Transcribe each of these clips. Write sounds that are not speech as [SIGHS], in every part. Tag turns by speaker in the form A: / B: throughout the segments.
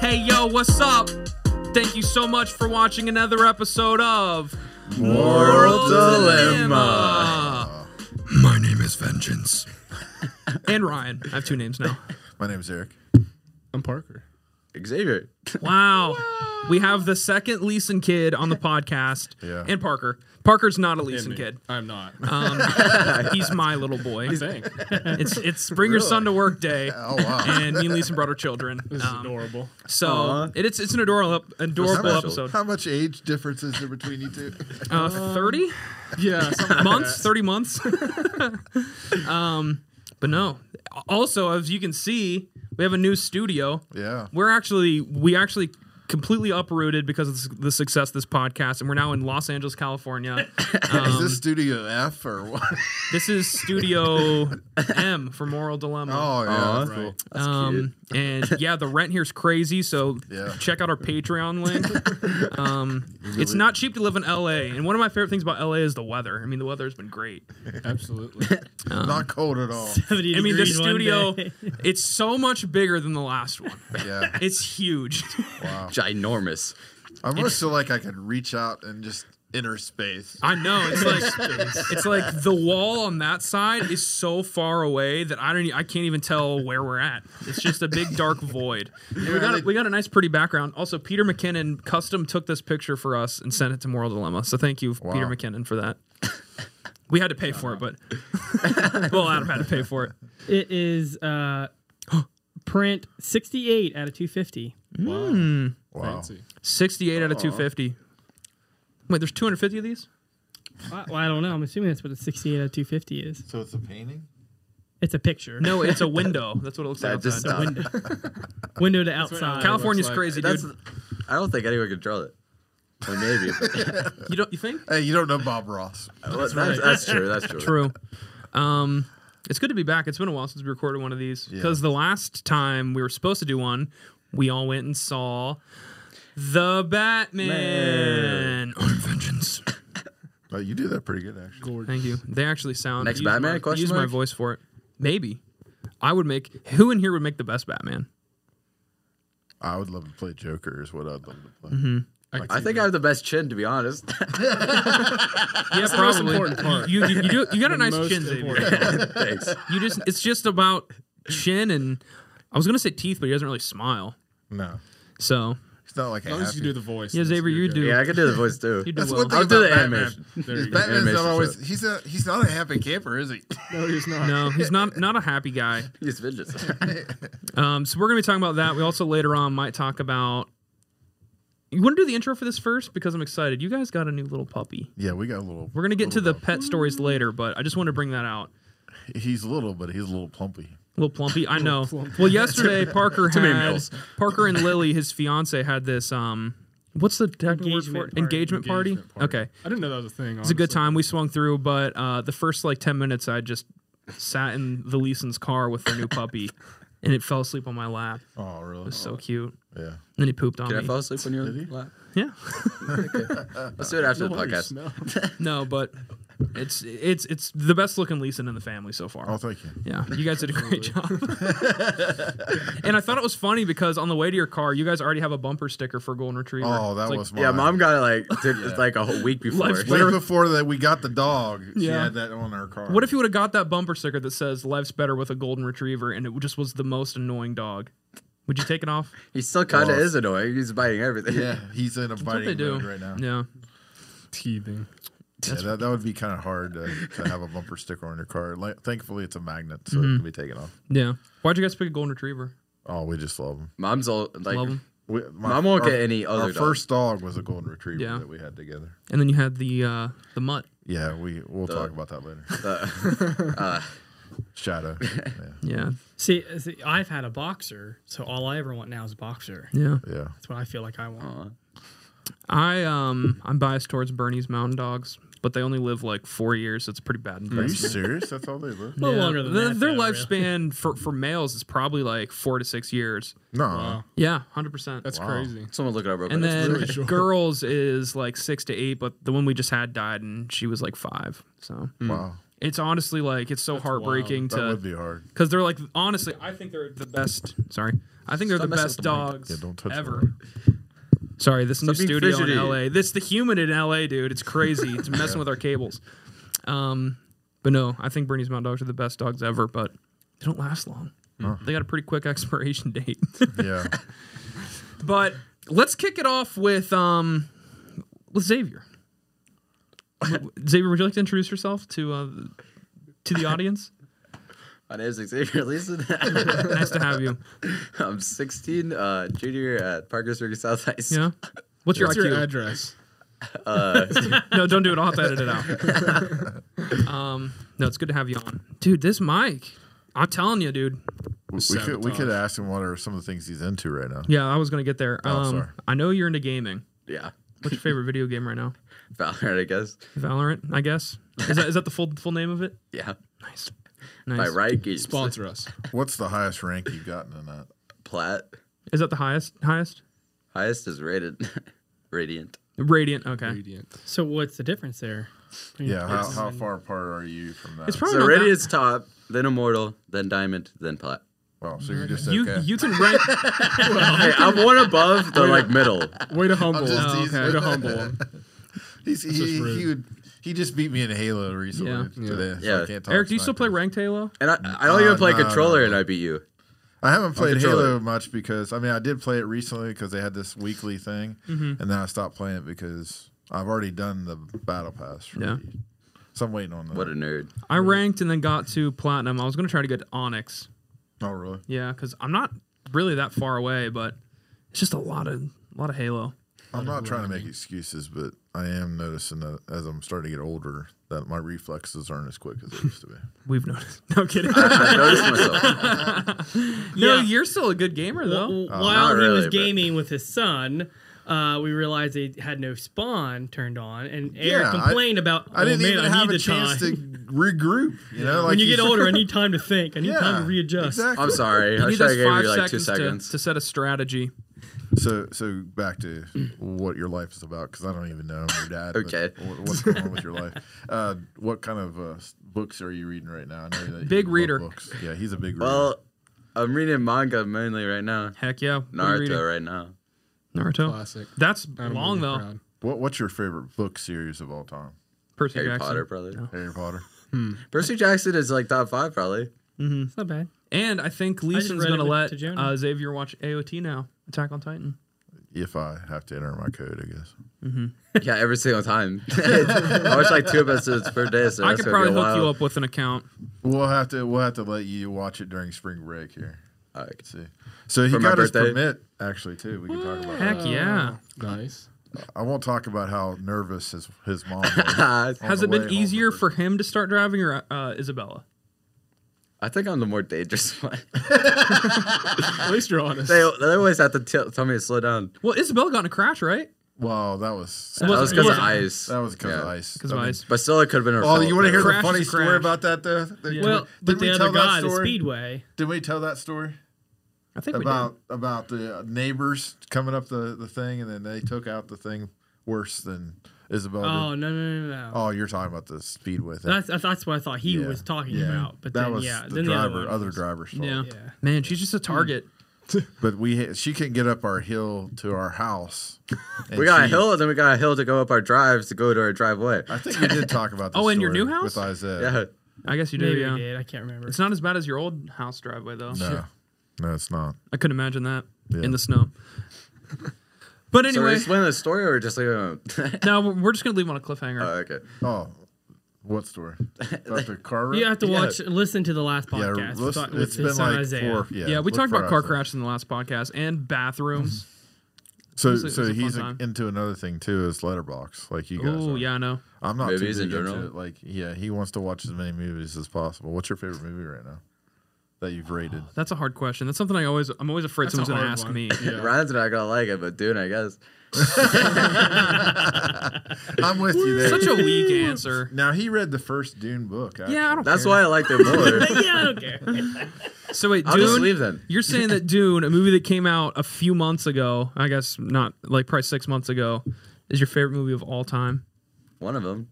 A: Hey, yo, what's up? Thank you so much for watching another episode of
B: Moral
C: My name is Vengeance.
A: and Ryan. I have two names now.
B: My name's Eric.
D: I'm Parker.
C: Xavier.
A: Wow. We have the second Leeson kid on the podcast
B: Yeah.
A: and Parker. Parker's not a Leeson kid. [LAUGHS]
D: I'm not.
A: Um, He's my little boy.
D: Dang.
A: It's it's bring your son to work day.
B: Oh wow.
A: And me and Leeson brought our children.
D: This is
A: Um,
D: adorable.
A: so it, it's it's an adorable
B: how,
A: adorable
B: much,
A: episode.
B: how much age difference is there between you two?
A: Uh, Thirty.
D: [LAUGHS] Yeah. something like
A: months, 30 months. [LAUGHS] um, but no. Also, as you can see, we have a new studio.
B: Yeah.
A: We're actually we actually completely uprooted because of s- the success of this podcast and we're now in Los Angeles,
B: [LAUGHS]
A: California.
B: is this Studio F or what?
A: this is Studio M for Moral Dilemma.
B: Oh yeah.
D: that. Right.
A: um and yeah, the rent here's crazy, so
B: Yeah.
A: check out our Patreon link.
B: [LAUGHS]
A: um it's not cheap to live in LA, and one of my favorite things about LA is the weather. I mean, the weather's been great. [LAUGHS]
D: Absolutely.
B: not cold at all.
A: I mean, the studio, it's so much bigger than the last one.
B: Yeah.
A: It's huge.
C: Ginormous.
B: I almost feel like I could reach out and just enter space.
A: I know. It's like it's like the wall on that side is so far away that I don't e- I can't even tell where we're at. It's just a big dark void. And we got a, we got a nice pretty background. Also, Peter McKinnon custom took this picture for us and sent it to Moral Dilemma. So thank you, Peter McKinnon, for that. We had to pay for it, but [LAUGHS] well, Adam had to pay for [LAUGHS] it.
E: It is uh, print 68 out of 250.
D: Wow.
A: hmm.
B: Wow.
D: Fancy.
A: 68 out of 250. Wait, there's 250 of these?
E: Well, I don't know. I'm assuming that's what a 68 out of 250 is.
B: So it's a painting?
E: It's a picture.
A: No, it's a window. That's what it looks like.
C: That just
A: outside.
C: uh,
E: Window to
D: what
E: outside.
D: Cal-
A: California's
D: looks like-
A: crazy,
C: that's.
A: dude.
C: I don't think anyone can draw that. Or maybe.
A: [LAUGHS]
C: but-
A: You don't you think?
B: Hey, you don't know Bob Ross.
C: well, that's, that's true. That's true.
A: True. Um, it's good to be back. It's been a while since we recorded one of these because the last time we were supposed to do one, we all went and saw the Batman. On vengeance.
B: Oh, you do that pretty good actually.
D: Gorgeous.
A: Thank you. They actually sound.
C: Next
A: use
C: Batman,
A: My,
C: question
A: use my
C: mark?
A: voice for it. Maybe. I would make. Who in here would make the best Batman?
B: I would love to play Joker is what I'd love to play.
D: I,
C: I think I have the best chin, to be honest.
A: Yeah,
D: most
A: probably.
D: important part.
A: You, you, you, do, you got a nice
D: most
A: chin, Xavier.
D: important.
A: [LAUGHS]
C: Thanks.
A: You just it's just about chin and I was gonna say teeth, but he doesn't really smile.
B: No.
A: So
B: It's not like
D: As
B: a
D: long as you
B: happy.
D: do the voice.
A: Yeah,
D: that's
A: Xavier,
D: you're
A: you
D: good.
A: do.
C: Yeah, I can do the voice too.
A: you do
B: That's
A: well.
B: one
C: I'll
B: thing
C: do the
B: about [LAUGHS] Batman.
C: animation.
B: [LAUGHS]
D: There
B: Is
D: you go.
B: Batman's not
C: Animation
B: always
C: show.
B: he's a he's not a happy camper, is he?
D: No, he's not. [LAUGHS]
A: no, he's not not a happy guy. [LAUGHS]
C: He's vengeance.
A: Um, so we're gonna be talking about that. We also later on might talk about. You want to do the intro for this first because I'm excited. You guys got a new little puppy.
B: [LAUGHS] Yeah, we got a little
A: We're gonna get to
B: little
A: the pet stories later, but I just want to bring that out.
B: dog. he's little, but he's a little plumpy.
A: Little plumpy,
C: [LAUGHS]
A: I know. Well, yesterday Parker
C: many
A: had
C: meals.
A: Parker and Lily, his fiance, had this. Um, what's the technical word for it?
E: Engagement party.
A: Engagement party.
D: Engagement party.
A: Okay,
D: I didn't know that was a thing.
A: It was a good time. We swung through, but uh, the first like ten minutes, I just sat in the Leeson's car with their new puppy, and it fell asleep on my lap. It
B: Oh really?
A: was so cute. And
B: Yeah.
A: then he pooped on
C: Did I
A: me.
C: fall asleep when you
B: Did he?
C: were lap?
A: Yeah, [LAUGHS]
C: Let's do it after the podcast.
A: no, but it's it's it's the best looking Leeson in the family so far.
B: Oh thank you.
A: Yeah, you guys did a great job. and I thought it was funny because on the way to your car, you guys already have a bumper sticker for Golden Retriever.
B: Oh, that
A: It's like,
B: was my
C: Yeah, mom got it
A: [LAUGHS]
C: like did, like a whole week before.
A: Life's
B: Way
A: better-
B: before that, we got the dog. She
A: Yeah.
B: had that on her car.
A: What if you would have got that bumper sticker that says "Life's better with a Golden Retriever" and it just was the most annoying dog? Would you take it off?
C: He still kind of
B: Well-
C: is annoying. He's biting everything.
B: Yeah, he's in a
A: That's what they
B: biting
A: do
B: mood right now.
A: Yeah.
D: Teething.
B: Yeah, that, that would be kind of hard to, to have a bumper sticker on your car. Like, thankfully, it's a magnet, so
A: Mm-hmm.
B: it can be taken off.
A: Yeah. Why'd you guys pick a golden retriever?
B: Oh, we just love them.
C: [LAUGHS] Mom's all like,
A: Love them.
B: We, my,
C: Mom won't
B: our-
C: get any other
B: Our
C: dog.
B: first dog was a golden retriever
A: Yeah.
B: that we had together.
A: And then you had the uh, the mutt.
B: Yeah, we we'll talk about that
A: [LAUGHS]
B: later. Shadow. Yeah,
A: Yeah.
E: See, see, I've had a boxer, so all I ever want now is a boxer.
A: Yeah.
B: yeah.
E: That's what I feel like I want.
C: [LAUGHS] Aw.
A: I um I'm biased towards Bernie's mountain dogs, but they only live like four years, so it's pretty bad
B: Are you
A: investment.
B: serious? That's all
A: [LAUGHS]
B: they live.
E: A little longer than
A: Their-
E: that,
A: Their
E: though, really.
A: lifespan for, for males is probably like four to six years.
B: No,
D: Wow.
A: Yeah, hundred percent.
D: That's
B: Wow.
D: crazy.
C: someone look it up real quick.
A: And
C: That's
A: then
C: really-
D: short.
A: girls is like six to eight, but the one we just had died, and she was like five. So
B: wow,
A: it's honestly like Mm. it's so heartbreaking
B: that
A: to
B: would be hard.
A: because they're like honestly, I think they're the best. Sorry, I think they're
C: Stop
A: the
C: messing
A: best
C: with the mic.
A: dogs
B: Yeah, don't touch the
A: ever. Sorry, this new
C: Stop being
A: studio
C: fidgety.
A: in LA. This the human in LA, dude. It's crazy. It's messing with our cables. Um, but no, I think Bernese Mountain Dogs are the best dogs ever, but they don't last long. They got a pretty quick [LAUGHS] expiration date.
B: Yeah.
A: [LAUGHS] but let's kick it off with um with Xavier. W- Xavier, would you like to introduce yourself to uh, to the audience?
C: My name is Xavier [LAUGHS] Leeson.
A: nice to have you.
C: I'm 16, uh, junior at Parkersburg South High School.
A: Yeah. What's your
D: What's
A: IQ?
D: your address?
A: no, don't do it. I'll have to edit it out. um, no, it's good to have you on, dude. This mic, I'm telling you, dude.
B: We, we could we could
D: Sabotage.
B: ask him what are some of the things he's into right now.
A: Yeah, I was gonna get there.
B: Oh,
A: Um,
B: sorry.
A: I know you're into gaming.
C: Yeah.
A: What's your favorite video game right now?
C: Valorant, I guess.
A: Valorant, I guess. Is that is that the full full name of it?
C: Yeah.
A: Nice,
C: By
A: nice.
C: Riot Games.
A: [LAUGHS]
D: Sponsor us.
B: What's the highest rank you've gotten in that?
C: Plat.
A: Is that the highest highest?
C: Highest is rated. [LAUGHS] Radiant.
A: Radiant. Okay.
D: Radiant.
E: So what's the difference there?
B: Yeah. How, how far apart are you from that?
A: It's probably
C: So
A: not that-
C: Radiant's top, then Immortal, then Diamond, then
A: [LAUGHS]
C: Plat.
B: Wow, so you're just
A: You
B: okay.
A: you can
C: [LAUGHS]
A: rank. Oh,
C: Hey, I'm one above the like middle.
D: Way to humble.
B: just
D: him.
B: teasing.
D: Way to humble him.
B: [LAUGHS] He's, he,
D: just
B: he,
D: rude.
B: would, he just beat me in Halo recently.
A: Yeah.
B: Today, so I
C: Yeah.
B: can't talk
A: Eric, do you
B: smack
A: still play
B: to him.
A: ranked Halo?
C: And I, I don't
B: Uh,
A: Oh,
C: even play
B: no, no,
C: controller
B: no.
C: and I beat you.
B: I haven't played
C: controller.
B: Halo much because I mean I did play it recently because they had this weekly thing,
A: Mm-hmm.
B: and then I stopped playing it because I've already done the battle pass. For
A: Yeah.
B: the- so I'm waiting on the.
C: What a
A: [LAUGHS]
C: nerd.
A: I ranked and then got to platinum. I was gonna try to get to Onyx.
B: oh really?
A: Yeah, because I'm not really that far away, but it's just a lot of a lot of Halo.
B: I'm not trying to make excuses, but I am noticing that as I'm starting to get older, that my reflexes aren't as quick as they
E: [LAUGHS]
B: used to be.
A: We've noticed. [LAUGHS] No I'm
C: [LAUGHS]
A: kidding.
C: I noticed myself.
A: no,
E: Yeah.
A: you're still a good gamer though.
E: Wh- While he
C: really,
E: was
C: but-
E: gaming with his son, uh, we realized they had no spawn turned on, and
B: Yeah,
E: Eric
B: I-
E: complained about.
B: I didn't
E: oh, man,
B: even
E: I
B: have
E: need
B: a
E: the
B: chance
E: time.
B: to [LAUGHS] regroup. You know, like
E: when you get
B: [LAUGHS] said-
E: older, I need time to think. I need time to readjust.
B: Exactly.
C: I'm sorry. I
A: You
C: wish
A: need
C: I
A: those
C: gave you
A: five
C: like two
A: seconds,
C: seconds.
A: To, to set a strategy.
B: So, so back to what your life is about, because I don't even know I'm your dad. but
C: Okay.
B: wh- What's going on with your life? Uh, what kind of uh, s- books are you reading right now? I know that you
A: Big
B: love
A: reader.
B: Books. Yeah, he's a big reader.
C: Well, I'm reading manga mainly right now.
A: Heck yeah. What are you reading?
C: Naruto right now.
A: Naruto.
D: Classic.
A: That's
D: I'm
A: long
D: really
A: though.
D: proud.
B: what, what's your favorite book series of all time?
A: Percy
C: Harry
A: Jackson.
C: Potter, brother.
B: Harry Potter.
C: Percy Jackson is like top five
A: [LAUGHS]
C: probably.
E: It's not bad.
A: And I think
E: just
A: Leeson's
E: read it
A: gonna
E: with-
A: let
E: to Jonah.
A: uh, Xavier watch AOT now. Attack on Titan.
B: If I have to enter my code, I guess.
C: Yeah, every
A: [LAUGHS]
C: single time. [LAUGHS] I watch like two episodes per day, so
A: I
C: that's
A: could probably
C: gonna be a
A: hook you
C: while.
A: up with an account.
B: We'll have to we'll have to let you watch it during spring break here.
C: All right. [LAUGHS]
B: See. So he
C: For my
B: got his
C: birthday?
B: permit actually too. We can talk about. That.
A: Heck
E: Uh,
A: yeah.
B: [LAUGHS]
D: Nice.
B: I won't talk about how nervous his his mom.
C: [LAUGHS]
B: Was.
C: Ah, I-
A: Has
B: the
A: it been
B: way home
A: easier
B: from-
A: for him to start driving or uh, Isabella?
C: I think I'm the more dangerous [LAUGHS] one.
D: At least you're honest.
C: they, they always have to tell tell me to slow down.
A: Well, Isabella got in a crash, right?
B: Well, that was
C: That
A: Wasn't-
C: was because of
A: wasn't-
C: ice.
B: that was because of
C: Yeah.
B: ice.
A: Because
B: I
A: of
B: mean,
A: ice.
C: But still, it could have been. Her
B: Oh, you want to hear [LAUGHS]
A: Crash
B: the funny
A: is a
B: story
A: crash.
B: about that though? Did-
A: Yeah.
E: Well, but
B: did we
E: the
B: tell
E: other
B: that
E: guy, the
B: story?
E: Speedway.
B: Did we tell that story
A: I think
B: about about the neighbors coming up the, the thing and then they took out the thing worse than Isabel
E: Oh
B: did?
E: no no no no.
B: Oh, you're talking about the speedway thing.
E: That's that's what I thought he
B: Yeah.
E: was talking about. But
B: that
E: then
B: was
E: yeah,
B: the
E: then
B: driver,
E: the other,
B: other, driver's
A: we
B: fault.
A: did. Yeah.
E: Yeah.
A: Man, she's just a target.
B: But we hit- she couldn't get up our hill to
A: [LAUGHS]
B: our house. and
C: we got a
B: she-
C: hill, then we got a hill to go up our drives to go to our driveway.
B: I think we did
A: [LAUGHS]
B: talk about this.
A: Oh, and your
B: story
A: new house?
B: with Isaiah.
C: Yeah,
A: I guess you do,
E: Maybe
A: yeah.
E: he did. I can't remember.
A: It's not as bad as your old house driveway, though.
B: No, no, it's not.
A: I couldn't imagine that
B: Yeah.
A: in the snow. But
C: so we're
A: anyway,
C: explaining the story, or just like, uh,
A: now we're we're just going to leave on a cliffhanger.
C: [LAUGHS] oh, okay.
B: Oh,
A: [LAUGHS]
B: what story? About the car wreck?
E: you have to
C: Yeah.
E: watch, listen to the last
B: Yeah,
E: podcast. with
B: listen-
E: Sa- with
B: it's been
E: his son
B: like
E: Isaiah.
B: four. Yeah,
A: yeah, we
B: look
A: talked
B: for
A: about car
B: Isaiah.
A: crashes in the last podcast and bathrooms.
B: So,
A: was a- it
B: so
A: was a fun
B: he's
A: time.
B: into another thing too is letterbox. Like [LAUGHS] you guys.
A: Oh,
B: are.
A: yeah, I know.
B: I'm not
C: Movies
B: too
C: in
B: big into
C: general?
B: it. Like, yeah, he wants to watch as many movies as possible. What's your favorite movie right now that
A: [LAUGHS]
B: you've rated?
A: That's a hard question. That's something I always, I'm always afraid
D: That's
A: someone's
D: a
A: going to
D: hard
A: ask
D: one. [LAUGHS]
A: me.
D: Yeah.
C: Ryan's not gonna like it, but dude, I guess.
B: I'm with you there.
A: Such a weak answer.
B: now he read the first Dune book. actually.
A: Yeah, I don't
C: That's
A: care.
C: why I liked
A: [LAUGHS]
C: it
E: [LAUGHS]
C: more.
E: yeah, I don't care.
A: So wait,
C: I'll just
A: Dune,
C: leave then.
A: you're saying that Dune, a movie that came out a few months ago, I guess not like probably six months ago, is your favorite movie of all time?
C: One of them.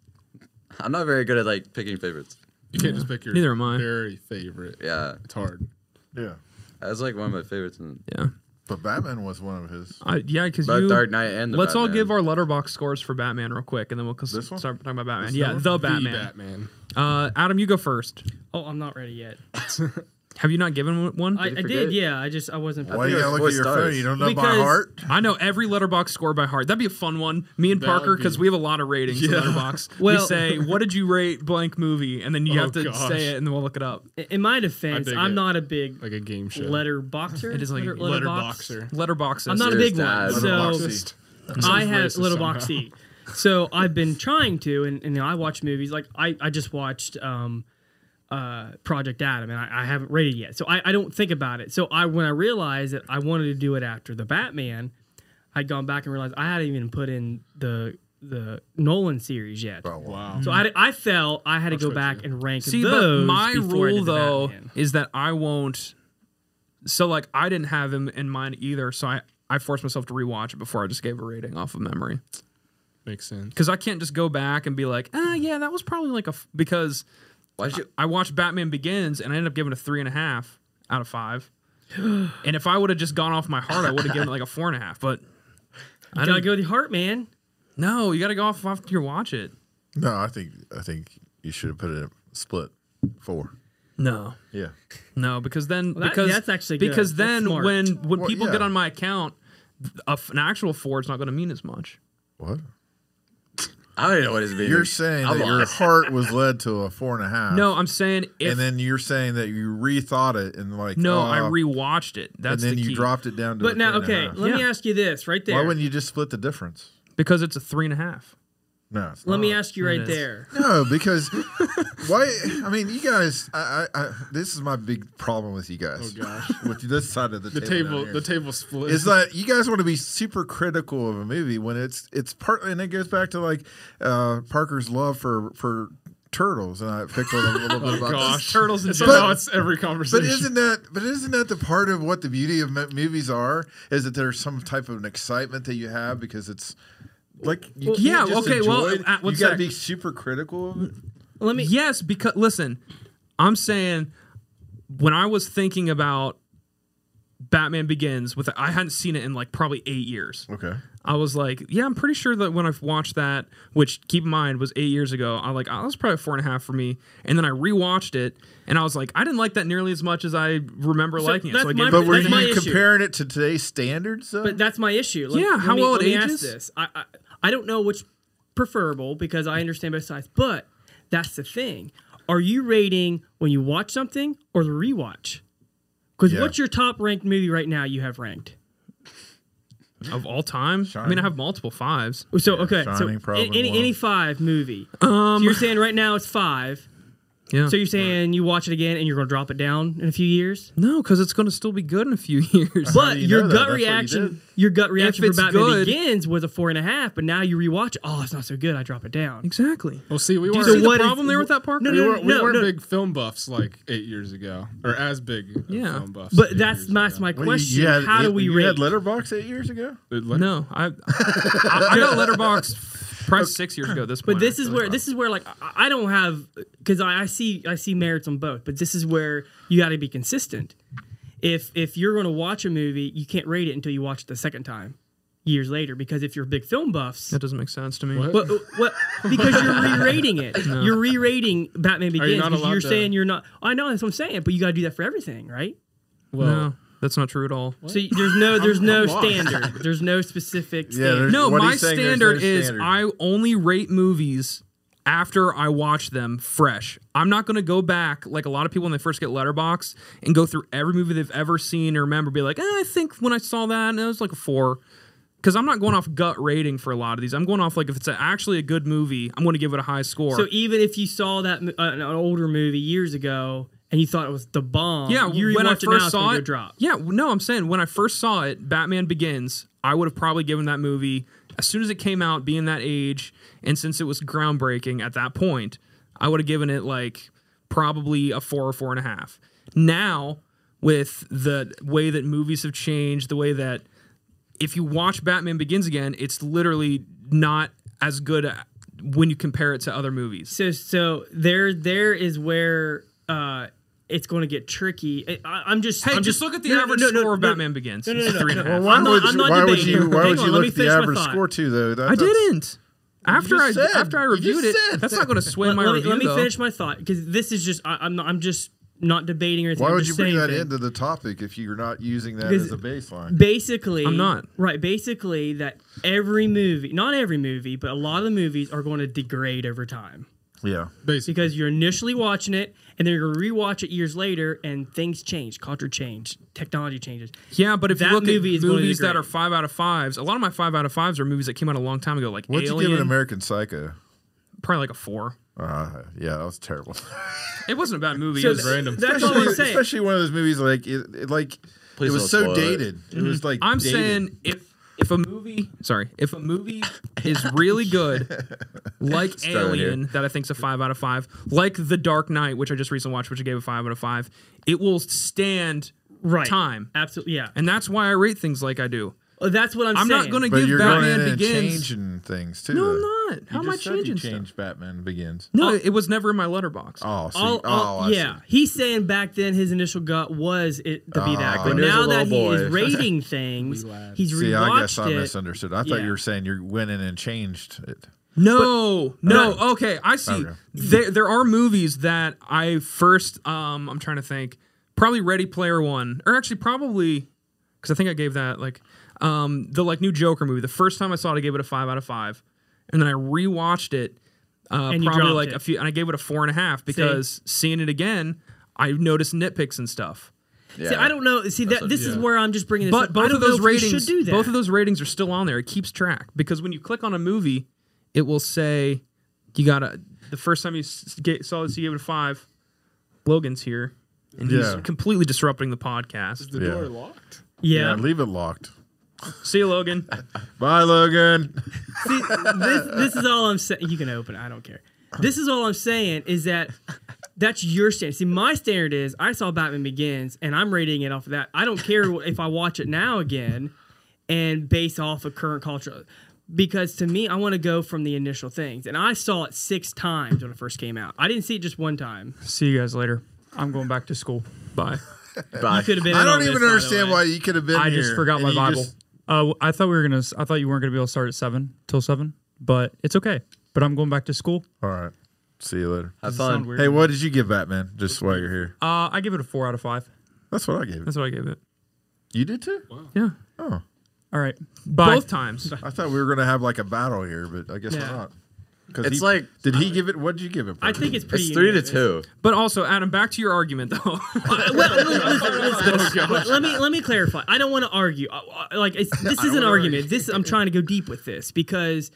C: I'm not very good at like picking favorites.
D: You can't just pick your
A: Neither am I.
D: very favorite.
C: Yeah.
D: It's hard.
B: yeah.
C: That's like one of my favorites. In,
A: Yeah.
B: But Batman was one of his.
A: I, yeah, because
C: both
A: you.
C: Dark Knight and the
A: let's all
C: Batman.
A: give our letterbox scores for Batman real quick, and then we'll cons-
B: This one?
A: start talking about Batman.
B: This
A: yeah,
B: one?
A: the
D: The
A: Batman.
D: Batman.
A: Uh, Adam, you go first.
B: [LAUGHS]
E: Oh, I'm not ready yet.
A: Have you not given one?
E: I, I did, yeah. I just I wasn't.
B: Why
E: prepared.
B: you
C: it
B: gotta
C: was
B: look at your
C: voice
B: phone? You don't know by
E: Because-
B: heart.
A: I know every letterbox score by heart. That'd be a fun one. Me and
D: That
A: Parker,
D: would be-
A: because we have a lot of ratings in
D: Yeah.
A: letterbox. we
E: Well-
A: say, "What did you rate blank movie?" And then you
D: Oh,
A: have to
D: gosh.
A: say it, and then we'll look it up.
E: In my defense,
D: I dig
E: I'm
D: it.
E: not a big
D: Like a game show.
E: letter boxer.
A: It is like
E: letter, letterbox.
D: Letterboxer.
A: Letterboxes.
E: I'm not a
C: Serious
E: big one,
C: dad.
E: so
B: Letterboxy.
E: I
D: Sounds
E: have
D: racist
A: [LAUGHS]
E: letterboxy. E. So I've been trying to, and, and you know, I watch movies like I, I just watched um, uh, Project Adam, and I, I haven't rated yet, so I, I don't think about it. So I when I realized that I wanted to do it after the Batman, I'd gone back and realized I hadn't even put in the the Nolan series yet.
B: Oh, wow.
D: Wow.
E: So I, I felt I had to go
D: what
E: back
D: you-
E: and rank
A: See, but
E: those.
A: my
E: before I
A: rule
E: did the
A: though
E: Batman.
A: is that I won't. So like, I didn't have him in mind either. So I I forced myself to rewatch it before I just gave a rating off of memory.
D: Makes sense.
A: because I can't just go back and be like, ah, yeah, that was probably like a f-, because
C: Why'd you?
A: I watched Batman Begins and I ended up giving it a three and a half out of
E: [GASPS]
A: five. and if I would have just gone off my heart, I would have given it like a four and a half. But I
E: gotta
A: don't
E: go with your heart, man.
A: No, you got to go off after you watch it.
B: No, I think I think you should have put it at split four.
A: No.
B: Yeah.
A: No, because then
E: that-
A: because
E: that's actually good.
A: because
E: That's
A: then
E: smart.
A: when when
B: Well,
A: people
B: yeah.
A: get on my account, a f an actual four is not going to mean as much.
B: What?
C: I don't even know what his meaning.
B: You're saying
C: I'm
B: that your
C: lost.
B: heart was led to a four and a half.
A: No, I'm saying if
B: and then you're saying that you rethought it and like
A: no,
B: oh,
A: I rewatched it.
B: and
A: That's
B: then
A: the
B: you
A: key.
B: dropped it down to. a
E: But now,
B: three and a
E: okay,
B: half.
E: let me
A: Yeah.
E: ask you this right there.
B: Why wouldn't you just split the difference?
A: because it's a three and a
B: [LAUGHS]
A: half.
B: No, it's
E: let
B: Uh, not.
E: me ask you
A: It
E: right
A: is.
E: there.
B: No, because [LAUGHS] why? I mean, you guys. I, I, I this is my big problem with you
E: [LAUGHS]
B: guys.
D: Oh, gosh.
B: with this side of the,
D: The
B: table. down
D: table,
B: here.
D: the table split.
B: is that you guys want to be super critical of a movie when it's it's partly and it goes back to like uh, Parker's love for for turtles and I picked on him a little
E: [LAUGHS]
B: bit about this.
D: gosh.
A: turtles and
D: somehow
B: But-
D: it's every
B: But
D: conversation.
B: isn't that but isn't that the part of what the beauty of mo- movies are is that there's some type of an excitement that you have because it's like you can't
A: yeah,
B: just
A: okay, well,
B: enjoy it.
A: uh, one
B: you got to
A: sec.
B: be super critical of it.
E: Let me.
A: Yes, because listen, I'm saying when I was thinking about Batman Begins with I hadn't seen it in like probably 8 years.
B: Okay.
A: I was like, yeah, I'm pretty sure that when I've watched that, which keep in mind was eight years ago, I like, oh, that was probably four and a half for me. And then I rewatched it, and I was like, I didn't like that nearly as much as I remember liking it.
E: that's
A: So I
E: my-
A: gave
B: But
A: it,
E: That's
B: were you
E: my issue.
B: comparing it to today's standards? Though?
E: But that's my issue. Let,
A: Yeah,
E: let
A: how
E: me,
A: well
E: let
A: it
E: me ask
A: ages?
E: this. I, I I don't know which preferable because I understand both sides, but that's the thing. Are you rating when you watch something or the rewatch? Because
B: Yeah.
E: what's your top ranked movie right now? You have ranked.
A: of all time. I mean, I have multiple fives.
E: So okay, so
B: Shining probably
E: any
B: one.
E: any five movie.
A: Um,
E: so you're saying right now it's five.
A: Yeah.
B: [LAUGHS]
E: Um, So you're saying you watch it again and you're going to drop it down in a few years?
A: no, because it's going to still be good in a few [LAUGHS] years.
E: But
B: do you
E: your
B: know that?
E: gut
B: That's what you
E: reaction,
B: did.
E: your gut reaction for
A: it's
E: Batman
A: good-
E: Begins was a four and a half, but now you rewatch. Oh, it's not so good. I drop it down.
A: exactly.
D: well, see, we
A: Do you
D: weren't,
A: see the
E: what is-
A: problem there with that, Parker?
E: No,
D: we
E: no,
D: weren't, we
E: no,
D: weren't
E: no.
D: big film buffs like eight years ago, or as big. of
A: Yeah.
D: film buffs
E: But
D: eight
E: that's
D: years
E: my,
D: ago.
E: my
B: Well, you-
E: question.
B: you had-
E: How do
B: you-
E: we
B: you
E: rate?
B: had Letterbox eight years ago?
D: It- like-
A: No, I I, I got Letterbox probably six years ago. At this point,
E: but this is
A: actually.
E: where this is where like I I don't have because I, I see I see merits on both, but this is where you got to be consistent. If if you're going to watch a movie, you can't rate it until you watch it the second time, years later. Because if you're big film buffs,
A: that doesn't make sense to me.
D: What?
E: But what? Because you're re-rating it.
B: [LAUGHS]
E: You're re-rating Batman Begins.
D: not
E: because
D: allowed
E: you're
D: to-
E: saying you're not. I know that's what I'm saying, but you got to do that for everything, right?
D: well,
A: No, that's not true at all.
E: So y- there's
A: [LAUGHS]
E: no there's no
D: I'm lost.
E: standard. There's no specific.
B: Yeah,
E: Standard.
B: there's-
A: No,
B: What he's
A: my
B: saying, there's
A: standard
B: no
A: is
B: standard.
A: I only rate movies after I watch them fresh. I'm not going to go back like a lot of people when they first get Letterbox and go through every movie they've ever seen or remember. Be like, eh, I think when I saw that, and it was like a four. Because I'm not going off gut rating for a lot of these. I'm going off like if it's a, actually a good movie, I'm going to give it a high score.
E: So even if you saw that mo- uh, an older movie years ago and you thought it was the bomb,
A: Yeah,
E: you
A: when I first
E: rewatch it now, it's
A: saw
E: gonna go
A: it,
E: drop.
A: yeah, w- no, I'm saying when I first saw it, Batman Begins, I would have probably given that movie as soon as it came out, being that age, and since it was groundbreaking at that point, I would have given it like probably a four or four and a half. Now, with the way that movies have changed, the way that if you watch Batman Begins again, it's literally not as good uh, a- when you compare it to other movies.
E: So so there there is where uh, it's going to get tricky. I- I, I'm just.
A: Hey,
E: I'm
A: just, look at the
E: no, no,
A: average
E: no, no,
A: score of
E: no,
A: Batman Begins.
E: No, no,
A: It's
E: no,
A: three and a
E: no.
A: half.
E: I'm not-
B: why would
E: I'm
B: you,
E: not
B: why would
E: debating.
B: you, why
E: Hang
B: would
E: on,
B: you
E: let me
B: look at the
E: finish my
B: average
E: thought.
B: score too though? That-
A: I
B: that's-
A: didn't. After I
B: just said-
A: after I
B: you
A: reviewed it,
B: just said.
A: that's not going to sway
E: Let,
A: my
E: let me,
A: review.
E: let me
A: though.
E: finish my thought because this is just. I, I'm. Not, I'm just not debating or anything.
B: Why
E: I'm
B: would
E: just
B: you bring
E: saying
B: that
E: things.
B: into the topic if you're not using that
E: Because-
B: as a baseline?
E: basically
A: I'm not.
E: right basically that every movie not every movie but a lot of the movies are going to degrade over time
B: Yeah.
D: Basically,
E: because you're initially watching it and then you're going to rewatch it years later and things change culture change technology changes
A: Yeah, but if you
E: That
A: look
E: movie
A: at
E: is going to
A: movies
E: degrade.
A: that are five out of fives, a lot of my five out of fives are movies that came out a long time ago, like
B: What'd
A: Alien,
B: you give an American Psycho?
A: probably like a four.
B: Uh, yeah, that was terrible. [LAUGHS]
A: It wasn't a bad movie. it
E: So
A: was
E: th-
A: random.
E: that's all i'm
B: especially,
E: saying
B: especially one of those movies like it, it- like it
C: Please don't
B: was so
C: spoil it.
B: dated.
E: Mm-hmm.
B: It. was like
A: I'm
B: dated.
A: saying if if a movie, sorry, if a
B: [LAUGHS]
A: movie is really good, like
C: throwing here.
A: Alien, that I think's a five out of five, like The Dark Knight, which I just recently watched, which I gave a five out of five, it will stand
E: right
A: time,
E: absolutely yeah
A: and that's why I rate things like I do.
E: Well, that's what i'm,
A: I'm
E: saying
A: not going to
B: but
A: give
B: you're going in
A: Batman
B: and
A: Begins.
B: changing things too.
A: No,
B: though.
A: I'm not. How
B: you
A: am I
B: just said you
A: changing stuff? Oh.
B: changed Batman Begins.
A: No, it was never in my letterbox.
B: Oh, see,
E: all, all-
B: oh, I see.
E: yeah, he's saying back then his initial gut was it to be that, but
C: When he was a
E: now that
C: little
E: he is
C: boy.
E: rating things, he's
B: See, I guess
E: rewatched
B: I
E: it.
B: misunderstood. I thought
E: Yeah.
B: you were saying you went in and changed it.
A: No, no.
E: But-
A: okay, I see.
B: Okay.
A: There, there are movies that I first. Um, I'm trying to think. Probably Ready Player One, or actually probably because I think I gave that like um the like new Joker movie. The first time I saw it, I gave it a five out of five, and then I rewatched it. Uh,
E: And you
A: probably
E: dropped
A: like
E: it.
A: a few, and I gave it a four and a half because seeing it again, I noticed nitpicks and stuff.
C: Yeah.
E: See, I don't know. See, that this is
D: yeah.
E: where I'm just bringing this
A: But
E: up. I
A: both
E: don't
A: of those
E: know if we should
A: ratings,
E: do that.
A: both of those ratings are still on there. It keeps track because when you click on a movie, it will say you gotta. The first time you s- ga- saw this, you gave it a five. Logan's here, and he's
B: Yeah.
A: completely disrupting the podcast.
D: the
B: Yeah.
D: door locked.
E: Yeah.
B: Yeah, leave it locked.
A: See you,
B: [LAUGHS]
A: Logan.
B: Bye, Logan.
E: See, this, this is all I'm saying. You can open. it, I don't care. This is all I'm saying is that that's your standard. See, my standard is I saw Batman Begins and I'm rating it off of that. I don't care what- if I watch it now again and base off of current culture because to me, I want to go from the initial things. And I saw it six times when it first came out. I didn't see it just one time.
A: See you guys later. I'm going back to school.
B: [LAUGHS]
A: Bye.
C: Bye.
E: Could have been.
B: I
E: in on
B: don't
E: this,
B: even
E: by the
B: understand
E: way.
B: why you could have been
A: I
B: here.
A: just forgot my
B: and you
A: Bible.
B: just-
F: Uh, I thought we were gonna. I thought you weren't gonna be able to start at seven till seven, but it's okay. But I'm going back to school.
B: all right. See you later.
C: Have
F: Sound
C: fun.
F: weird.
B: Hey, what did you give Batman? Just while you're here,
A: Uh, I give it a four out of five.
B: that's what I gave. it.
A: That's what I gave it.
B: You did too.
A: Yeah,
B: Oh,
F: All right. Bye.
A: both
F: [LAUGHS]
A: times.
B: I thought we were gonna have like a battle here, but I guess
E: Yeah.
B: we're not. 'Cause
C: It's
B: he-
C: like-
B: did he give it? What did you give it?
E: I think it's pretty.
C: It's three to
E: unanimous.
C: two.
A: But also, Adam, back to your argument though. [LAUGHS]
E: Let- let me let me clarify. I don't want to argue. I- I- Like it's, this is an argument. This I'm trying to go deep with this because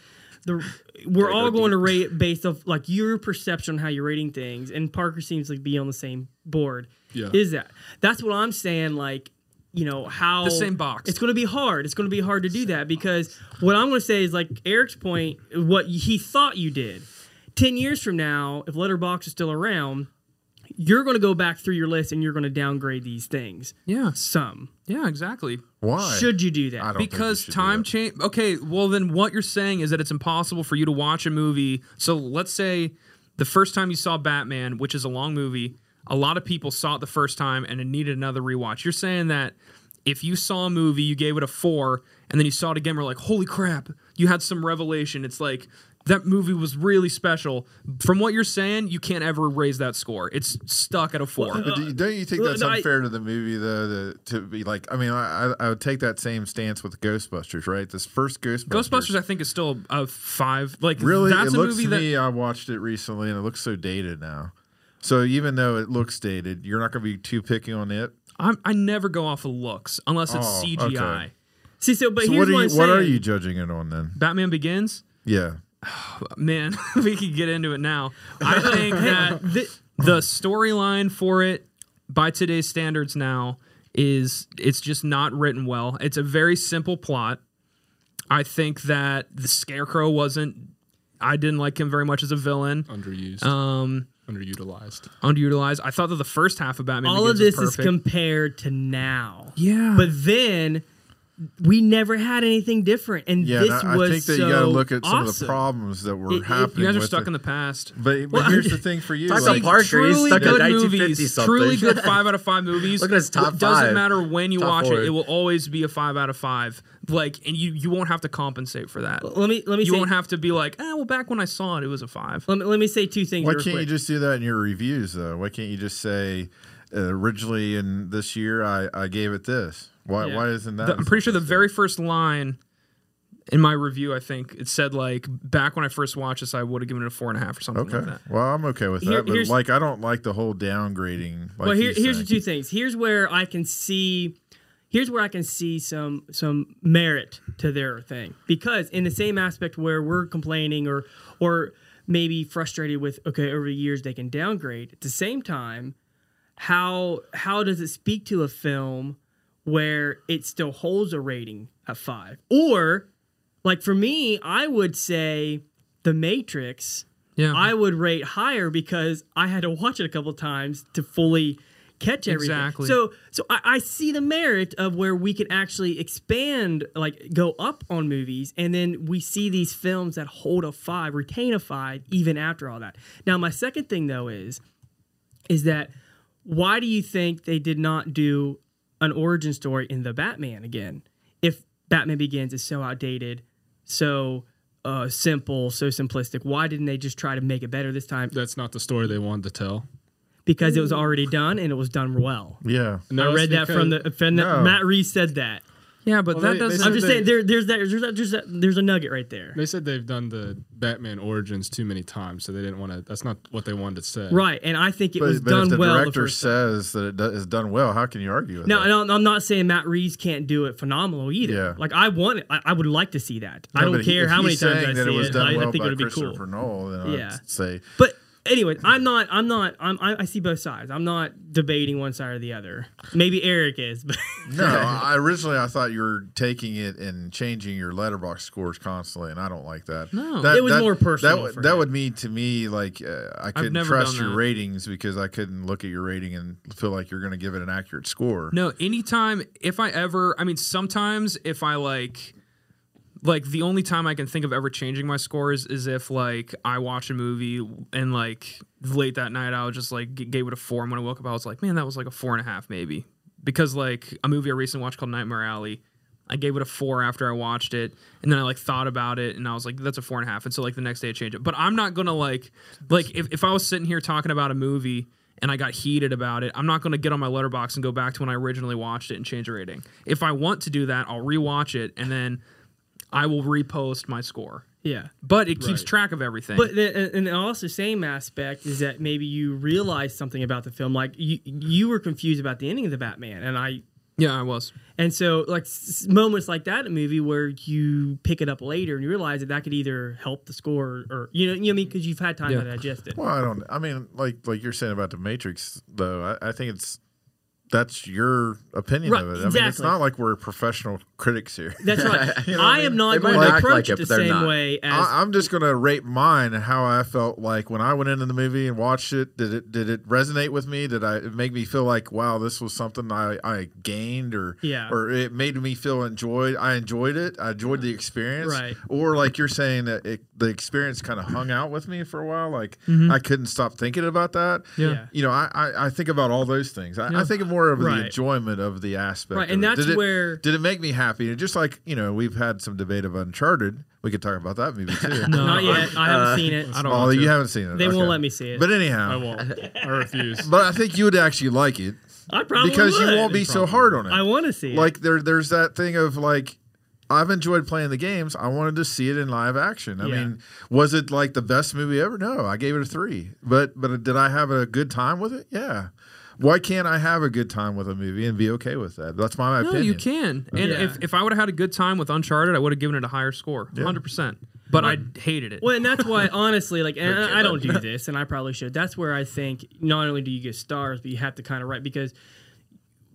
E: the we're all going to rate based off like your perception on how you're rating things, and Parker seems like be on the same board.
D: Yeah.
E: Is that that's what I'm saying? Like you know how
A: The same box.
E: It's going to be hard. It's going to be hard to do that because what I'm going to say is like Eric's point. What he thought you did. Ten years from now, if Letterbox is still around, you're going to go back through your list and you're going to downgrade these things
A: yeah,
E: some.
A: yeah, exactly.
B: why
E: Should you do that?
B: I don't think we
A: because
B: should do
A: time
B: that.
A: change. Okay, well then what you're saying is that it's impossible for you to watch a movie. So let's say the first time you saw Batman, which is a long movie, a lot of people saw it the first time and it needed another rewatch. You're saying that if you saw a movie, you gave it a four, and then you saw it again, we're like, holy crap, you had some revelation. It's like that movie was really special. From what you're saying, you can't ever raise that score. It's stuck at a four.
B: But do you- don't you think
E: uh,
B: that's
E: no, I-
B: unfair to the movie though? The, to be like, I mean, I, I I would take that same stance with Ghostbusters, right? This first Ghostbusters,
A: Ghostbusters, I think, is still a five. Like
B: really,
A: that's
B: it
A: a
B: looks
A: movie
B: to
A: that
B: me. I watched it recently, and it looks so dated now. So even though it looks dated, you're not going to be too picky on it.
A: I'm, I never go off of looks unless it's
B: Oh,
A: CGI.
B: okay.
E: See, so but
B: So
E: here's
B: what are
E: what, I'm
B: you?
E: saying.
B: What are you judging it on then?
A: Batman Begins,
B: Yeah,
A: man, [LAUGHS] we could get into it now.
B: [LAUGHS]
A: I think that the, the storyline for it, by today's standards, now is it's just not written well. It's a very simple plot. I think that the Scarecrow wasn't. I didn't like him very much as a villain.
B: Oh.
D: Underused.
E: Um,
D: underutilized.
A: Underutilized. I thought that the first half of Batman
E: All of
A: Begins
E: this
A: was
E: is
A: perfect.
E: compared to now.
A: yeah,
E: But then we never had anything different, and
B: Yeah,
E: this
B: and I, I
E: was
B: think that
E: so
B: you got to look at some
E: awesome.
B: of the problems that were
E: It- it- you
B: happening.
A: You guys are
B: with
A: stuck
B: it.
A: in the past.
B: But, but
E: Well,
B: here's
E: [LAUGHS] I'm-
B: the thing for you.
C: Talk
B: like-
C: about Parker, he's
A: truly
C: stuck in
A: good
C: 1950
A: movies,
C: something. [LAUGHS]
A: truly good five out of five movies.
C: Look at his top
A: It doesn't
C: five.
A: matter when you
C: Top
A: watch
C: four.
A: it; it will always be a five out of five. Like, and you you won't have to compensate for that.
E: Let me let me
A: you
E: say,
A: won't have to be like, ah, well, back when I saw it, it was a five.
E: let me let me say two things.
B: Why
E: real
B: can't
E: quick.
B: you just do that in your reviews though? Why can't you just say uh, originally in this year I, I gave it this? Why
E: Yeah.
B: why isn't that?
A: The- I'm pretty sure the very first line in my review, I think it said like, back when I first watched this, I would have given it a four and a half or something
B: okay.
A: like that.
B: Well, I'm okay with
E: Here-
B: that, but
E: here's-
B: like I don't like the whole downgrading. Like
E: well, here,
B: you
E: here's the
B: say.
E: two things. Here's where I can see, here's where I can see some some merit to their thing because in the same aspect where we're complaining or or maybe frustrated with okay over the years they can downgrade. At the same time, how how does it speak to a film where it still holds a rating at five or like for me, I would say The Matrix.
A: Yeah.
E: I would rate higher because I had to watch it a couple times to fully catch everything.
A: Exactly.
E: So so I, I see the merit of where we can actually expand, like go up on movies, and then we see these films that hold a five, retain a five even after all that. Now my second thing though is is that why do you think they did not do an origin story in the Batman again? If Batman Begins is so outdated, so uh, simple, so simplistic, why didn't they just try to make it better this time?
D: That's not the story they wanted to tell.
E: Because it was already done and it was done well.
B: Yeah.
D: No,
E: I read that
D: it's
E: from the
D: because-
E: from the-
B: No.
E: Matt Reese said that.
A: Yeah, but
D: Well,
A: that
D: they- they
A: doesn't.
E: I'm
D: said
E: just
D: they-
E: saying there, there's that there's that, there's that there's a nugget right there.
D: They said they've done the Batman origins too many times, so they didn't want to. That's not what they wanted to say.
E: Right, and I think it was
B: But, but
E: done
B: if the
E: well. the
B: director
E: first time.
B: says that it do- is done well, how can you argue with
E: No,
B: that?
E: and I'm not saying Matt Reeves can't do it phenomenal either.
B: Yeah.
E: Like I want it. I, I would like to see that. I
B: No,
E: don't
B: but he-
E: care
B: if
E: how many
B: he's
E: times
B: saying
E: I
B: that
E: see
B: it was
E: it.
B: done
E: I, I
B: well
E: think
B: by
E: it would be cool.
B: Christopher Nolan, then I'd
E: Yeah. [LAUGHS]
B: say
E: But anyway, I'm not. I'm not. I'm, I, I see both sides. I'm not debating one side or the other. Maybe Eric is, but [LAUGHS]
B: no. I, originally, I thought you were taking it and changing your letterbox scores constantly, and I don't like that.
A: No.
B: that,
E: It was
B: that-
E: more personal
B: That, would-
E: for
B: that
E: me.
B: would mean to me like uh, I couldn't
A: never
B: trust
A: done
B: your
A: that.
B: ratings because I couldn't look at your rating and feel like you're going to give it an accurate score.
A: No, anytime if I ever, I mean, sometimes if I like, like the only time I can think of ever changing my scores is if like I watch a movie and like late that night I was just like g- gave it a four, and when I woke up I was like, man, that was like a four and a half maybe because like a movie I recently watched called Nightmare Alley. I gave it a four after I watched it, and then I like thought about it, and I was like, "That's a four and a half." And so like the next day I changed it. But I'm not gonna like, like if, if I was sitting here talking about a movie and I got heated about it, I'm not gonna get on my letterbox and go back to when I originally watched it and change a rating. If I want to do that, I'll rewatch it and then I will repost my score.
E: yeah.
A: But it keeps track of everything.
E: But the, and and also same aspect is that maybe you realize something about the film, like you you were confused about the ending of the Batman, and I
A: yeah, I was.
E: And so, like s- moments like that in a movie where you pick it up later and you realize that that could either help the score or, you know, you know what I mean, because you've had time
A: Yeah.
E: to digest it.
B: Well, I don't. I mean, like like you're saying about the Matrix, though. I, I think it's that's your opinion
E: Right,
B: of it. I mean, it's
E: exactly.
B: not like we're professional critics
E: [LAUGHS]
B: here.
E: That's right. I am
C: They
E: not
C: might
E: going to
C: act
E: approach
C: like it,
E: it the
C: but they're
E: same
C: not.
E: way as
B: I, I'm just gonna rate mine and how I felt like when I went into the movie and watched it. Did it did it resonate with me? Did I it make me feel like wow, this was something I, I gained or
E: Yeah.
B: or it made me feel enjoyed. I enjoyed it. I enjoyed the experience.
E: Right.
B: Or like you're saying that it, the experience kind of hung out with me for a while. Like I couldn't stop thinking about that.
E: Mm-hmm. Yeah. Yeah.
B: You know, I, I I think about all those things. I, I think of more of
E: Right.
B: the enjoyment of the aspect.
E: Right,
B: of
E: and
B: it.
E: that's
B: Did it-
E: where-
B: did it make me happy? And just like you know, we've had some debate of Uncharted. We could talk about that
E: [LAUGHS]
B: movie too.
A: No,
E: not yet. I haven't seen it.
A: I don't.
B: Oh,
A: want
B: you
A: to.
B: haven't seen it.
E: They won't
B: Okay.
E: let me see it.
B: But
D: I
B: anyhow,
D: won't. I refuse.
B: but I think you would actually like it
E: I probably
B: because
E: would.
B: you won't be so hard on it.
E: I want to see it.
B: like there, there's that thing of like. I've enjoyed playing the games. I wanted to see it in live action. I
E: Yeah.
B: mean, was it like the best movie ever? No, I gave it a three. But but did I have a good time with it? Yeah. Why can't I have a good time with a movie and be okay with that? That's my
A: No,
B: opinion.
A: you can. And
E: Yeah.
A: if, if I would have had a good time with Uncharted, I would have given it a higher score, 100%. But I hated it.
E: Well, and that's
B: [LAUGHS]
E: why, honestly, like, and I I don't do this, and I probably should. That's where I think not only do you get stars, but you have to kind of write because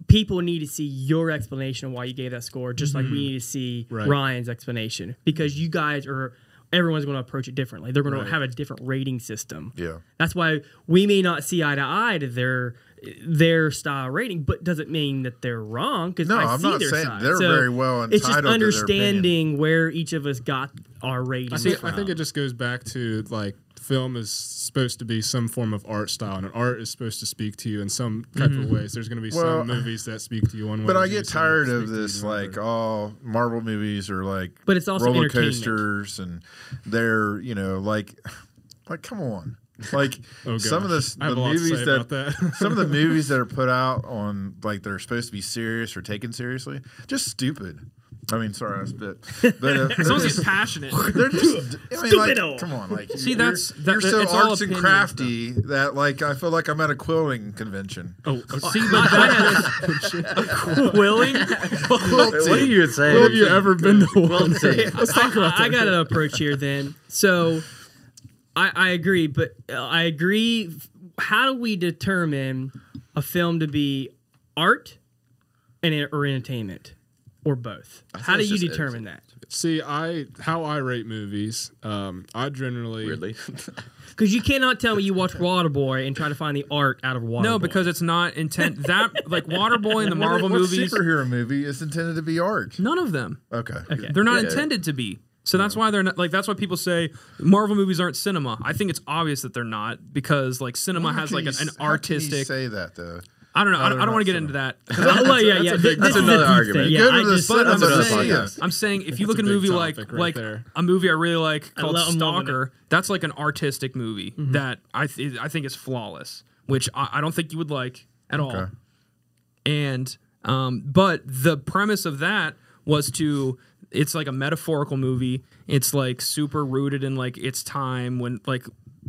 E: people need to see your explanation of why you gave that score, just like
B: Mm-hmm.
E: we need to see
D: Right.
E: Ryan's explanation because you guys are everyone's going to approach it differently. They're going to have a different rating system.
B: Yeah.
E: That's why we may not see eye to eye to their their style rating, but doesn't mean that they're wrong because
B: No,
E: I
B: I'm
E: see
B: not
E: their
B: saying-
E: side.
B: they're
E: So
B: very well
E: It's just
B: entitled to their opinion.
E: understanding where each of us got our rating.
D: I think,
E: from.
D: I think it just goes back to like film is supposed to be some form of art style, and art is supposed to speak to you in some type of
E: Mm-hmm.
D: ways. There's going to be
B: Well,
D: some movies that speak to you one way.
B: But I
D: there's gonna
B: get
D: be some
B: tired
D: that
B: of
D: speak to you
B: this,
D: another.
B: like all Marvel movies are like,
E: But it's also
B: roller
E: entertainment.
B: coasters, and they're you know like, like come on, like
D: [LAUGHS] Oh,
B: some of
D: gosh.
B: the,
D: I have
B: the
D: a lot to say
B: movies that,
D: about that. [LAUGHS]
B: some of the movies that are put out on like they're supposed to be serious or taken seriously, just stupid. I mean, sorry, I spit.
A: [LAUGHS]
B: But uh,
A: As long as he's passionate.
B: They're just, I mean, like,
E: Stupido.
B: come on, like
A: See,
B: you're-
A: that's- that-
B: you're so
A: it's all
B: arts and
A: opinions,
B: crafty that like I feel like I'm at a quilting convention.
A: Oh, see, but that is [LAUGHS] willing.
B: Quilting.
C: What are you saying?
D: Have you ever been to one?
C: Quilting.
D: Let's talk about
E: I, I
D: that.
E: got an approach here then. So I, I agree, but uh, I agree. f- How do we determine a film to be art and en- or entertainment or both? How do
C: it's
E: you
C: just
E: determine that?
D: See, I how I rate movies. Um, I
A: [LAUGHS]
D: generally
C: Weirdly.
E: Because you cannot tell me you watch Waterboy and try to find the art out of Waterboy.
A: No, because it's not intent. That like Waterboy [LAUGHS] and the
B: What-
A: Marvel
B: what
A: movies.
B: superhero movie is intended to be art?
A: None of them.
B: Okay.
A: They're not
C: Yeah.
A: intended to be. So that's why they're not like that's why people say Marvel movies aren't cinema. I think it's obvious that they're not because like cinema
B: How
A: has
B: can
A: like
B: you
A: an,
B: s-
A: an
B: how can you
A: artistic.
B: say that though.
A: I don't know. I don't,
B: they're
A: want
B: not
A: to get into that. [LAUGHS] 'Cause
E: [LAUGHS] well, yeah, yeah. thi-
C: That's
E: this is a
C: another
E: deep
C: argument.
E: Thing. Yeah,
B: Go to
E: I
B: the
E: just,
B: sun-
A: I'm
B: That's another
A: saying,
B: podcast.
A: I'm saying if you look
D: a
A: at a
D: big
A: movie like
D: topic right
A: like
D: there.
A: a movie I really like
E: I
A: called
E: love- I'm loving
A: Stalker, that's like an artistic movie
D: Mm-hmm.
A: that I th- I think is flawless, which I, I don't think you would like at all.
B: Okay.
A: And um, but the premise of that was to it's like a metaphorical movie. It's like super rooted in like its time when like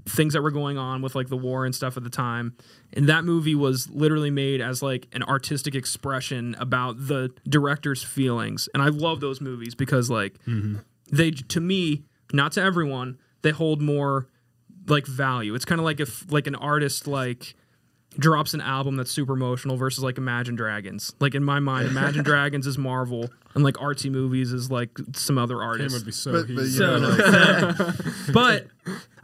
A: things that were going on with like the war and stuff at the time. And that movie was literally made as like an artistic expression about the director's feelings. And I love those movies because like they to me, not to everyone, they hold more like value. It's kind of like if like an artist like drops an album that's super emotional versus like Imagine Dragons. Like in my mind,
C: [LAUGHS]
A: Imagine Dragons is Marvel and like artsy movies is like some other
D: It
A: artist.
D: would be so.
B: But, but, you
D: easy.
B: know, like,
A: But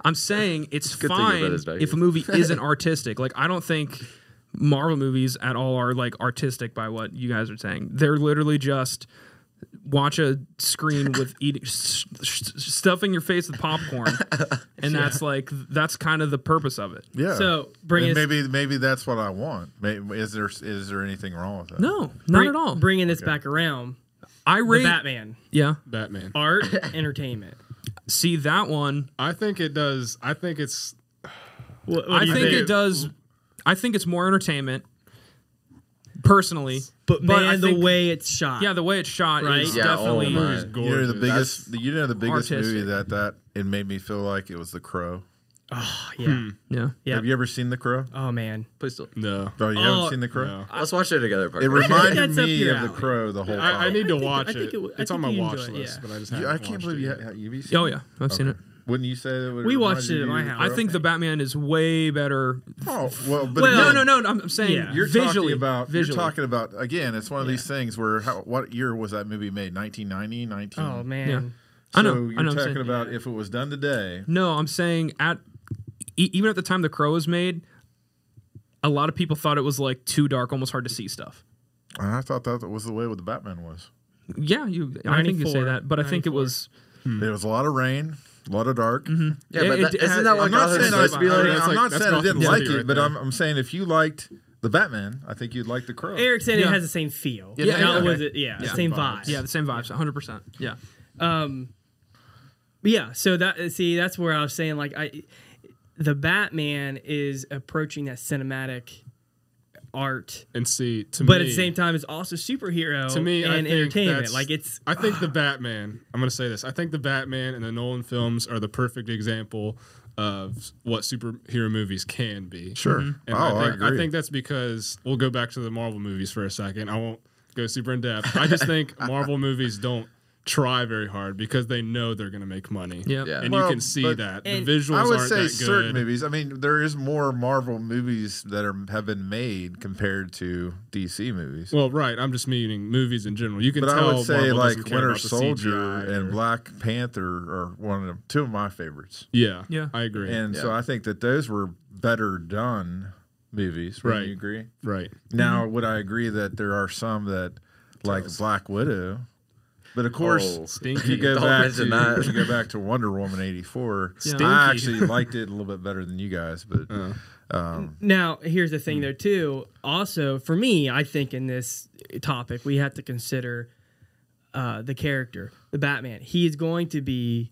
A: I'm saying it's
C: Good thing your
A: fine
C: brother's back
A: if a
C: here. [LAUGHS]
A: movie isn't artistic. Like I don't think Marvel movies at all are like artistic by what you guys are saying. They're literally just watch a screen
C: [LAUGHS]
A: with eating s- s- stuffing your face with popcorn and that's like that's kind of the purpose of it.
B: yeah.
E: So bring
B: And
E: us-
B: maybe maybe that's what I want. Maybe, is there is there anything wrong with that?
A: No, not
E: bring,
A: at all.
E: Bringing this back around,
A: I
E: the
A: rate
E: Batman
A: Yeah.
D: Batman.
E: art
A: [LAUGHS]
E: entertainment.
A: See that one.
D: I think it does. I think it's
E: What, what
A: I
E: do you
A: think it does I think it's more entertainment personally.
E: But
A: but
E: man,
A: I
E: the
A: think-
E: way it's shot.
A: Yeah, the way it's shot
E: Right?
A: is
C: Yeah, oh
A: definitely
C: my.
B: You know the
D: gorgeous.
B: biggest. you know the biggest
A: artistic.
B: movie that that it made me feel like it was The Crow.
E: [SIGHS] yeah.
A: Yeah.
E: Yeah.
B: Have you ever seen The Crow?
E: Oh man.
C: Please don't.
D: No.
B: Oh, you
E: Oh,
B: haven't seen The Crow?
D: no.
C: Let's watch it together,
B: It
C: Parker.
B: reminded
E: that's up
B: me
E: your
B: of The
E: alley.
B: Crow the whole
D: I, I
B: time.
D: need to
E: think-
D: watch
E: I
D: it.
E: think it would- I
D: It's on
E: think
D: my
E: you'd
D: watch
E: enjoy it,
D: list,
E: yeah.
D: but I just
B: You-
D: haven't
B: I can't
D: watched
B: believe
D: it
B: you.
D: yet.
B: Ha- have you seen
A: Oh yeah, I've seen it.
B: Wouldn't you say that? would
E: We
B: remind
E: watched it
B: you
E: at my
B: of The
E: house.
A: I
B: Crow?
A: think the Batman is way better.
B: Oh well, but
E: Well,
B: again,
A: no, no, no. I'm I'm saying
E: Yeah.
B: You're
A: visually
B: talking about
A: visually.
B: you're talking about again. It's one of these things where how, what year was that movie made? 1990, 19.
E: Oh man.
A: Yeah.
B: So
A: I know.
B: You're
A: I know. I'm
B: talking
A: saying-
B: about if it was done today.
A: no, I'm saying at e- even at the time the Crow was made, a lot of people thought it was like too dark, almost hard to see stuff.
B: I thought that was the way what the Batman was.
A: Yeah, you. I think you say
E: 94,
A: that, but I think it was.
B: There was a lot of rain, a lot of dark.
C: Yeah,
A: It-
C: but
A: it
C: that,
A: d-
C: isn't
A: had-
C: that
A: I'm
C: what
B: I'm not
C: Gotham's
B: saying I,
C: supposed to be like?
D: That's
B: am
D: like-
B: not
D: that's
B: saying I didn't
D: Gotham
B: like
D: City
B: it,
D: right
B: but
D: there.
B: I'm, I'm saying if you liked the Batman, I think you'd like the Crow.
E: Eric said it
A: Yeah.
E: has the same feel.
A: Yeah,
E: Yeah,
A: yeah, okay.
E: was it? Yeah,
A: Yeah.
E: same vibe.
A: Yeah, the same vibes, 100. percent Yeah,
E: Um, but yeah. So that see, that's where I was saying like I, the Batman is approaching that cinematic art,
D: And see, to
E: but
D: me,
E: at the same time, it's also superhero
D: to me, I
E: and
D: think
E: entertainment.
D: that's-
E: Like it's
D: I think
E: [SIGHS]
D: the Batman. I'm gonna say this. I think the Batman and the Nolan films are the perfect example of what superhero movies can be.
B: Sure.
D: mm-hmm. And
B: oh,
D: I, think,
B: I
D: I,
B: agree.
D: think that's because we'll go back to the Marvel movies for a second. I won't go super in depth. I just
B: [LAUGHS]
D: think Marvel movies don't try very hard because they know they're going to make money.
A: Yeah.
C: Yeah.
D: and
B: Well,
D: you can see
B: but-
D: that
E: and
D: the visuals
B: I would
D: aren't
B: say
D: that
B: certain
D: good.
B: movies. I mean, there is more Marvel movies that are have been made compared to DC movies.
D: Well, right. I'm just meaning movies in general. You can
B: But
D: tell
B: I would say
D: Marvel
B: like
D: doesn't care
B: Winter
D: about the
B: Soldier
D: CGI
B: and
D: or-
B: Black Panther are one of them, two of my favorites.
D: Yeah,
A: Yeah.
D: I agree.
B: And so
C: Yeah.
B: I think that those were better done movies. Wouldn't
D: Right.
B: You agree?
D: Right.
B: Now, would I agree that there are some that like Black Widow? But of course,
C: Oh,
B: if you
D: Stinky.
B: go
C: Don't
B: back to
C: mention that.
B: if you go back to Wonder Woman '84,
D: Stinky. Uh.
B: I actually liked it a little bit better than you guys. But
E: Now, here's the thing, though, too. Also, for me, I think in this topic, we have to consider uh, the character, the Batman. He is going to be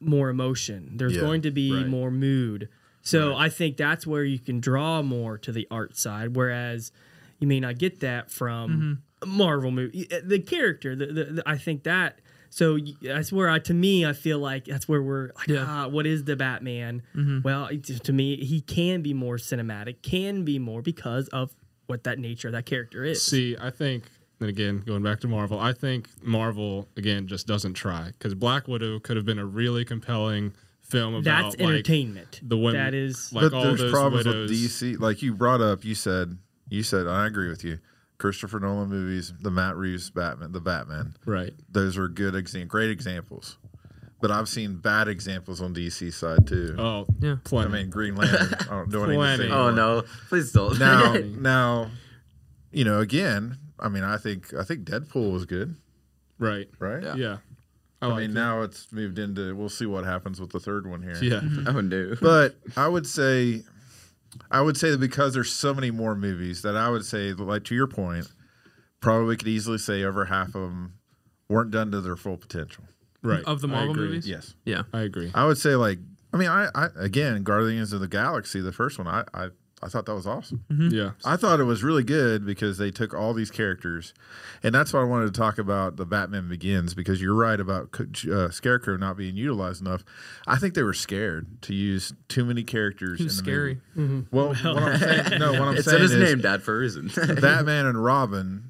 E: more emotion, there's
B: Yeah,
E: going to be
D: right.
E: more mood. So I think that's where you can draw more to the art side, whereas you may not get that from a Marvel movie. Y- The character, the, the, the- I think that. So y- that's where I, to me, I feel like that's where we're like,
A: Yeah.
E: ah, what is the Batman?
B: Mm-hmm.
E: Well, it- to me, he can be more cinematic, can be more because of what that nature of that character is.
D: See, I think, and again, going back to Marvel, I think Marvel again just doesn't try because Black Widow could have been a really compelling film about
E: that's
D: like
E: entertainment.
D: the women.
E: That is
D: like
B: but
D: all
B: there's
D: those
B: problems
D: widows.
B: with DC. Like you brought up, you said you said I agree with you. Christopher Nolan movies, the Matt Reeves Batman, the Batman,
D: Right.
B: those are good exam, great examples. But I've seen bad examples on DC side too.
D: Oh,
A: Yeah.
B: I
D: plenty.
B: mean,
D: [LAUGHS]
B: Green Lantern. I don't know
D: Plenty.
B: anything.
C: Oh no! Please
A: [LAUGHS]
C: don't. [LAUGHS]
B: Now, now, you know, again, I mean, I think I think Deadpool was good,
D: right.
B: right?
D: Yeah.
B: I,
D: like
B: mean,
D: it.
B: now it's moved into. We'll see what happens with the third one here.
D: Yeah.
C: oh no!
B: But I would say, I would say that because there's so many more movies that I would say, like to your point, probably we could easily say over half of them weren't done to their full potential.
D: Right.
A: Of the
D: I
A: Marvel
D: agree.
A: movies?
B: Yes,
A: Yeah.
D: I agree.
B: I would say like, I mean, I, I again, Guardians of the Galaxy, the first one, I, I, I thought that was awesome.
A: Mm-hmm.
E: Mm-hmm.
D: Yeah.
B: I thought it was really good because they took all these characters, and that's why I wanted to talk about the Batman Begins because you're right about Co- uh, Scarecrow not being utilized enough. I think they were scared to use too many characters.
A: He was
B: in the movie.
A: scary.
C: [LAUGHS]
B: Well, what I'm saying, no, what I'm
C: It's in
B: saying
C: his
B: is
C: name, Dad, Oh, for
A: [LAUGHS]
C: a reason.
B: [LAUGHS]
C: [LAUGHS]
B: Batman and Robin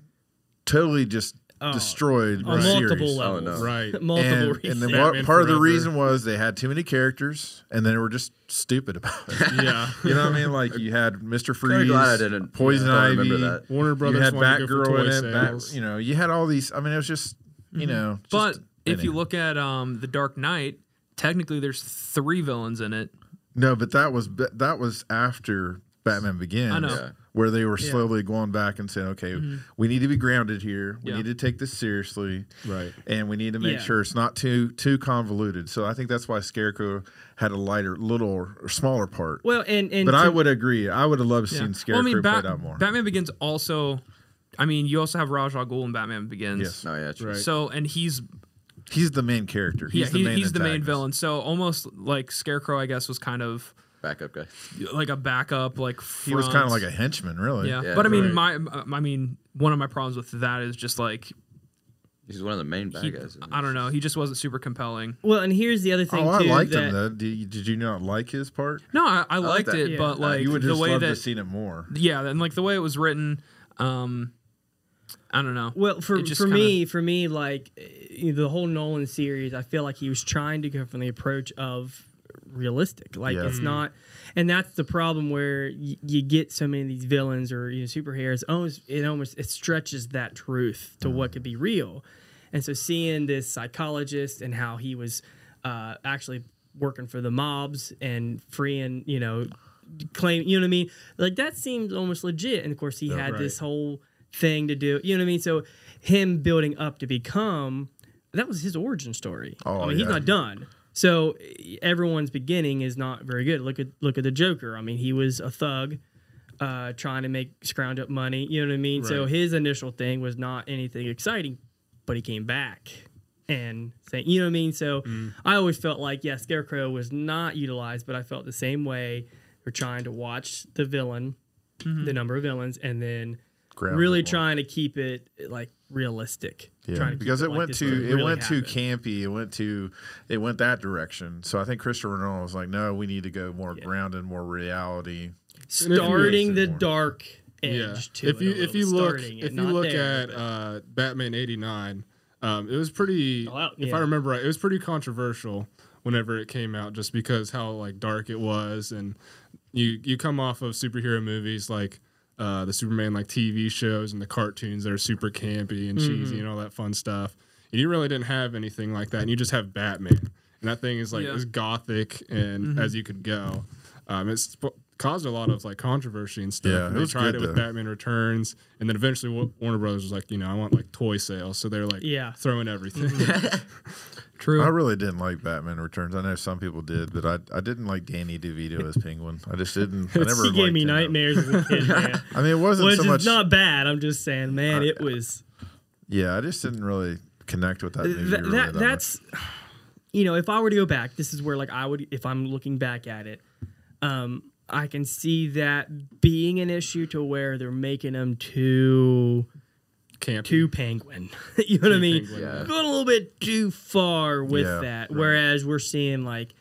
B: totally just destroyed
E: on
B: the
E: multiple
B: series.
E: levels.
C: Oh, no.
D: Right.
E: [LAUGHS] Multiple
B: And, and
E: reasons.
B: then
D: Batman
B: what, part of the
D: Forever.
B: reason was they had too many characters, and they were just stupid about
C: [LAUGHS]
B: it.
D: Yeah.
B: You know what I mean? Like you had Mister Freeze,
C: I'm glad I didn't.
B: Poison
C: I
B: Ivy,
C: don't remember that.
D: Warner Brothers
B: you had
D: wanted to go for
B: Batgirl
D: toy
B: in it. Bat,
D: sales.
B: you know, you had all these. I mean, it was just
C: Mm-hmm.
B: you know. Just,
A: But if
B: anyway.
A: you look at um, The Dark Knight, technically there's three villains in it.
B: no, but that was that was after Batman Begins.
A: I know. Yeah. Mm-hmm.
B: Where they were slowly going back and saying, "Okay, we need to be grounded here. We
A: Yeah.
B: need to take this seriously,
D: Right.
B: and we need to make
E: Yeah.
B: sure it's not too too convoluted." So I think that's why Scarecrow had a lighter, little, or smaller part.
E: well, and, and
B: but I
E: to-
B: would agree. I would have loved to
A: Yeah.
B: seen
A: Well,
B: Scarecrow
A: Bat-
B: played out more.
A: Batman Begins also. I mean, you also have Raj Al Ghul in Batman Begins.
B: Yes.
C: No, yeah, true.
D: Right.
A: So and he's
B: he's the main character. He's
A: yeah
B: the
A: he-
B: main
A: he's the main
B: antagonist.
A: villain. So almost like Scarecrow, I guess, was kind of
C: Backup guy.
A: like a backup, like front.
B: He was kind of like a henchman, really.
A: yeah.
C: Yeah,
A: but I mean,
D: right.
A: my uh, I mean, one of my problems with that is just like
C: He's one of the main
A: he,
C: bad guys.
A: I don't know, he just wasn't super compelling.
E: well, and here's the other thing
B: Oh, I
E: too.
B: liked
E: that,
B: him though. Did you, did you not like his part?
A: No, I, I, liked
C: that.
A: it,
E: Yeah.
A: but like
B: you would
A: the
B: just
A: way
B: love to
A: that
B: have seen it more.
A: yeah, and like the way it was written, um, I don't know.
E: Well, for
A: It just
E: for me, for me, like eh, you know, the whole Nolan series, I feel like he was trying to go from the approach of realistic. Like
B: Yeah.
E: it's
A: Mm-hmm.
E: not, and that's the problem where y- you get so many of these villains or you know superheroes. Almost it almost it stretches that truth to what could be real, and so seeing this psychologist and how he was uh, actually working for the mobs and freeing you know claim you know what i mean like that seems almost legit and of course he had this whole thing to do you know what i mean so him building up to become that was his origin story
B: Oh,
E: i mean he's
B: yeah.
E: not done so eh, everyone's beginning is not very good look at look at the joker i mean he was a thug uh, trying to make scrounge up money you know what i mean so
D: Right.
E: his initial thing was not anything exciting but he came back and saying, you know what I mean? So
D: Mm.
E: I always felt like, yeah, Scarecrow was not utilized, but I felt the same way. We're trying to watch the villain,
D: Mm-hmm.
E: the number of villains, and then
B: Grounded
E: really
B: more.
E: trying to keep it like realistic. Trying to keep
B: because it
E: like
B: went
E: this
B: too
E: would
B: it
E: really
B: went too
E: happen.
B: campy. It went too it went that direction. So I think Christopher Nolan was like, no, we need to go more grounded, more reality.
E: starting the
B: more.
E: dark edge
D: Yeah.
E: to
D: If
E: it a
D: you
E: little,
D: if you look
E: starting it,
D: if you
E: not
D: look
E: there,
D: at
E: but-
D: uh, Batman '89, um, it was pretty.
E: Oh, wow.
D: If
E: Yeah.
D: I remember right, it was pretty controversial whenever it came out, just because how like dark it was, and you you come off of superhero movies like. Uh, the Superman like TV shows and the cartoons that are super campy and
E: Mm-hmm.
D: cheesy and all that fun stuff. And you really didn't have anything like that. And you just have Batman, and that thing is like
A: Yeah.
E: Mm-hmm.
D: as gothic and as you could go. Um, it's sp- caused a lot of like controversy and stuff.
B: Yeah,
D: And
B: it
D: they
B: was
D: tried
B: good,
D: it with
B: though.
D: Batman Returns, and then eventually Wa- Warner Brothers was like, you know, I want like toy sales, so they're like,
E: Yeah. Mm-hmm.
D: throwing everything. [LAUGHS]
F: True.
B: I really didn't like Batman Returns. I know some people did, but I, I didn't like Danny DeVito as Penguin. I just
E: [LAUGHS]
B: didn't. I never.
E: [LAUGHS] He gave
B: liked
E: me
B: him.
E: nightmares as a
D: [LAUGHS]
E: kid, man.
B: I mean, it wasn't
E: Which
B: so
E: is
B: much.
E: not bad. I'm just saying, man, it was
B: yeah, I just didn't really connect with that movie.
E: Th-
B: really
E: that
B: that
E: that's you know if i were to go back this is where like i would if i'm looking back at it um i can see that being an issue to where they're making them too
D: Camp.
E: too penguin [LAUGHS] you know what i mean
D: Penguin.
C: Yeah.
E: going a little bit too far with
B: Yeah,
E: that
B: right.
E: whereas we're seeing like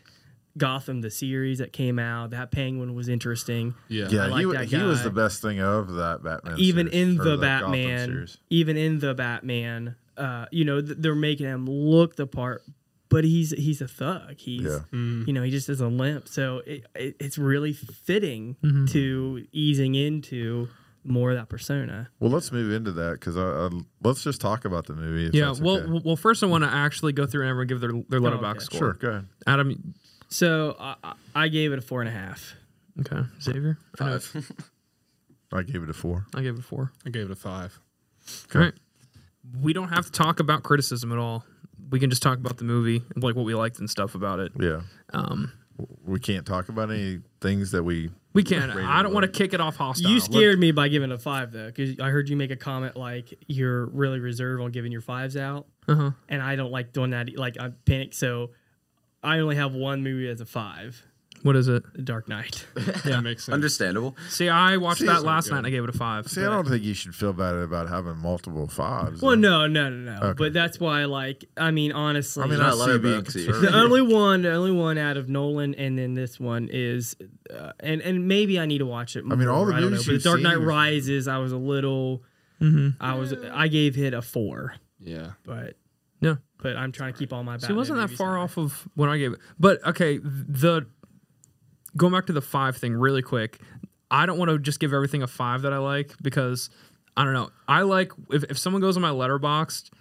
E: gotham the series that came out that penguin was interesting
D: Yeah.
B: much. Yeah,
E: I like
B: he,
E: that
B: he was
E: guy.
B: the best thing of that Batman.
E: even
B: series,
E: in
B: or
E: the
B: that Gotham
E: Batman,
B: series.
E: even in the Batman, uh, you know, th- they're making him look the part, but he's he's a thug. He's
B: Yeah.
E: you know he just doesn't limp, so it, it, it's really fitting to easing into more of that persona.
B: Well, let's move into that because I, I, let's just talk about the movie. if
A: Yeah.
B: that's
A: Well,
B: okay.
A: well, first I want to actually go through and everyone give their their letterbox
E: okay.
A: score.
B: sure. Go ahead.
A: Adam.
E: So I, I- I gave it a four and a half.
A: Okay. Xavier. I know.
C: Five.
A: [LAUGHS]
B: I gave it a four.
A: I gave it a four.
D: I gave it a five.
A: All right. We don't have to talk about criticism at all. We can just talk about the movie and like what we liked and stuff about it.
B: Yeah,
A: Um,
B: we can't talk about any things that we.
A: we can. I don't
B: low.
A: want to kick it off hostile.
E: You
A: Let-
E: scared me by giving it a five though, because I heard you make a comment like you're really reserved on giving your fives out,
A: Uh-huh.
E: and I don't like doing that. Like I panic, so I only have one movie as a five.
A: What is it?
E: The Dark
B: [LAUGHS]
E: Knight.
D: That makes sense.
C: Understandable.
A: See, I watched
B: See,
A: that
B: it's not
A: last
D: good.
A: night and I gave it a five.
B: See, I
A: but-
B: don't think you should feel bad about having multiple fives.
E: Well, no, no, no, no.
B: Okay.
E: But that's why, like, I mean, honestly,
B: I mean,
C: not
B: I
C: a lot
B: see
C: of
B: being
C: bugs here.
E: the
B: conservative.
E: only one, the only one out of Nolan, and then this one is, uh, and and maybe I need to watch it. More,
B: mean, all the
E: I don't know,
B: movies
E: but
B: you've
E: The Dark Knight
B: seen-
E: Rises, I was a little, I was, I gave it a four,
D: Yeah.
E: but
A: Yeah.
E: but I'm trying to keep all my.
A: So it
E: Batman
A: wasn't that
E: movies
A: far
E: high.
A: off of when I gave it. But okay, the going back to the five thing really quick. I don't want to just give everything a five that I like because I don't know. I like if, if someone goes on my letterbox,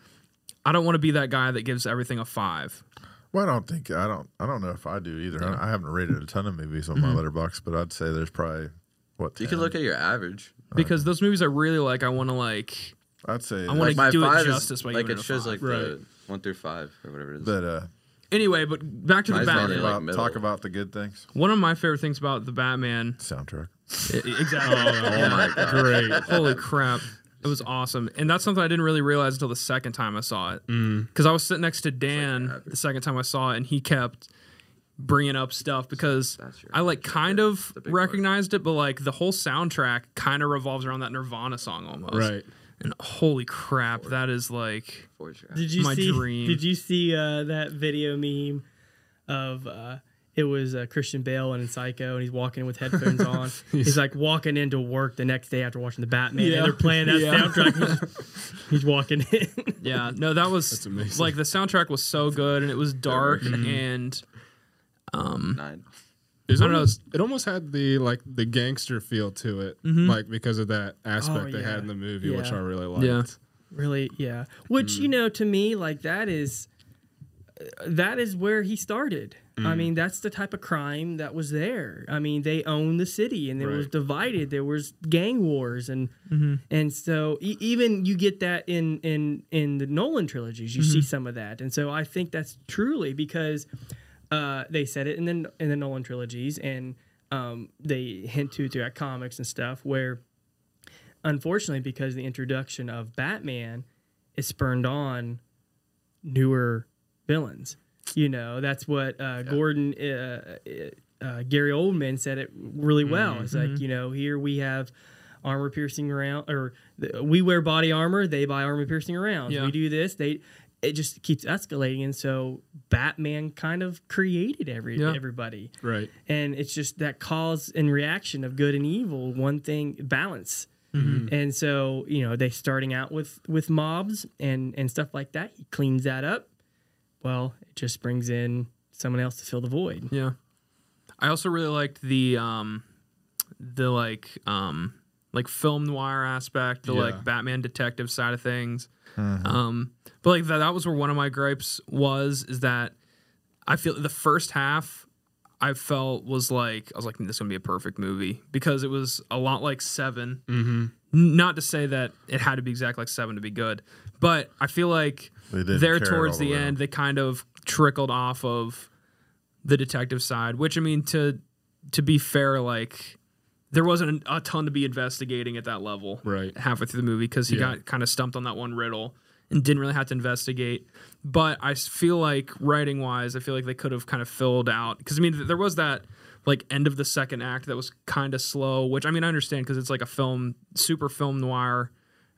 A: I don't want to be that guy that gives everything a five.
B: Well, I don't think I don't I don't know if I do either. I, I haven't rated a ton of movies on my letterbox, but I'd say there's probably what
C: [LAUGHS] You can
B: 10?
C: look at your average.
A: Because those movies I really like, I want to like.
B: I'd say
A: I wanna
B: that-
C: Like my
A: do it
C: five
A: justice
C: is
A: by
C: like
A: giving
C: it
A: it a
C: shows
A: five.
C: like the one through five or whatever it is.
B: that uh
A: Anyway, but back to the
C: Mine's not
A: Batman.
C: really like
B: about,
C: middle.
B: talk about the good things.
A: One of my favorite things about the
C: [LAUGHS]
A: Batman,
B: Soundtrack.
A: I- I- exactly. [LAUGHS]
C: oh my
B: [LAUGHS]
C: god.
D: Great.
A: Holy crap. It was awesome. And that's something I didn't really realize until the second time I saw it.
C: Mm.
A: Because I was sitting next to Dan the second time I saw it, and he kept bringing up stuff because
C: That's your-
A: I like kind of
C: the big one.
A: recognized it, but like the whole soundtrack kind of revolves around that Nirvana song almost.
D: Right.
A: And holy crap, that is like
C: Four is your average.
E: Did you
A: my
E: see?
A: dream.
E: Did you see uh, that video meme of? Uh, it was uh, Christian Bale and Psycho, and he's walking with headphones on.
A: [LAUGHS]
E: he's, like walking into work the next day after watching the Batman,
A: Yeah.
E: and they're playing
A: [LAUGHS]
E: that
A: Yeah.
E: soundtrack. He's, he's walking in.
A: yeah, no, that was
D: amazing.
A: like the soundtrack was so good and it was dark
C: Mm-hmm.
A: and
C: Nine.
A: I
D: It
A: don't know.
D: almost, it almost had the like the gangster feel to it, like because of that aspect they
E: Mm-hmm. Oh, yeah.
D: had in the movie, which
E: Yeah.
D: I really liked.
A: Yeah.
E: really, yeah. Which you know, to me, like that is, that is where he started. I mean, that's the type of crime that was there. I mean, they owned the city, and it was
D: Right.
E: divided. There was gang wars, and and so e- even you get that in in in the Nolan trilogies, you see some of that, and so I think that's truly because uh, they said it in the in the Nolan trilogies, and um, they hint to it throughout comics and stuff, where unfortunately, because the introduction of Batman is spurned on newer villains. You know, that's what uh, Gordon, uh, uh, Gary Oldman said it really well. It's like,
A: Mm-hmm.
E: you know, here we have armor piercing around, or th- we wear body armor, they buy armor piercing around.
A: Yeah.
E: We do this, they. It just keeps escalating, and so Batman kind of created every
A: Yeah.
E: everybody
D: Right.
E: and it's just that cause and reaction of good and evil one thing balance
A: Mm-hmm.
E: and so you know they starting out with with mobs and and stuff like that he cleans that up well it just brings in someone else to fill the void
A: Yeah. I also really liked the um the like um like film noir aspect, the
D: Yeah.
A: like Batman detective side of things. Um but like that, that was where one of my gripes was is that I feel the first half I felt was like I was like this is gonna be a perfect movie because it was a lot like 7
B: Mm-hmm.
A: N- Not to say that it had to be exact like seven to be good, but I feel like
B: They didn't
A: there
B: care
A: towards
B: all the
A: the
B: way.
A: end they kind of trickled off of the detective side, which I mean to to be fair, like there wasn't a ton to be investigating at that level
D: Right.
A: halfway through the movie because he
D: Yeah.
A: got kind of stumped on that one riddle and didn't really have to investigate. But I s- feel like writing wise, I feel like they could have kind of filled out because I mean th- there was that like end of the second act that was kind of slow, which I mean I understand because it's like a film, super film noir,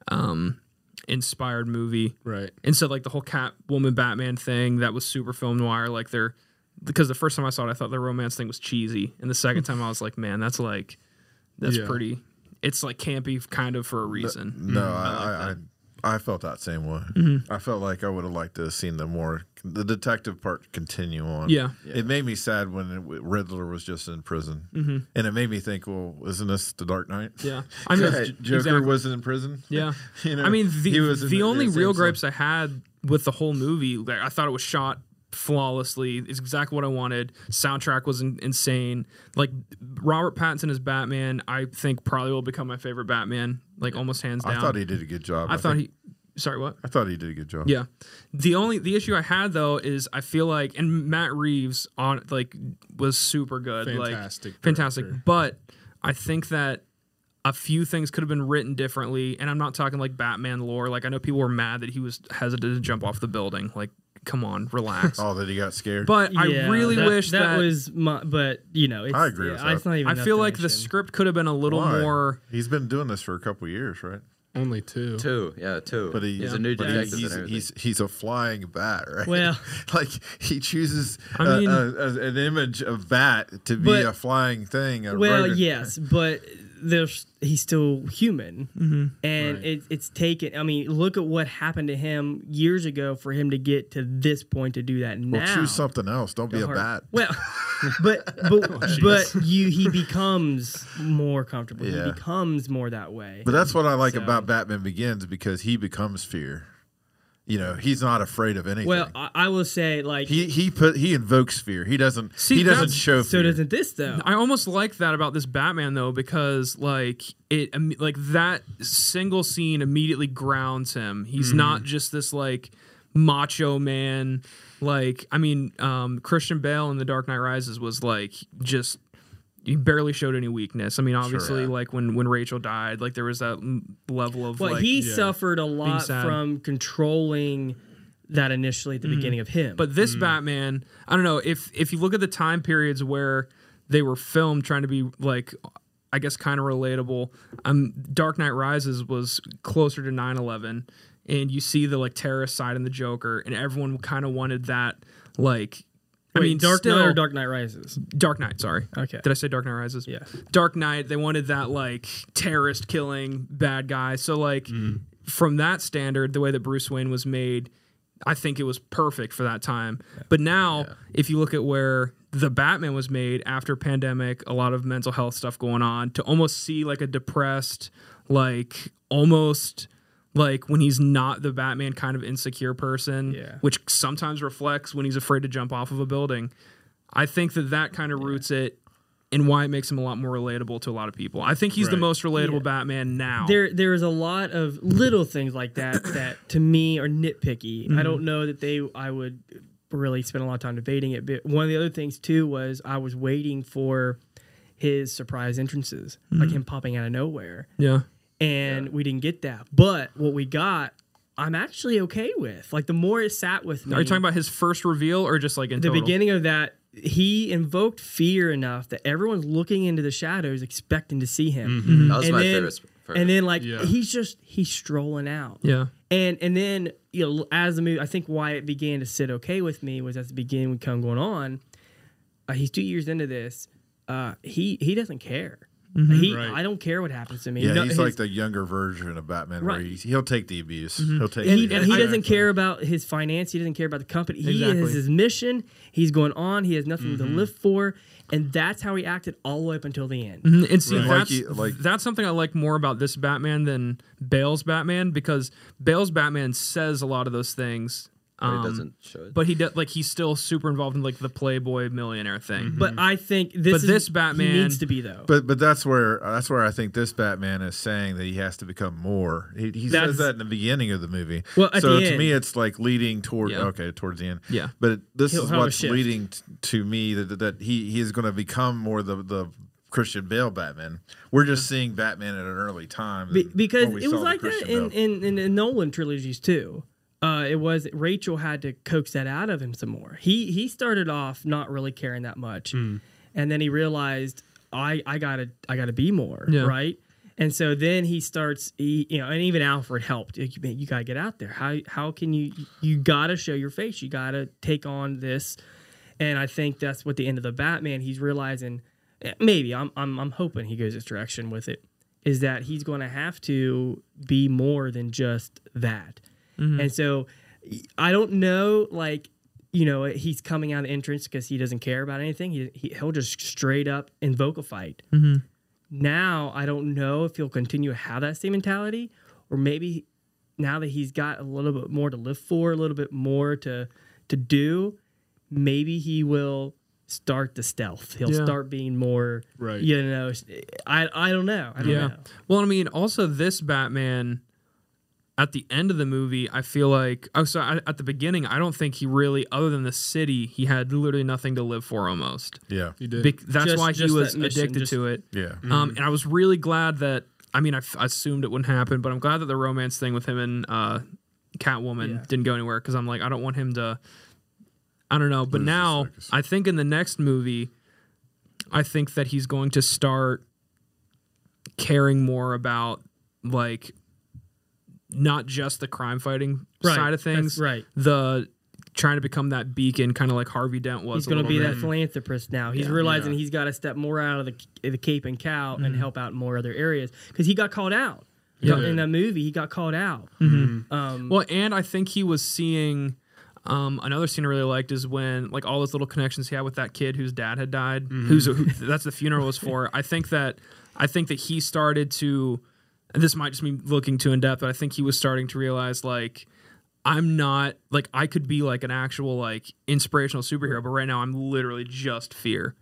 A: um, inspired movie.
D: Right.
A: And so like the whole Catwoman Batman thing that was super film noir, like they're because the first time I saw it, I thought the romance thing was cheesy, and the second time I was like, man, that's like that's
D: Yeah.
A: pretty. It's like campy kind of for a
B: [LAUGHS]
A: reason.
B: No, I, I, I, I felt that same way.
A: Mm-hmm.
B: I felt like I would have liked to have seen the more the detective part continue on.
A: Yeah.
B: it made me sad when it, Riddler was just in prison, mm-hmm. and it made me think, well, isn't this the Dark Knight?
A: Yeah, I mean,
B: J- Joker
A: exactly.
B: wasn't in prison. [LAUGHS]
A: Yeah.
B: you know,
A: I mean, the
B: he was in
A: the only
B: same
A: real
B: cell.
A: gripes I had with the whole movie, like I thought it was shot flawlessly. It's exactly what I wanted. Soundtrack was in- insane. Like Robert Pattinson as Batman, I think probably will become my favorite Batman, like almost hands down.
B: I thought he did a good job.
A: I thought he.
B: think-
A: Sorry, what?
B: I thought he did a good job.
A: Yeah. The only the issue I had though is I feel like and Matt Reeves on like was super good.
D: Fantastic
A: Like fantastic.
D: director.
A: But I think that a few things could have been written differently, and I'm not talking like Batman lore. Like I know people were mad that he was hesitant to jump off the building. Like, come on,
D: [LAUGHS]
A: relax.
B: Oh, that he got scared.
A: But I
E: Yeah,
A: really
E: that-
A: wish that,
E: was my. But you know, it's,
B: I agree with
E: yeah, It's
B: that.
E: not even.
A: I
E: up
A: feel
E: to
A: like the
E: mention.
A: script could have been a little
B: Why?
A: more
B: He's been doing this for a couple years, right?
D: Only two.
C: Two, yeah, two.
B: But he-
C: he's
B: Yeah.
C: a new
B: But
C: detective.
B: he's, he's,
C: and everything.
B: he's he's a flying bat, right?
E: Well-
B: [LAUGHS] like he chooses
A: I
B: a-
A: mean-
B: a- a- an image of bat to be
E: But-
B: a flying thing. A
E: Well,
B: rodent.
E: yes, but there's he's still human,
A: Mm-hmm.
E: and
D: Right.
E: it, it's taken. I mean, look at what happened to him years ago for him to get to this point to do that now.
B: Well, choose something else. Don't be a
E: Hard-
B: bat.
E: Well,
B: [LAUGHS]
E: but but
B: Oh,
E: but you he becomes more comfortable.
B: Yeah.
E: He becomes more that way.
B: But that's what I like
E: So-
B: about Batman Begins because he becomes fear. You know, he's not afraid of anything.
E: well, I, I will say like
B: he he put he invokes fear. He doesn't
A: See,
B: he doesn't
A: that's-
B: show
E: so
B: fear.
E: doesn't this though.
A: I almost like that about this Batman though because like it um, like that single scene immediately grounds him. He's not just this like macho man like I mean um Christian Bale in The Dark Knight Rises was like just he barely showed any weakness. I mean obviously like when when Rachel died like there was that m- level of
E: But
A: like
E: he suffered a lot
A: sad.
E: from controlling that initially
B: Mm-hmm.
E: at the beginning of him.
A: But this Batman, I don't know if if you look at the time periods where they were filmed, trying to be like, I guess, kind of relatable. Um, Dark Knight Rises was closer to 9-11, and you see the like terrorist side in the Joker, and everyone kind of wanted that like. I
E: Wait,
A: mean,
E: Dark
A: still,
E: Knight or Dark Knight Rises.
A: Dark Knight, sorry.
E: Okay.
A: Did I say Dark Knight Rises?
E: Yeah.
A: Dark Knight, they wanted that like terrorist killing bad guy. So like
E: Mm-hmm.
A: from that standard, the way that Bruce Wayne was made, I think it was perfect for that time. But now if you look at where the Batman was made after pandemic, a lot of mental health stuff going on, to almost see like a depressed, like almost like when he's not the Batman kind of insecure person,
E: Yeah.
A: which sometimes reflects when he's afraid to jump off of a building. I think that that kind of roots it and why it makes him a lot more relatable to a lot of people. I think he's the
D: Right.
A: most relatable
E: Yeah.
A: Batman now.
E: There, there is a lot of little things
A: [COUGHS]
E: like that that to me are nitpicky.
A: Mm-hmm.
E: I don't know that they, I would really spend a lot of time debating it. But one of the other things too was I was waiting for his surprise entrances, like him popping out of nowhere,
A: Mm-hmm. yeah.
E: and we didn't get that. But what we got, I'm actually okay with. Like the more it sat with me,
A: Are you talking about his first reveal or just like in
E: the
A: total?
E: beginning of that, he invoked fear enough that everyone's looking into the shadows, expecting to see him.
A: Mm-hmm.
C: that was
E: And
C: my
E: then-
C: favorite. sp- favorite.
E: And then, like
D: Yeah.
E: he's just he's strolling out.
A: Yeah.
E: And and then you know, as the movie, I think why it began to sit okay with me was at the beginning when come going on. Uh, he's two years into this. Uh, he he doesn't care.
A: Mm-hmm.
E: He
D: Right.
E: I don't care what happens to me.
B: yeah,
E: No-
B: he's
E: his-
B: like the younger version of Batman, where
E: Right. Mm-hmm.
B: he's, he'll take the abuse. He'll take
E: and he,
B: the
E: and he
A: I-
E: doesn't care about his finance. He doesn't care about the company. He
A: Exactly. Mm-hmm.
E: has his mission. He's going on. He has nothing to live for, and that's how he acted all the way up until the end.
A: Mhm, And see,
B: Right.
A: that's,
B: Like he- like-
A: that's something I like more about this Batman than Bale's Batman because Bale's Batman says a lot of those things
C: but
A: Um,
C: it doesn't show it.
A: But he does like he's still super involved in like the Playboy millionaire thing.
E: But I think this
A: But
E: is-
A: this
E: he
A: Batman-
E: needs to be though.
B: But but that's where that's where I think this Batman is saying that he has to become more. He, he
E: That's-
B: says that in the beginning of the movie.
E: Well, at
B: so
E: the
B: to me,
E: end.
B: it's like leading toward
A: Yeah.
B: okay towards the end.
A: Yeah.
B: But it, this
E: He'll
B: is
E: have a
B: what's
E: shift.
B: leading t- to me that that he he is going to become more the the Christian Bale Batman. We're just seeing Batman at an early time
E: Be-
B: than
E: because
B: when we saw
E: it was
B: the
E: like that
B: Christian
E: in,
B: Bale.
E: in, in, in Nolan trilogies too. Uh, it was Rachel had to coax that out of him some more. He he started off not really caring that much,
B: Hmm.
E: and then he realized I I gotta I gotta be more
A: Yeah.
E: right. And so then he starts, he, you know, and even Alfred helped. Like, man, you gotta get out there. How how can you? You gotta show your face. You gotta take on this. And I think that's what the end of the Batman. He's realizing, eh, maybe I'm I'm I'm hoping he goes this direction with it. Is that he's going to have to be more than just that. And so I don't know, like you know, he's coming out of the entrance because he doesn't care about anything. He, he he'll just straight up invoke a fight now I don't know if he'll continue to have that same mentality, or maybe now that he's got a little bit more to live for, a little bit more to to do, maybe he will start the stealth. He'll
A: Yeah.
E: start being more,
D: Right.
E: You know, I I don't know. I don't
A: Yeah.
E: know.
A: Well, I mean, also this Batman at the end of the movie, I feel like oh, so I, at the beginning, I don't think he really, other than the city, he had literally nothing to live for almost.
B: yeah
D: He did.
A: Bec- that's
E: Just-
A: why
E: just
A: he was
E: that mission,
A: addicted
E: just- Mm-hmm.
A: to it.
B: yeah.
A: Um, and I was really glad that. I mean, I, f- I assumed it wouldn't happen, but I'm glad that the romance thing with him and uh, Catwoman
E: Yeah.
A: didn't go anywhere because I'm like, I don't want him to. I don't know, but
B: Lose his
A: now
B: focus.
A: I think in the next movie, I think that he's going to start caring more about like not just the crime fighting
E: Right,
A: side of
E: that's
A: things,
E: right.
A: The trying to become that beacon, kind of like Harvey Dent was.
E: He's
A: a
E: going to
A: little
E: be
A: bit.
E: that philanthropist now. He's realizing he's got to step more out of the, the cape and cow and help out in more other areas because he got called out.
A: Mm-hmm. Yeah. Mm-hmm.
E: In the movie, he got called out. Um,
A: Well, and I think he was seeing um, another scene I really liked is when like all those little connections he had with that kid whose dad had died, who's who, that's the funeral was for. I think that I think that he started to, and this might just be looking too in depth, but I think he was starting to realize like. I'm not like I could be like an actual like inspirational superhero, but right now I'm literally just fear.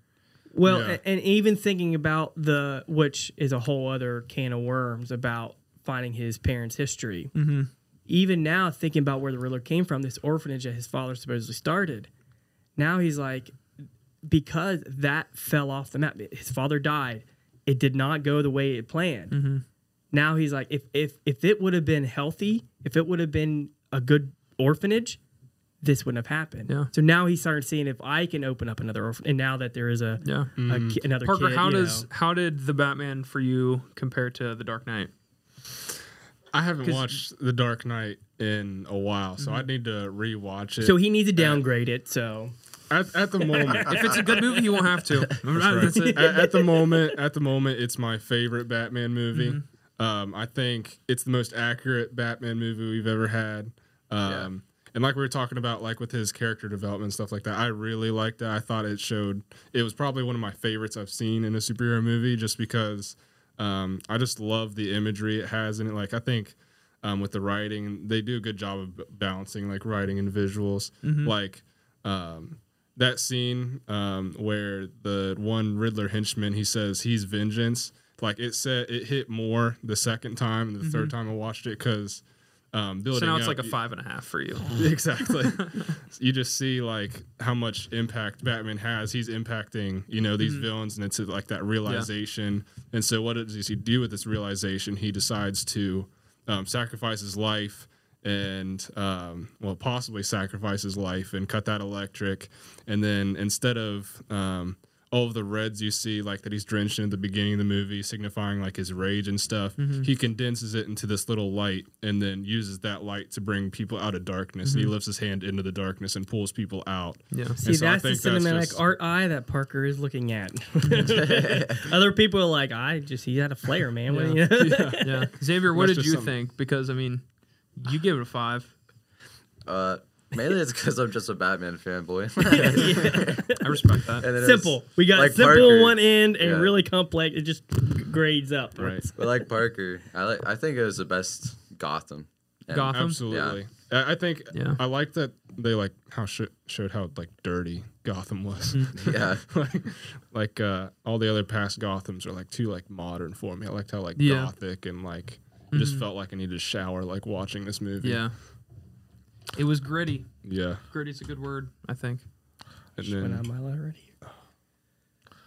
E: Well,
D: Yeah.
E: a- and even thinking about the which is a whole other can of worms about finding his parents' history. Mm-hmm. Even now, thinking about where the Riddler came from, this orphanage that his father supposedly started. Now he's like, because that fell off the map. His father died. It did not go the way it planned.
A: Mm-hmm.
E: Now he's like, if if if it would have been healthy, if it would have been a good orphanage, this wouldn't have happened.
A: Yeah.
E: So now he's starting seeing if I can open up another orphan. And now that there is a
A: Yeah.
E: a ki- another
A: Parker,
E: kid,
A: how
E: you
A: does
E: know.
A: how did the Batman for you compare to the Dark Knight?
D: I haven't watched The Dark Knight in a while, so I'd need to rewatch it.
E: Mm-hmm. so he needs to downgrade it. So
D: at,
E: [LAUGHS]
D: at the moment,
A: If it's a good movie, you won't have to. That's it.
D: at, at the moment, at the moment, it's my favorite Batman movie. Um, I think it's the most accurate Batman movie we've ever had. Um, And like we were talking about, like with his character development and stuff like that, I really liked it. I thought it showed. It was probably one of my favorites I've seen in a superhero movie, just because um, I just love the imagery it has in it. Like I think um, with the writing, they do a good job of b- balancing like writing and visuals. Like um, that scene um, where the one Riddler henchman he says he's vengeance. Like it said, it hit more the second time and the third time I watched it because um, building.
A: So now it's
D: up-
A: Mm-hmm. like a five and a half for you.
D: [LAUGHS] exactly. you just see like how much impact Batman has. He's impacting you know these villains, and it's uh, like that realization. And so, what does he do with this realization? He decides to um, sacrifice his life, and um, well, possibly sacrifice his life and cut that electric. And then instead of um, all of the reds you see, like that he's drenched in at the beginning of the movie, signifying like his rage and stuff.
A: Mm-hmm.
D: He condenses it into this little light and then uses that light to bring people out of darkness. And he lifts his hand into the darkness and pulls people out.
A: Mm-hmm.
D: [LAUGHS]
A: Yeah.
E: see,
D: And so I
E: that's the
D: think that's
E: cinematic
D: just-
E: art eye that Parker is looking
C: [LAUGHS]
E: at. other people are like, I just he had a flair, man. What do you [LAUGHS] know?
A: Yeah. Xavier, what
D: That's
A: did
D: just
A: you
D: something.
A: think? Because I mean, you give it a five.
C: Uh, mainly it's because I'm just a Batman fanboy. [LAUGHS]
A: I respect
D: [LAUGHS]
A: that.
C: And it is-
E: simple. We got
C: like
E: simple
C: Parker-
E: on one end and
C: yeah.
E: really complex. It just grades up.
D: Right.
C: But like Parker, I like. I think it was the best Gotham
A: Gotham.
D: Absolutely. I I think
A: Yeah.
D: I like that they like how sh- showed how like dirty Gotham was.
A: Mm-hmm.
C: Yeah.
D: like, [LAUGHS] like uh, all the other past Gothams are like too like modern for me. I liked how like
A: Yeah. Mm-hmm.
D: gothic and like it just felt like I needed a shower like watching this movie.
A: Yeah. It was gritty.
D: yeah.
A: Gritty's a good word, I think.
D: And
E: Went out
D: then
E: of my line already.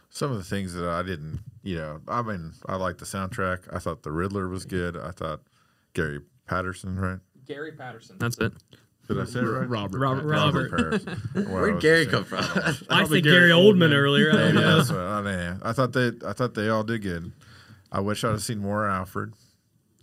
B: some of the things that I didn't, you know, I mean, I liked the soundtrack. I thought the Riddler was good. I thought Gary Patterson, right?
A: Gary Patterson. That's it.
B: Did I say it right?
D: Robert.
A: Robert.
C: [LAUGHS]
B: Patterson. Well, I
C: Where'd
B: was
C: Gary
B: just
C: come
B: saying-
C: from?
E: I
D: Probably
E: said Gary
D: Gary
E: Oldman,
D: Oldman.
E: earlier. I don't
B: Maybe
E: know.
B: that's what I mean. I thought they, I thought they all did good. I wish I'd have seen more Alfred.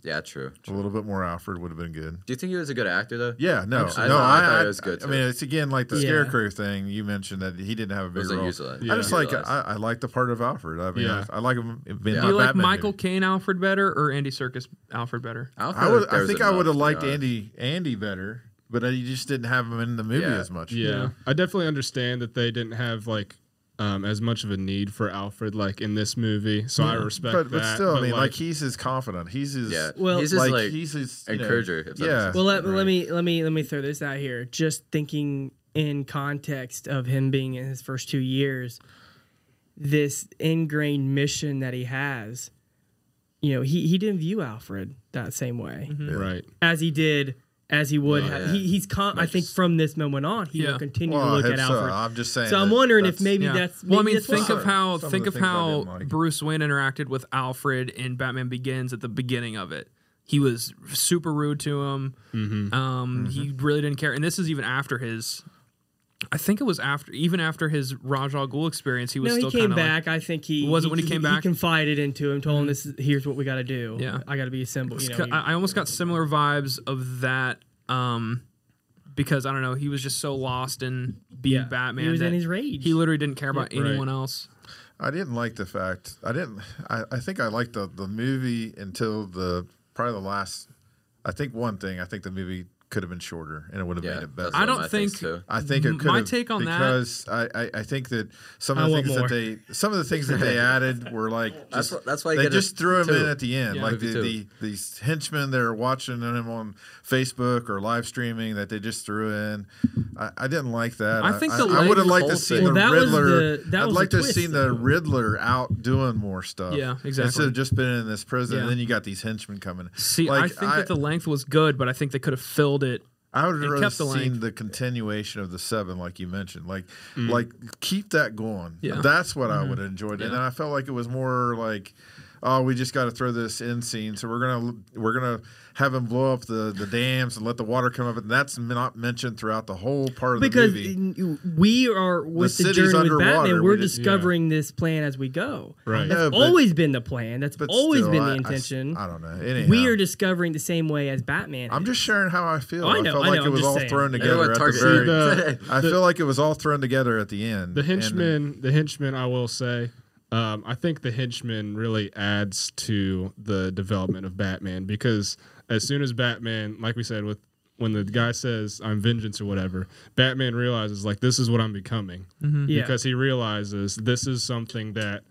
C: [LAUGHS] yeah, true.
B: A little bit more Alfred would have been good.
C: Do you think he was a good actor though?
B: Yeah, no,
C: Actually, I
B: no,
C: thought-
B: I,
C: I thought
B: I-
C: it was good,
B: I
C: too.
B: mean, it's again like the
E: Yeah.
B: scarecrow thing. You mentioned that he didn't have a big
C: Wasn't
B: role.
C: utilized.
B: I just
C: Yeah.
B: like I,
C: Utilized.
B: I like the part of Alfred. I mean,
D: Yeah.
B: I, I like him. Being
A: Do
B: my
A: you like
B: Batman
A: Michael
B: movie.
A: Caine Alfred better or Andy Circus Alfred better?
C: I, don't
B: I
C: feel
B: would.
C: like there
B: I
C: was
B: think I
C: enough,
B: would have
C: to be
B: liked
C: honest.
B: Andy Andy better, but you just didn't have him in the movie
C: Yeah.
B: as much.
D: Yeah. I definitely understand that they didn't have like um, as much of a need for Alfred like in this movie. So I respect
B: but,
D: that.
B: but still, I mean, like, he's his confidant. He's his.
C: Yeah.
E: Well-
C: he's just like,
B: he's his you know,
C: encourager, if that makes
B: yeah.
C: sense.
E: Well, let, let me let me let me throw this out here. Just thinking in context of him being in his first two years, this ingrained mission that he has, you know, he he didn't view Alfred that same way
D: right.
E: as he did as he would
C: Oh,
E: have.
C: yeah.
E: He, he's con- I think from this moment on, he
A: Yeah.
E: will continue
B: Well,
E: to
B: I
E: look
B: hope
E: at
B: so.
E: Alfred.
B: I'm just saying.
E: So I'm
B: that
E: wondering if
B: that's-
E: maybe
A: Yeah.
E: that's maybe
A: well. I mean,
E: that's
A: think
E: why.
A: of how
B: Some of
A: think
B: the
A: of
B: things I
A: how
B: didn't like.
A: Bruce Wayne interacted with Alfred in Batman Begins at the beginning of it. He was super rude to him.
B: Mm-hmm.
A: Um, He really didn't care, and this is even after his. I think it was after, even after his Raj Al Ghul experience, he was
E: No,
A: still
E: he
A: kind
E: came
A: of like,
E: back. I think he
A: Was it when he came back?
E: He confided into him, told him this. Is, here's what we got to do.
A: Yeah.
E: I got to be a symbol. You know, he-
A: I, I almost got similar vibes of that um, because I don't know, he was just so lost in being
E: Yeah.
A: Batman.
E: He was in
A: that
E: his rage.
A: He literally didn't care about
D: Yeah, right.
A: anyone else.
B: I didn't like the fact. I didn't. I, I think I liked the the movie until the probably the last. I think one thing. I think the movie could have been shorter, and it would have
C: Yeah,
B: made it better.
C: that's
A: I
C: one of
A: don't
C: my things,
A: think-
C: too.
B: I think it
A: M-
B: could
A: my
B: have,
A: take on that-
B: because that I, I I think that some of
E: I
B: the
E: want
B: things
E: more.
B: that they some of the things that
C: [LAUGHS]
B: they added were like
C: That's
B: just,
C: wh- that's why you
B: they
C: get a
B: just threw him
C: two.
B: in at the end
A: Yeah.
B: like
C: Movie
B: the,
C: two.
B: the these henchmen that are watching him on Facebook or live streaming that they just threw in. I, I didn't like that.
A: I think the
B: I, would have liked
C: whole
B: to see
C: thing-
B: the
E: Well, that was
B: Riddler.
E: the- that
B: I'd
E: was
B: like
E: the
B: to have seen
E: twist,
B: the
E: though.
B: Riddler out doing more stuff.
A: Yeah,
B: Instead
A: exactly.
B: of just being in this prison,
A: Yeah.
B: and then you got these henchmen coming.
A: See, I
B: Like,
A: think that the length was good, but I think they could have filled it.
B: I would
A: It
B: have rather
A: kept the
B: seen
A: length.
B: the continuation of the seven, like you mentioned, like
E: Mm.
B: like keep that going.
A: Yeah.
B: That's what
E: Mm-hmm.
B: I would have enjoyed. And then I felt like it was more like, oh, we just got to throw this in scene, so we're gonna we're gonna have him blow up the the dams and let the water come up, and that's not mentioned throughout the whole part of
E: because
B: the movie.
E: n- we are with the,
B: city's
E: journey with
B: underwater.
E: Batman,
B: We
E: we're
B: just-
E: discovering this plan as we go.
D: Right.
B: No,
E: That's
B: but-
E: always been the plan. That's
B: but
E: always
B: still,
E: been
B: I- I
E: the
B: s-
E: intention.
B: I, don't know. Anyhow,
E: we are discovering the same way as Batman.
B: I'm
E: is.
B: just sharing how I feel.
E: Oh, I know,
B: felt
E: I
B: like
E: know,
B: it
E: I'm
B: was
E: just
B: all
E: saying.
B: thrown together
C: Everyone
B: at the
C: targets
B: very.
D: the-
B: [LAUGHS] I feel like it was all thrown together at the end.
D: The
B: and- uh,
D: henchmen, the henchmen, I will say, um, I think the henchmen really adds to the development of Batman because as soon as Batman, like we said, with when the guy says "I'm vengeance" or whatever, Batman realizes like this is what I'm becoming
A: Mm-hmm.
E: yeah.
D: because he realizes this is something that.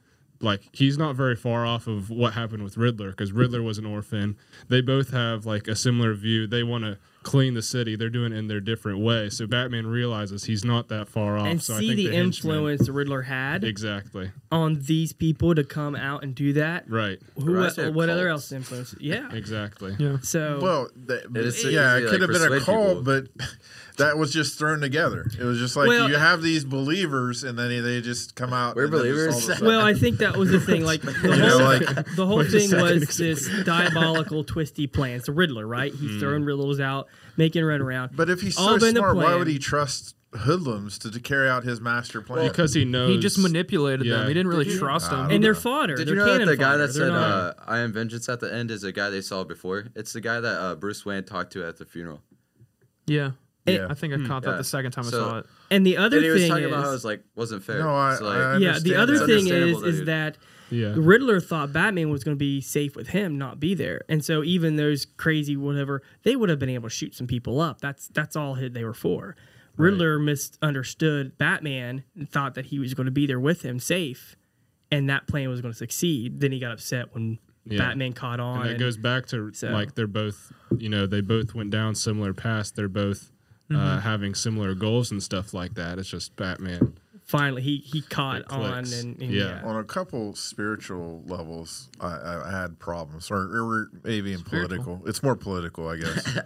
D: Like he's not very far off of what happened with Riddler because Riddler was an orphan. They both have like a similar view. They want to clean the city. They're doing it in their different way. So Batman realizes he's not that far off.
E: and
D: so I
E: see
D: think
E: the,
D: henchmen-
E: influence the Riddler had
D: Exactly.
E: on these people to come out and do that.
D: Right.
E: Who
C: Right.
E: what,
C: They're
E: what other
C: cults.
E: else influence? Yeah.
D: Exactly.
E: So
B: Well, th-
C: is-
B: yeah,
C: it's
B: it
C: like
B: could have been a
C: persuade
B: call,
C: people.
B: but [LAUGHS] that was just thrown together. It was just like
E: Well-
B: you have these believers, and then they just come out.
C: We're
B: and then just all of a
C: believers.
B: sudden-
E: Well, I think that was the thing. Like the whole,
B: know, like-
E: [LAUGHS] the whole thing was this diabolical, twisty plan. It's a Riddler, right? He's throwing riddles out, making run around.
B: [LAUGHS] but if he's so
E: all been the
B: smart, why
E: plan.
B: would he trust hoodlums to, to carry out his master plan?
D: Because he knows
A: He just manipulated them.
D: yeah.
A: He didn't really trust them.
E: and they're fodder.
C: Did
E: they're
C: you know that
E: cannon
C: the guy
E: fodder.
C: that
E: They're
C: said
E: not-
C: uh, "I am vengeance" at the end is the guy they saw before? It's the guy that uh, Bruce Wayne talked to at the funeral.
A: yeah.
B: Yeah.
A: I
D: Hmm.
A: think I caught that
C: Yeah.
A: the second time I
C: So-
A: saw it.
E: and the other
C: And he was
E: thing
C: talking
E: is,
C: about how it was like wasn't fair.
B: No, I-
C: So, like,
B: I-
E: yeah, the
B: understand
E: other
B: that.
E: thing is,
C: Understandable,
E: is
C: dude.
E: that
D: Yeah.
E: Riddler thought Batman was going to be safe with him, not be there, and so even those crazy whatever, they would have been able to shoot some people up. That's that's all he- they were for. Riddler misunderstood Batman and thought that he was going to be there with him, safe, and that plan was going to succeed. Then he got upset when
D: Yeah.
E: Batman caught on.
D: And that
E: and-
D: goes back to
E: So-
D: like they're both you know they both went down similar paths. They're both
E: Mm-hmm.
D: uh, having similar goals and stuff like that. It's just Batman.
E: Finally, he he caught
D: It
E: on
D: clicks.
E: and, and
D: Yeah.
E: yeah.
B: on a couple spiritual levels, I, I I had problems, or, or maybe in political. It's more political, I
C: [LAUGHS]
B: guess.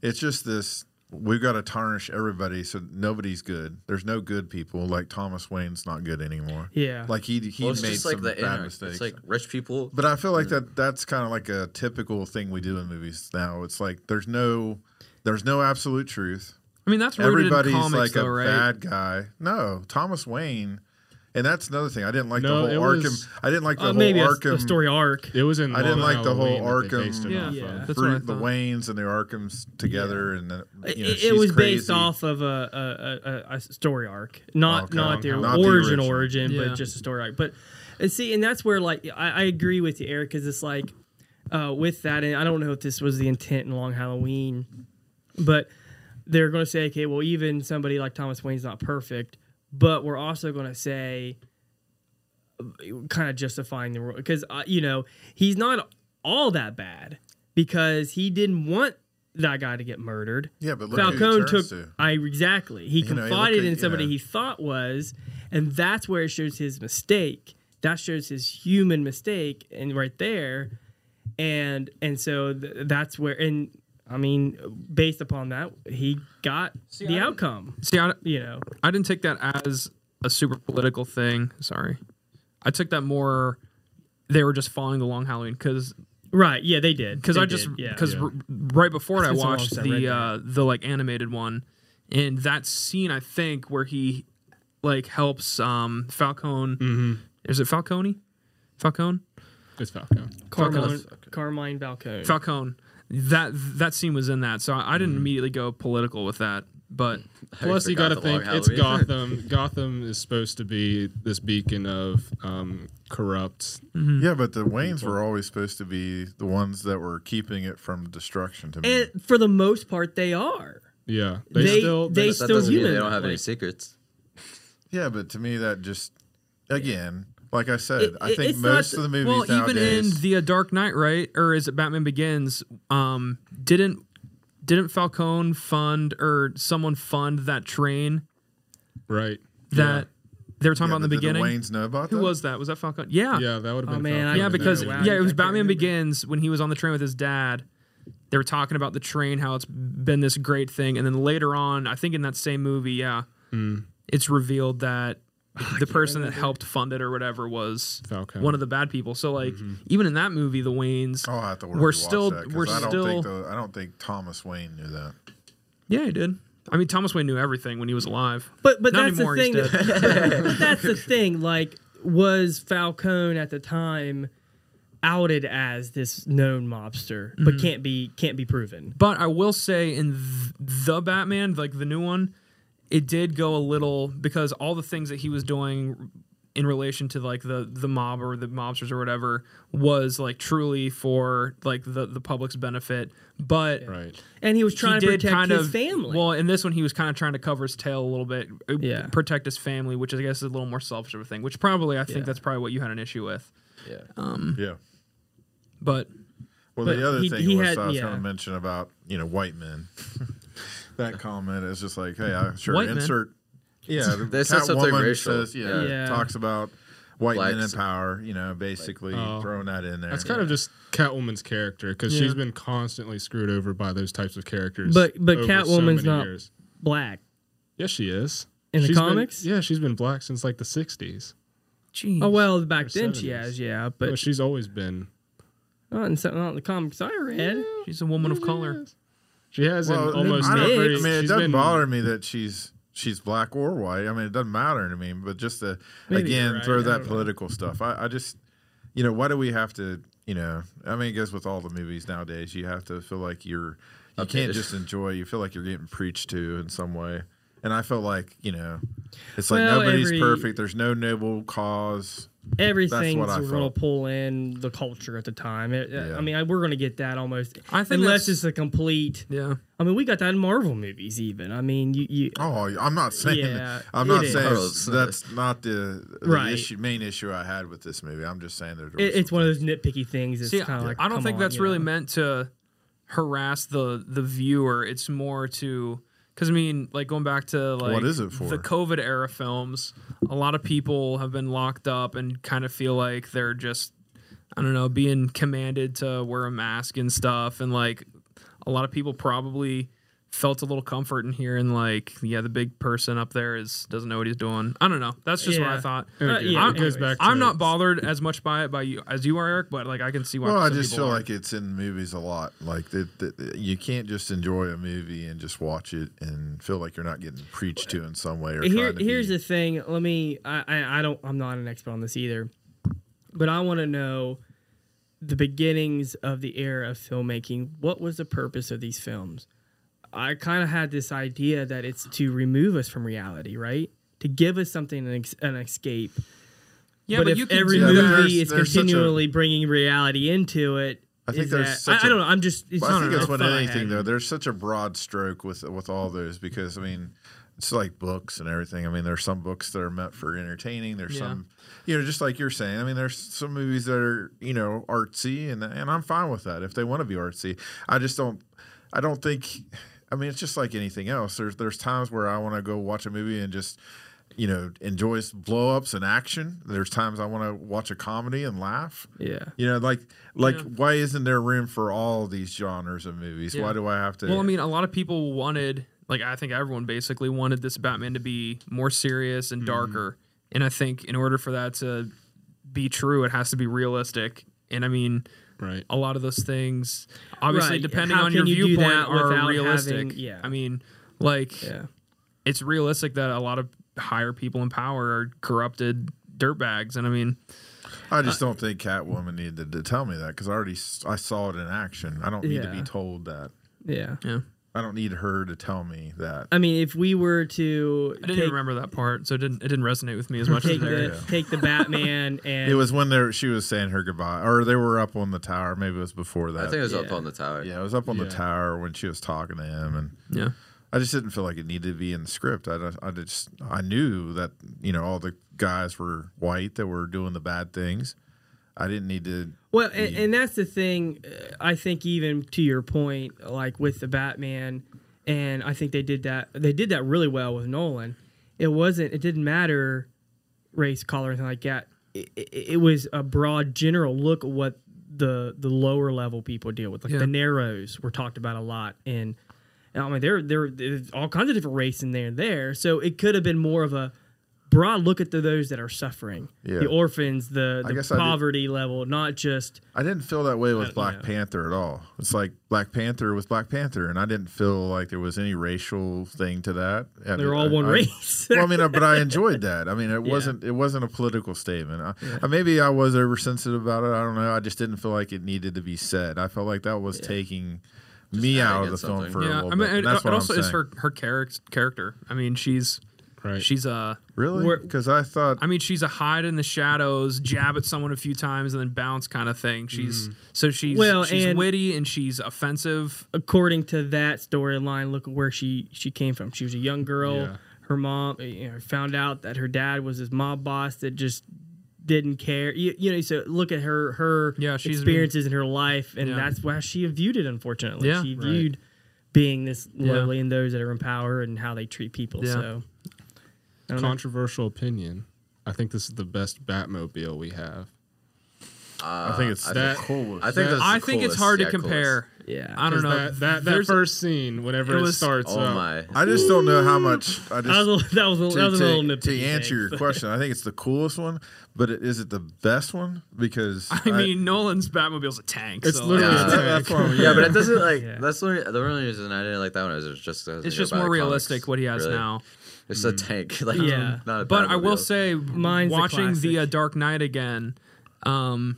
B: it's just this: we've got to tarnish everybody, so nobody's good. There's no good people. Like Thomas Wayne's not good anymore.
E: Yeah.
B: like he he
C: Well, it's
B: made
C: just like
B: some
C: the
B: bad
C: inner.
B: mistakes.
C: It's like rich people. [LAUGHS]
B: but I feel like that that's kind of like a typical thing we do in movies now. It's like there's no there's no absolute truth.
A: I mean, that's rooted
B: Everybody's
A: in comics,
B: like
A: though,
B: a
A: right?
B: bad guy. No, Thomas Wayne. And that's another thing. I didn't like
D: No,
B: the
D: it
B: whole Arkham.
D: was-
B: I didn't like the
E: Uh,
B: whole
E: maybe a,
B: Arkham
E: a story arc.
D: It was in.
B: I didn't
D: Long
B: like the whole
D: Halloween that they
B: Arkham-
D: based it
A: Yeah.
D: off
E: Yeah.
D: of.
A: That's what I
B: through the
A: thought.
B: Waynes and the Arkhams together, and then
E: It,
B: you know,
E: it
B: she's
E: was based
B: crazy.
E: off of a- a a, a, a story arc, not
B: Okay.
E: not their
B: Not the
E: origin
B: original.
E: origin,
A: Yeah.
E: but just a story arc. But and see, and that's where like I, I agree with you, Eric, because it's like uh, with that, and I don't know if this was the intent in Long Halloween, but they're going to say, okay, well, even somebody like Thomas Wayne's not perfect, but we're also going to say, kind of justifying the rule because uh, you know he's not all that bad because he didn't want that guy to get murdered.
B: Yeah, but look who he
E: Falcone took
B: turns to.
E: I exactly. He
B: know, he
E: confided
B: looked at-
E: in somebody
B: yeah.
E: he thought was, and that's where it shows his mistake. That shows his human mistake, and right there, and and so th- that's where. And I mean, based upon that, he got the outcome.
A: See, I,
E: You know,
A: I didn't take that as a super political thing. Sorry, I took that more. They were just following the long Halloween because
E: right? Yeah, they did.
A: because
E: They
A: I just
E: did, yeah.
A: because
D: Yeah.
A: right before I
E: been so long
A: watched
E: since I read
A: the
E: that.
A: uh, the like animated one, and that scene I think where he like helps um Falcone. Is it Falcone? Falcone?
D: It's Falcon.
E: Carmine, Carmine Balcone.
A: Falcone. That that scene was in that, so I, I didn't immediately go political with that. But
D: Plus, you
C: forgot
D: got to
C: the long
D: think it's
C: Halloween.
B: [LAUGHS]
D: Gotham. Gotham is supposed to be this beacon of um, corrupt.
B: Yeah, but the Waynes were always supposed to be the ones that were keeping it from destruction. To me,
E: and for the most part, they are.
D: Yeah, they,
E: They-
D: still
E: they
C: [LAUGHS] That
E: still
C: doesn't mean
E: human,
C: they don't have any
E: like-
C: secrets.
B: yeah, but to me that just again, like I said,
E: It-
B: I
E: it-
B: think
E: it's not-
B: most of the movies
A: well, even
B: nowadays.
A: in the uh, Dark Knight, right, or is it Batman Begins? Um, didn't didn't Falcone fund or someone fund that train
D: right.
A: that they were talking about
B: yeah,
A: in the
B: but did
A: beginning?
B: Waynes know about
A: Who
B: that?
A: was that? Was that Falcone? Yeah,
D: Yeah, that would have been.
E: Oh, man, I-
D: Falcon.
A: Yeah, because
E: Wow,
A: yeah,
E: I
A: it was
E: can't
A: Batman
E: remember.
A: Begins when he was on the train with his dad. They were talking about the train, how it's been this great thing, and then later on, I think in that same movie, yeah,
E: Hmm.
A: it's revealed
E: [LAUGHS]
A: that the person that helped fund it or whatever was
D: Falcone.
A: one of the bad people. So like,
E: Mm-hmm.
A: even in that movie, the Waynes,
B: Oh, I have to
A: We're
B: we're
A: still-
B: still that, 'cause
A: we're
B: I don't
A: still-
B: Think the, I don't think Thomas Wayne knew that.
A: yeah, he did. I mean, Thomas Wayne knew everything when he was alive.
E: But but
A: Not
E: that's
A: anymore,
E: the thing. [LAUGHS]
A: he's
E: That, but that's the thing. Like, was Falcone at the time outed as this known mobster, but
A: Mm-hmm.
E: can't be can't be proven.
A: But I will say in th- the Batman, like the new one, it did go a little because all the things that he was doing in relation to like the the mob or the mobsters or whatever was like truly for like the the public's benefit. But
D: right.
E: And he was
A: he
E: trying to
A: did
E: protect
A: kind
E: his
A: of
E: family.
A: Well, in this one, he was kind of trying to cover his tail a little bit, uh,
E: Yeah.
A: protect his family, which I guess is a little more selfish of a thing. Which probably I think
E: Yeah.
A: that's probably what you had an issue with.
C: Yeah.
B: Yeah.
A: But
B: Well,
E: But
B: the other
E: he-
B: thing
E: he
B: was
E: had-
B: I was
E: yeah.
B: going to mention about you know white men. [LAUGHS] that comment is just like, hey, I, sure
A: White men?
B: insert. Yeah, the
C: They said something
B: Catwoman
C: racial.
B: says, yeah,
E: Yeah.
B: talks about white men in
C: Blacks.
B: power. You know, basically
D: Oh.
B: throwing that in there.
D: That's kind of just Catwoman's character because
A: Yeah.
D: she's been constantly screwed over by those types of characters.
E: But- but
D: over
E: Catwoman's
D: many
E: not- Black.
D: Yes, she is.
E: In the
D: She's been-
E: comics?
D: yeah, she's been black since like the '60s.
A: geez,
E: Oh well, back
D: Or
E: then she
D: 70s.
E: has, yeah,
D: But
E: but
D: she's always been.
E: not in, some- not in the comics I read.
A: she's a woman of color.
D: She has in
B: well,
D: almost
B: I, don't-
D: every.
B: I mean, it
D: she's
B: doesn't
D: been-
B: bother me that she's she's black or white. I mean, it doesn't matter to me. But just to
E: Maybe
B: again
E: you're right.
B: throw
E: I
B: that
E: don't know.
B: political stuff, I, I just you know why do we have to you know I mean, I guess with all the movies nowadays, you have to feel like you're you can't
C: Updated.
B: just enjoy. You feel like you're getting preached to in some way. And I feel like you know, it's like
E: Well,
B: nobody's
E: every-
B: perfect. There's no noble cause.
E: Everything's
B: I
E: going
B: felt.
E: to pull in the culture at the time. It- uh,
B: Yeah.
E: I mean, I, we're going to get that almost.
A: I think
E: unless
A: that's-
E: it's a complete.
A: Yeah.
E: I mean, we got that in Marvel movies. Even I mean, you, you
B: Oh, I'm not saying.
E: Yeah,
B: I'm
E: it
B: not
E: is.
B: saying
C: Oh, it's-
B: that's not the, the
E: Right.
B: issue, main issue I had with this movie. I'm just saying there.
E: it, it's one of those nitpicky things. It's
A: See,
E: kind of like
A: I don't
E: come
A: think
E: on,
A: that's
E: you
A: really
E: know.
A: meant to harass the the viewer. It's more to because I mean, like going back to like
B: What is it for?
A: the COVID era films. A lot of people have been locked up and kind of feel like they're just I don't know being commanded to wear a mask and stuff, and like a lot of people probably felt a little comfort in hearing like yeah the big person up there is doesn't know what he's doing i don't know that's just what
E: Yeah.
A: i thought
E: Uh, yeah,
A: I'm,
E: it goes
D: back to-
A: I'm not bothered as much by it by you as you are eric but like i can see why
B: Well, I
A: some
B: just
A: people
B: feel
A: are.
B: like it's in movies a lot. Like that, that- that you can't just enjoy a movie and just watch it and feel like you're not getting preached to in some way. Or
E: Here,
B: trying to
E: here's
B: be.
E: the thing. Let me. I, I, I don't. I'm not an expert on this either, but I want to know the beginnings of the era of filmmaking. What was the purpose of these films? I kind of had this idea that it's to remove us from reality, right? To give us something an, ex- an escape.
A: yeah
E: but,
A: but,
E: if
A: you can
E: every
A: do
B: Yeah,
A: that.
B: there's-
E: movie is
B: there's such a-
E: continually bringing reality into it,
B: I think
E: is
B: there's
E: that-
B: such
E: I, I
B: a-
E: don't know. I'm just. It's
B: Well, I think
E: not
B: it's
E: a
B: with
E: thought I
B: anything
E: had.
B: though. There's such a broad stroke with with all those because I mean, it's like books and everything. I mean, there's some books that are meant for entertaining. There's
A: Yeah.
B: some, you know, just like you're saying. I mean, there's some movies that are you know artsy, and and I'm fine with that if they want to be artsy. I just don't. I don't think. I mean, it's just like anything else. There's there's times where I want to go watch a movie and just. You know, enjoy blow ups and action. There's times I want to watch a comedy and laugh.
E: Yeah.
B: You know, like like
A: Yeah.
B: why isn't there room for all these genres of movies?
A: Yeah.
B: Why do I have to?
A: well i mean a lot of people wanted like i think everyone basically wanted this batman to be more serious
E: Mm-hmm.
A: and darker and i think in order for that to be true it has to be realistic and i mean
D: Right.
A: a lot of those things obviously
E: Right.
A: depending
E: How
A: on your
E: can you do
A: viewpoint
E: that
A: are
E: without
A: realistic
E: having- yeah.
A: i mean like
E: Yeah.
A: it's realistic that a lot of higher people in power are corrupted dirtbags and i mean
B: I just don't think Catwoman needed to tell me that because I already s- I saw it in action. I don't need to be
E: Yeah.
B: told that.
E: Yeah.
A: yeah
B: I don't need her to tell me that.
E: I mean, if we were to
A: i didn't
E: take,
A: remember that part so it didn't it didn't resonate with me as much as [LAUGHS]
E: take
A: there
E: the take the Batman and
B: It was when they she was saying her goodbye, or they were up on the tower. Maybe it was before that.
C: I think it was up
E: Yeah.
C: on the tower.
B: yeah, it was up on the
D: Yeah.
B: tower when she was talking to him, and
A: yeah
B: I just didn't feel like it needed to be in the script. I, don't- I just I knew that you know all the guys were white that were doing the bad things. I didn't need to
E: well, and, and that's the thing. uh, I think even to your point, like with the Batman, and I think they did that. They did that really well with Nolan. It wasn't. It didn't matter race, color, anything like that. It, it, it was a broad, general look at what the the lower level people deal with. Like
A: Yeah.
E: the narrows were talked about a lot, and, and I mean there there there's all kinds of different race in there and there. So it could have been more of a broad look at the, those that are suffering,
B: Yeah.
E: the orphans, the,
B: I
E: the
B: guess I did-
E: poverty level, not just
B: I didn't feel that way with
E: you
B: Black
E: know.
B: Panther at all. It's like Black Panther was Black Panther, and I didn't feel like there was any racial thing to that. I
E: they're
B: mean,
E: all
B: I-
E: one
B: I-
E: race. [LAUGHS]
B: well, I mean, uh, but I enjoyed that. I mean, it wasn't it wasn't a political statement. I, uh, maybe I was oversensitive about it. I don't know. I just didn't feel like it needed to be said. I felt like that was taking me out of
C: adding
B: the film
C: something.
B: for a
A: yeah
B: little
A: i mean
B: bit.
A: it,
B: and that's
A: it
B: what
A: also
B: I'm
A: is
B: saying.
A: her her character character i mean she's
D: Right.
A: she's a
B: really
E: We're-
B: because I thought
A: i mean she's a hide in the shadows jab at someone a few times and then bounce kind of thing she's so she's
E: Well,
A: she's
E: and-
A: witty and she's offensive
E: According to that storyline, look at where she she came from. She was a young girl.
D: Yeah.
E: Her mom uh, you know, found out that her dad was this mob boss that just didn't care. You, you know, so look at her her
A: Yeah, she's been-
E: experiences in her life, and
A: Yeah.
E: that's why she viewed it. Unfortunately,
A: Yeah.
E: she
D: Right.
E: viewed being this
A: Yeah.
E: lowly and those that are in power and how they treat people.
A: Yeah.
E: So I don't know.
D: Controversial opinion. I think this is the best Batmobile we have.
B: I think it's
C: Uh, I
B: that
C: think-
B: cool.
C: I think that's
A: i
C: the
A: think
C: coolest.
A: it's hard
C: Yeah,
A: to
C: coolest.
A: compare [LAUGHS]
E: yeah,
A: i don't
D: 'Cause
A: know
D: That that, that
A: There's-
D: first scene, whenever
A: It
D: it,
A: was-
D: starts
C: Oh
D: up,
C: my!
B: I just don't know how much I
E: that
B: just
E: was a, that was a, that
B: to,
E: was a
B: to- to
E: little nitpicky.
B: answer
E: thing.
B: your question, I think it's the coolest one, but it, is it the best one?
E: [LAUGHS]
B: Because
A: I mean, Nolan's Batmobile's a tank.
D: it's
A: so, like,
D: literally [LAUGHS]
C: Yeah.
D: a tank.
B: that's why we-
C: [LAUGHS] Yeah, but it doesn't like.
E: Yeah.
C: That's the only, the only reason I didn't like that one is it's just 'cause I
A: it's
C: go
A: just
C: by
A: more
C: the
A: realistic
C: comics,
A: what he has
C: really.
A: now.
C: It's a tank. [LAUGHS] Like,
E: Yeah.
C: not a
A: But I will
C: Batmobile.
A: say,
E: Mine's a
A: watching the uh,
E: classic.
A: Dark Knight again, um,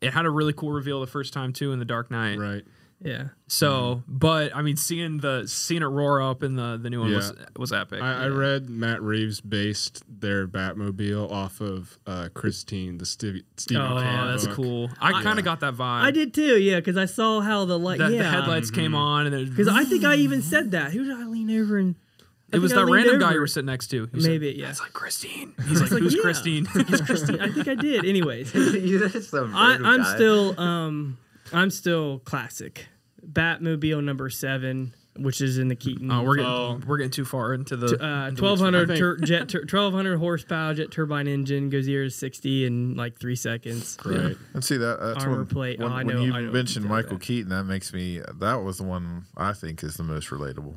A: it had a really cool reveal the first time too in the Dark Knight.
D: Right.
E: yeah.
A: So, but I mean, seeing the seeing it roar up in the the new one
D: Yeah.
A: was was epic.
D: I, I read Matt Reeves based their Batmobile off of uh, Christine, the Stevie. Stephen
A: oh,
D: King
A: that's
D: book.
A: cool. I kind of got that vibe.
E: I did too, yeah, because I saw how the light,
A: The, the
E: yeah,
A: headlights came on, and
E: Because
A: it,
E: I think I even said that. Who did I lean over and? I
A: it was
E: think I
A: that
E: leaned
A: random guy
E: over.
A: you were sitting next to. He was
E: Maybe,
A: like,
E: yeah.
A: That's like
E: [LAUGHS]
A: Christine. He's like,
E: like,
A: who's
E: yeah.
A: Christine? [LAUGHS]
E: Christine, [LAUGHS] I think I did. Anyways,
C: You're just a
E: I,
C: random
E: I'm
C: guy.
E: still, um, I'm still classic. Batmobile number seven, which is in the Keaton.
A: Oh, we're getting
D: Oh.
A: we're getting too far into the
E: uh,
A: into
E: twelve hundred
D: I think-
E: tur- jet tur- twelve hundred horsepower jet turbine engine goes zero to sixty in like three seconds.
D: Great.
B: And see that that's
E: Armor
B: when,
E: plate.
B: when,
E: Oh, I
B: when
E: know-
B: you
E: I know
B: mentioned
E: exactly
B: Michael
E: that.
B: Keaton, that makes me that was the one I think is the most relatable.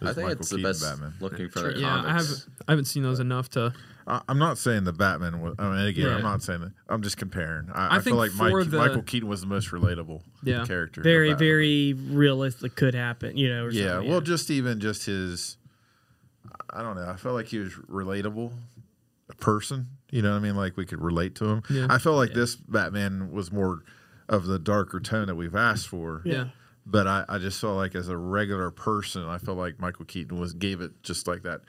C: I
B: is
C: think
B: Michael
C: it's the
B: Keaton
C: best
B: Batman.
C: looking for the
A: Yeah, I haven't
C: comics.
A: I haven't seen those enough to.
B: I, I'm not saying the Batman was. I mean, again,
A: Right.
B: I'm not saying that. I'm just comparing. I, I,
A: think
B: feel like Mike,
A: for the-
B: Michael Keaton was the most relatable
A: Yeah.
B: character. of
E: Very,
B: Batman.
E: very realistic. Could happen, you know. Or
B: Yeah,
E: something,
B: well, just even just his. I don't know. I felt like he was relatable, a person. You know what I mean? Like we could relate to him.
A: Yeah.
B: I felt like this Batman was more of the darker tone that we've asked for.
A: Yeah.
B: But I, I just felt like as a regular person, I felt like Michael Keaton was gave it just like that.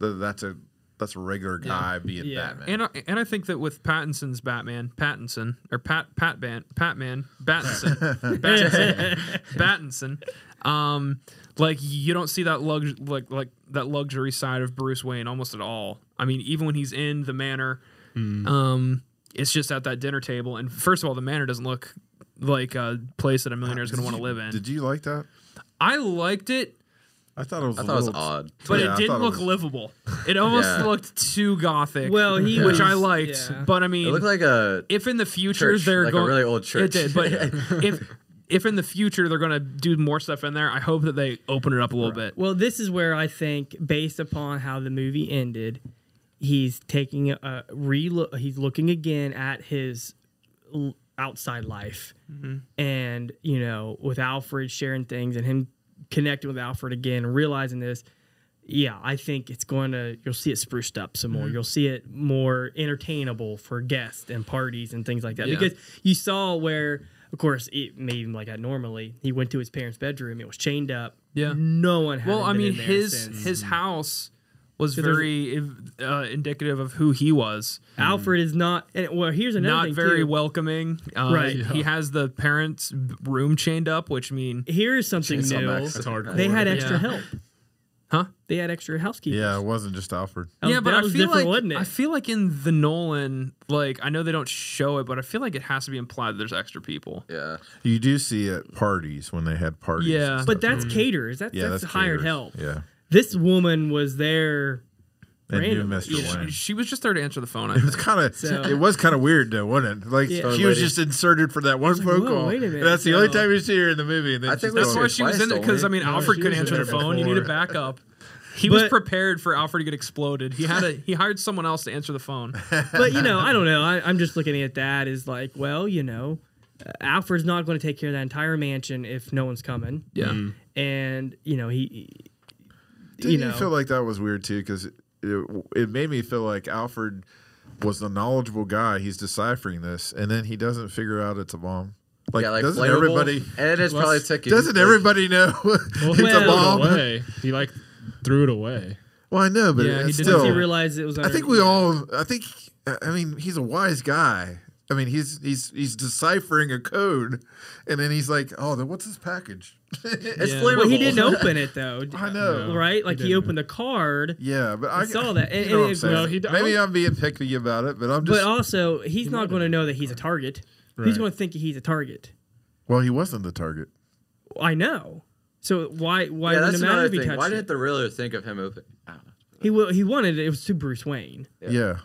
B: Th- that's a that's a regular guy being
E: Yeah.
B: Batman.
A: And I, and I think that with Pattinson's Batman, Pattinson or Pat Pat Ban Patman
B: [LAUGHS]
A: Battinson Battinson Battinson, um, like you don't see that lux like like that luxury side of Bruce Wayne almost at all. I mean, even when he's in the manor,
B: Hmm.
A: um, it's just at that dinner table. And first of all, the manor doesn't look like a place that a millionaire is going to want to live in.
B: Did you like that?
A: I liked it.
B: I thought it was.
C: I
B: a
C: thought it was
B: little-
C: odd.
A: but
B: Yeah, I
A: it
B: thought
A: didn't
B: it
A: look
B: was-
A: livable. It almost
C: Yeah.
A: looked too gothic.
E: Well, he
A: which
E: was-
A: I liked,
E: yeah.
A: but I
C: It
A: mean,
C: looked like a
A: if in the future
C: Church,
A: they're
C: like a
A: going
C: really old church.
A: it did, [LAUGHS] but if if in the future they're going to do more stuff in there, I hope that they open it up a little bit.
E: Well, this is where I think, based upon how the movie ended, he's taking a re he's looking again at his l- outside life.
A: Mm-hmm.
E: And, you know, with Alfred sharing things and him connecting with Alfred again, and realizing this, yeah, I think it's going to, you'll see it spruced up some more.
A: Mm-hmm.
E: You'll see it more entertainable for guests and parties and things like that.
A: Yeah.
E: Because you saw where, of course, it may even like that normally, he went to his parents' bedroom, it was chained up.
A: Yeah.
E: No one had
A: Well, I mean, his
E: since.
A: his house was
E: there's-
A: very uh, indicative of who he was.
E: Alfred is not. And, well, here's another
A: Hmm. Not
E: thing,
A: very
E: too.
A: welcoming. Uh,
E: Right.
A: He has the parents' room chained up, which mean
E: Here is something
C: Chainsaw
E: new.
C: Massacre.
D: That's hardcore.
E: They had extra
A: Yeah.
E: help.
A: Huh?
E: They had extra housekeepers.
B: Yeah, it wasn't just Alfred.
E: That was- Oh, that was different,
A: like
E: wasn't it?
A: I feel like in the Nolan, like I know they don't show it, but I feel like it has to be implied that there's extra people.
C: yeah.
B: You do see at parties when they had parties. and
A: Yeah.
B: stuff.
E: but that's caterers. That's,
B: yeah,
E: that's, hired
B: caterers.
E: help.
B: Yeah,
E: This woman was there.
B: and you,
E: Randomly.
B: Mr. Wayne.
E: [LAUGHS]
A: She, she was just there to answer the phone. I [LAUGHS]
B: It was
A: think.
B: kind of
E: So-
B: it was kind of weird though, wasn't it? Like
E: Yeah.
B: she was just inserted for that one phone
E: whoa,
B: call.
E: wait a
B: and
E: minute.
B: that's the only
E: So-
B: time you see her in the movie. And then
C: I think
B: she's
C: that's
A: That's
B: gone.
A: why she was in it because I mean
D: No,
A: Alfred
D: she
A: could
D: was
A: answer
D: there
A: the phone. You
D: before.
A: needed backup. He was
E: But-
A: prepared for Alfred to get exploded. He had a he hired someone else to answer the phone.
E: But, you know, I don't know. I, I'm just looking at that as like, well, you know, uh, Alfred's not going to take care of that entire mansion if no one's coming.
A: Yeah,
E: And, you know, he.
B: Didn't
E: you
B: you,
E: know.
B: feel like that was weird too? Because it, it made me feel like Alfred was the knowledgeable guy. He's deciphering this, and then he doesn't figure out it's a bomb. Like,
C: yeah, like
B: doesn't
C: flammable,
B: everybody?
C: and it is probably ticking.
B: Doesn't
C: Like,
B: everybody know [LAUGHS] it's
E: well,
B: a bomb?
D: Threw it away. He like threw it away.
B: Well, I know, but
A: Yeah, he
B: it's
A: didn't
B: still.
E: He realized it was.
B: I think we all. I think. I mean, he's a wise guy. I mean, he's he's he's deciphering a code, and then he's like, "Oh, then what's this package?" [LAUGHS]
C: It's
A: Yeah.
C: flammable.
E: Well, he didn't
C: [LAUGHS]
E: open it, though.
B: I know.
D: No.
E: right? Like he,
D: didn't.
E: opened the card,
B: Yeah, but I,
E: saw that, and-
B: you know
E: and
B: what I'm
E: it
B: saying.
E: was- No,
D: he d- I
B: Maybe
D: don't-
B: I'm being picky about it, but I'm
E: oh. but um,
B: just.
E: also he's not going to know that he's a target. He's
D: Right.
E: going to think he's a target.
B: well, he wasn't the target.
E: I know. So why why
C: Yeah,
E: wouldn't
C: that's
E: it matter
C: another
E: if he
C: thing.
E: touched
C: Why
E: it?
C: didn't the realtor think of him open? I don't know.
E: he will, he wanted it. It was to Bruce Wayne,
B: Yeah.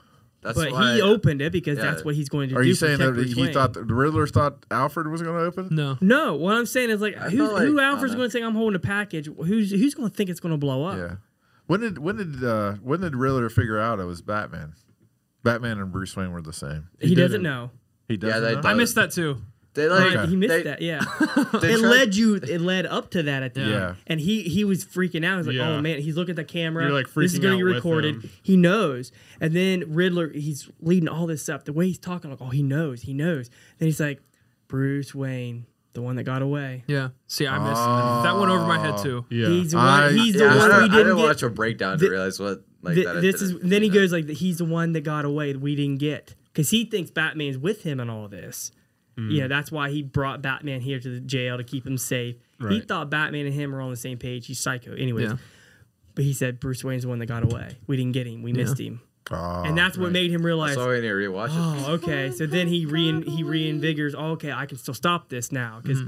C: That's
E: but
C: why
E: he opened it because
C: yeah.
E: that's what he's going to
B: Are
E: do.
B: you saying
E: protect
B: that
E: Bruce
B: he
E: Wayne.
B: thought the Riddlers thought Alfred was going to open?
A: no.
E: No, what I'm saying is like,
C: I
E: who's,
C: felt like-
E: who
C: I
E: Alfred's
C: don't
E: going to think I'm holding a package? Who's who's going to think it's going to blow up?
B: Yeah. When did when did uh, when did Riddler figure out it was Batman? Batman and Bruce Wayne were the same.
E: He,
D: He
E: doesn't
D: didn't.
E: know.
B: He doesn't.
C: they
B: know?
A: I missed that too.
C: they like
E: Right, he missed
C: they,
E: that. [LAUGHS] Yeah,
C: they
E: it
C: tried-
E: led you. It led up to that at the end,
B: Yeah.
E: and he he was freaking out. He's like,
D: Yeah.
E: "Oh man, he's looking at the camera.
D: You're, like,
E: this is
D: freaking
E: gonna
D: out
E: be
D: with
E: recorded."
D: him.
E: He knows, and then Riddler he's leading all this up. The way he's talking, like, "Oh, he knows, he knows." Then he's like, "Bruce Wayne, the one that got away.
A: Yeah. See, I missed that went over my head too.
D: Yeah.
E: He's
B: I-
E: one, he's the
C: Yeah,
E: one
C: I don't-
E: we
C: I didn't
E: didn't get.
C: watch a breakdown
E: Thi-
C: to realize what like
E: Th-
C: that. I
E: this is
C: didn't
E: then he
C: do that.
E: goes like, "He's the one that got away. that We didn't get because he thinks Batman's with him in all this." You know, that's why he brought Batman here to the jail to keep him safe. He
D: Right.
E: thought Batman and him were on the same page. He's psycho, anyways.
A: Yeah.
E: But he said Bruce Wayne's the one that got away. We didn't get him. We missed him,
B: Ah.
E: and that's what made him realize.
C: That's why we need to rewatch it.
A: Mm-hmm.
E: Oh, okay. So then he rein he reinvigorates. Oh, okay, I can still stop this now because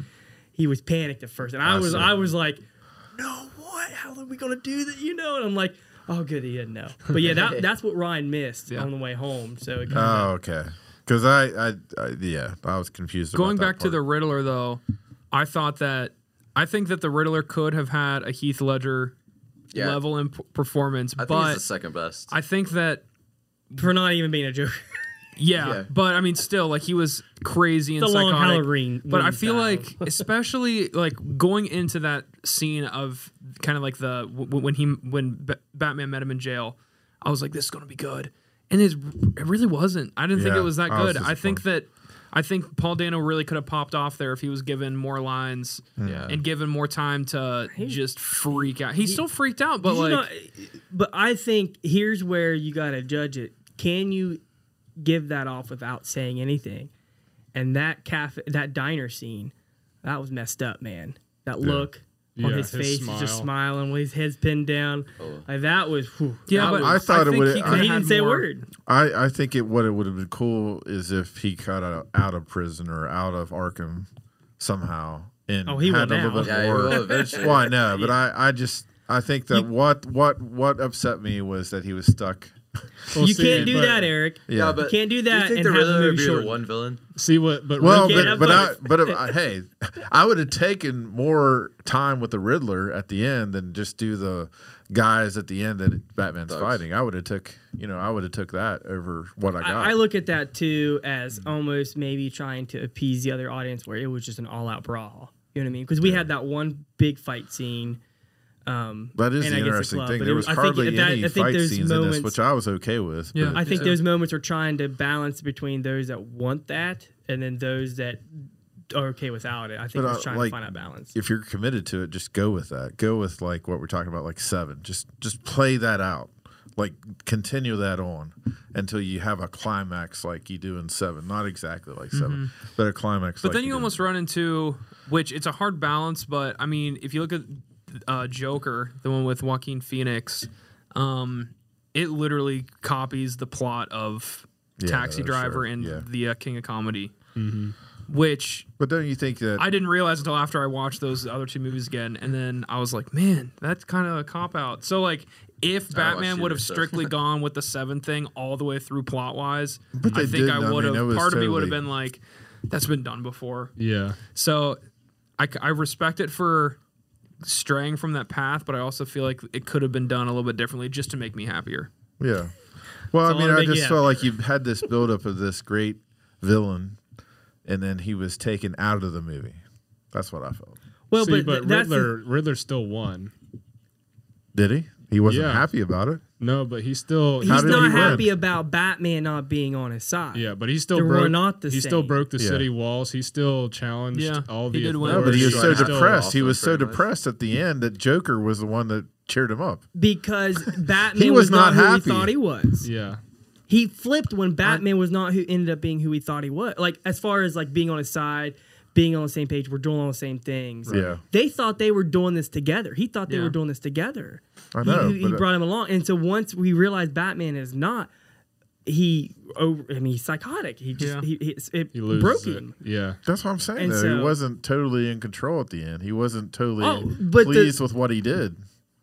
E: he was panicked at first, and I,
B: I
E: was
B: see.
E: I was like, no, what? How are we gonna do that? You know? And I'm like, oh, good, he didn't know. But
A: [LAUGHS]
E: yeah, that, that's what Ryan missed on the way home. So it
A: Uh,
E: kinda-
B: Oh, okay. Because I, I, I, yeah, I was confused.
A: Going
B: about that
A: back to the
B: part.
A: Riddler though, I thought that I think that the Riddler could have had a Heath Ledger
C: Yeah.
A: level in p- performance,
C: I think
A: but
C: he's the second best.
A: I think that
E: for not even being a joke. [LAUGHS]
A: yeah,
C: Yeah.
A: but I mean still like he was crazy and
E: The long
A: psychotic.
E: Halloween
A: but I
E: wings
A: feel
B: [LAUGHS]
E: down.
A: like especially like going into that scene of kind of like the w- when he when B- Batman met him in jail, I was like this is going to be good. And it's, it really wasn't. I didn't think
B: Yeah,
A: it was that
B: I was
A: good. I think that I think Paul Dano really could have popped off there if he was given more lines
B: Hmm.
C: Yeah.
A: and given more time to just freak out. He's still freaked out, but
E: You
A: like
E: know, but I think here's where you got to judge it. Can you give that off without saying anything? And that cafe, that diner scene, that was messed up, man. That look on
D: Yeah,
E: his,
D: his
E: face, he's just
D: smile. Oh.
E: smiling with his head's pinned down. Like, that was, whew,
A: yeah,
E: that
A: but
E: was-
B: I thought it
A: think
B: would-
A: he
B: I-
A: could've
E: he
A: had
E: didn't say a
A: more-
E: word.
B: I, I think it what it would have been cool is if he got out, out of prison or out of Arkham somehow and
E: Oh, he will
B: had a
E: now.
B: little bit
C: yeah, he
B: more.
C: will eventually.
B: Well, I know, but I, I just I think that what what what upset me was that he was stuck.
D: We'll
E: you
D: see,
E: can't do
D: but-
E: that, Eric.
B: Yeah,
C: but
E: can't do that
C: Do you
E: and
C: think the
E: have the
C: Riddler
E: movie
C: would be the
E: shortened.
C: one villain?
D: See what? But
B: well,
E: can't
B: but
E: have
B: but I,
E: both.
B: but if
E: [LAUGHS]
B: I, hey, I would have taken more time with the Riddler at the end than just do the guys at the end that Batman's fighting. I would have took you know I would have took that over what I got.
E: I, I look at that too as almost maybe trying to appease the other audience where it was just an all out brawl. You know what I mean? Because we had that one big fight scene. Um,
B: that is
E: and
B: the
E: I guess it's
B: interesting
E: love,
B: thing.
E: but
B: There
E: it-
B: was
E: I think
B: hardly
E: that- I
B: any
E: think
B: fight
E: there's
B: scenes in this,
E: moments-
B: which I was okay with.
A: Yeah.
B: but-
E: I think
A: Yeah.
E: those moments are trying to balance between those that want that and then those that are okay without it. I think
B: But,
E: it's
B: uh,
E: trying
B: like,
E: to find that balance.
B: if you're committed to it, just go with that. Go with like what we're talking about, like seven. Just just play that out. Like continue that on until you have a climax like you do in seven. Not exactly like 7 but a climax.
A: But
B: like
A: then you
B: do in-
A: almost run into which it's a hard balance. But I mean, if you look at uh, Joker, the one with Joaquin Phoenix, um, it literally copies the plot of
B: Yeah,
A: Taxi
B: that's
A: Driver
B: right.
A: and
B: Yeah. Mm-hmm.
A: the uh, King of Comedy, which
B: But don't you think that
A: I didn't realize until after I watched those other two movies again, and then I was like, man, that's kind of a cop out. So like. If Batman
C: the
A: would have
C: other
B: [LAUGHS]
C: stuff.
A: strictly gone with the seven thing all the way through plot wise,
B: But
A: I
B: they
A: think I
B: didn't. I
A: would have.
B: mean, it was
A: part of me would have
B: totally-
A: been like, "That's been done before."
D: Yeah.
A: So I, c- I respect it for straying from that path, but I also feel like it could have been done a little bit differently just to make me happier.
B: Yeah. Well, I
E: all
B: mean,
E: to
B: I
E: make you
B: just felt like you had this buildup of this great villain, and then he was taken out of the movie. That's what I felt.
E: Well,
D: See,
E: but,
D: but
E: th- that's the-
D: Riddler, Riddler still won.
B: Did he? He wasn't
D: Yeah.
B: happy about it.
D: No, but he's still.
E: he's
B: How did
E: not
B: he win?
E: happy about Batman not being on his side.
D: Yeah, but he still
E: They were
D: broke.
E: not the
D: he still
E: same.
D: broke the
B: Yeah.
D: city walls. He still challenged
A: Yeah,
D: all
A: he
D: the.
A: did win.
B: No, but he was
C: Sure.
B: so
D: authorities.
C: Still
B: depressed. He
C: awesome,
B: was so
C: pretty much.
B: depressed at the end that Joker was the one that cheered him up.
E: Because
B: [LAUGHS]
E: Batman
B: He
E: was,
B: was
E: not,
B: not
E: who he
B: happy.
E: thought he was.
D: Yeah,
E: He flipped when Batman was not who ended up being who he thought he was. Like as far as like being on his side, being on the same page, we're doing all the same things.
B: Yeah.
E: They thought they were doing this together. He thought they
A: Yeah.
E: were doing this together.
B: I
E: He-
B: know,
E: He, he
B: but, uh,
E: brought him along. And so once we realized Batman is not, he over I mean he's psychotic. He just
A: Yeah.
E: he, he- it's- it
D: he loses
E: broke
D: it.
E: him.
D: Yeah,
B: That's what I'm saying.
E: And
B: Though
E: so-
B: he wasn't totally in control at the end. He wasn't totally
E: Oh, but the-
B: pleased with what he did.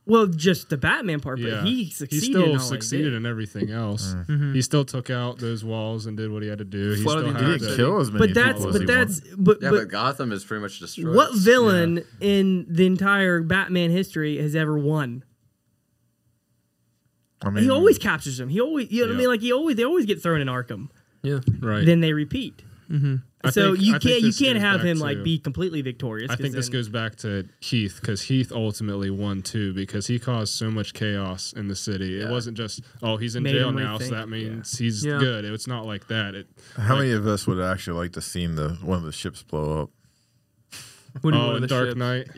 E: Well, just the Batman part, but
D: yeah.
E: he succeeded.
D: He
E: in all
D: still
E: he
D: succeeded
E: did. Mm-hmm.
D: in everything else.
B: Mm.
D: He still took out those walls and did what he had to do. He
A: Flooded the
D: still
B: He
D: had
A: Gotham.
B: didn't
D: to-
B: kill as many
E: But that's
B: people as
E: but
B: he
E: that's
B: wanted.
E: but,
C: yeah,
E: but
C: but Gotham is pretty much destroyed.
E: What villain in the entire Batman history has ever won?
B: I mean,
E: He always captures them. He always, you know what I
D: Yeah.
E: mean? Like he always, they always get thrown in Arkham.
A: Yeah.
D: right.
E: Then they repeat.
D: I
E: So
D: think-
E: you
D: I think
E: can't, you
D: this
E: can't
D: goes
E: have
D: back
E: him like
D: to-
E: be completely victorious.
D: I think this
E: 'cause then-
D: goes back to Heath because Heath ultimately won too because he caused so much chaos in the city. It wasn't just oh he's in
E: Made
D: jail
E: him
D: now,
E: rethink,
D: so that means he's
A: Yeah.
D: good. It's not like that. It,
B: how many of us would have actually like to seen the one of the ships blow up?
A: When he
D: oh,
A: wore
D: in
A: the
D: Dark
A: ship.
D: Knight.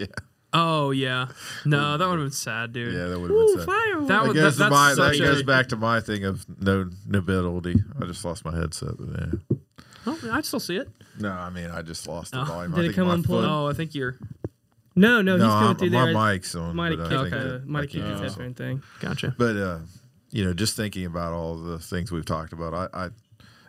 A: Oh, yeah. No, that would have been sad, dude.
B: Yeah, that would
E: Ooh, Oh,
B: have been sad.
E: fireworks.
A: That
B: That
A: would
B: goes,
A: that,
B: to
A: that's
B: my, that
A: such
B: goes
A: a,
B: back to my thing of no nobility. I just lost my headset. But yeah.
A: Oh, I still see it.
B: No, I mean I just lost the
A: Oh.
B: volume. I
E: Did it
B: think
E: come
B: my
E: unplugged?
B: foot-
A: Oh, I think you're
E: no, no,
B: No,
E: he's coming
B: I'm-
E: through
B: my
E: there.
B: mic's on.
E: might have
B: but I
E: kicked,
B: think
E: uh,
B: that-
E: might
B: I
E: have kicked
B: can't-
E: his headphone thing.
A: gotcha.
B: But uh, you know, just thinking about all the things we've talked about, I, I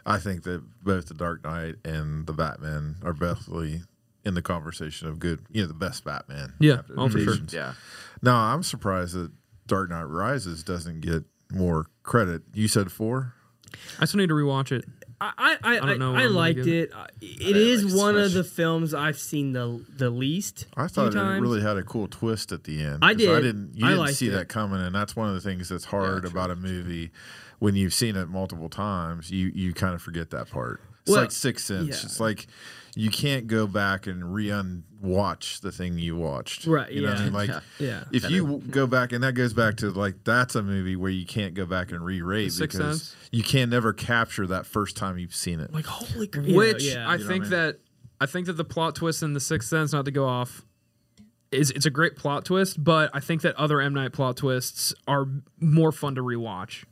B: I think that both the Dark Knight and the Batman are both really in the conversation of good, you know, the best Batman.
A: Yeah.
B: after
A: Oh, for sure.
B: adaptations.
C: Yeah.
B: No, I'm surprised that Dark Knight Rises doesn't get more credit. You said four.
A: I still need to rewatch it.
E: I I, I,
A: don't know
E: I,
A: what I'm gonna
E: liked
A: give
E: it. I- It is
C: like
E: one of
C: Smash.
E: the films I've seen the the least.
B: I
E: two
B: thought it
E: times.
B: really had a cool twist at the end.
E: I
B: 'cause I
E: did.
B: didn't. You
E: I
B: didn't
E: liked
B: see
E: it.
B: that coming, and that's one of the things that's hard
C: true,
B: about a movie. When you've seen it multiple times, you you kind of forget that part. It's
E: Well,
B: like Sixth Sense.
E: yeah.
B: It's like you can't go back and re-unwatch the thing you watched.
E: Right,
B: You know what I
E: yeah.
B: mean? Like
C: Yeah.
E: [LAUGHS] Yeah.
B: if you w- go back, and that goes back to like that's a movie where you can't go back and re-rate because
A: Sixth Sense.
B: you can never capture that first time you've seen it.
E: Like holy crap.
A: Which
E: yeah.
A: I
B: know what I
A: think
B: mean?
A: that I think that the plot twist in The Sixth Sense, not to go off, is it's a great plot twist, but I think that other M Night plot twists are more fun to rewatch.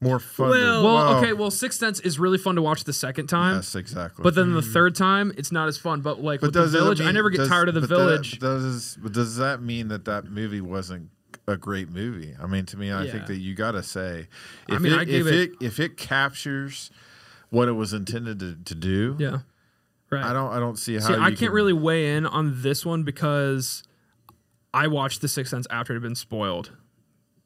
B: More fun.
E: Well-
B: than,
A: Well, okay, well Sixth Sense is really fun to watch the second time.
B: Yes, exactly.
A: But then the third time, it's not as fun. But like with the
B: it
A: village, I
B: mean-
A: never get
B: Mm. does-
A: tired of the
B: but
A: village.
B: That, does but does that mean that that movie wasn't a great movie? I mean, to me, I
E: Yeah.
B: think that you got to say if
A: mean,
B: it,
A: I give
B: if
A: it-
B: it, if it captures what it was intended to, to do.
A: yeah.
E: right.
B: I don't I don't see how
A: See,
B: you
A: I can't
B: can-
A: really weigh in on this one because I watched The Sixth Sense after it had been spoiled.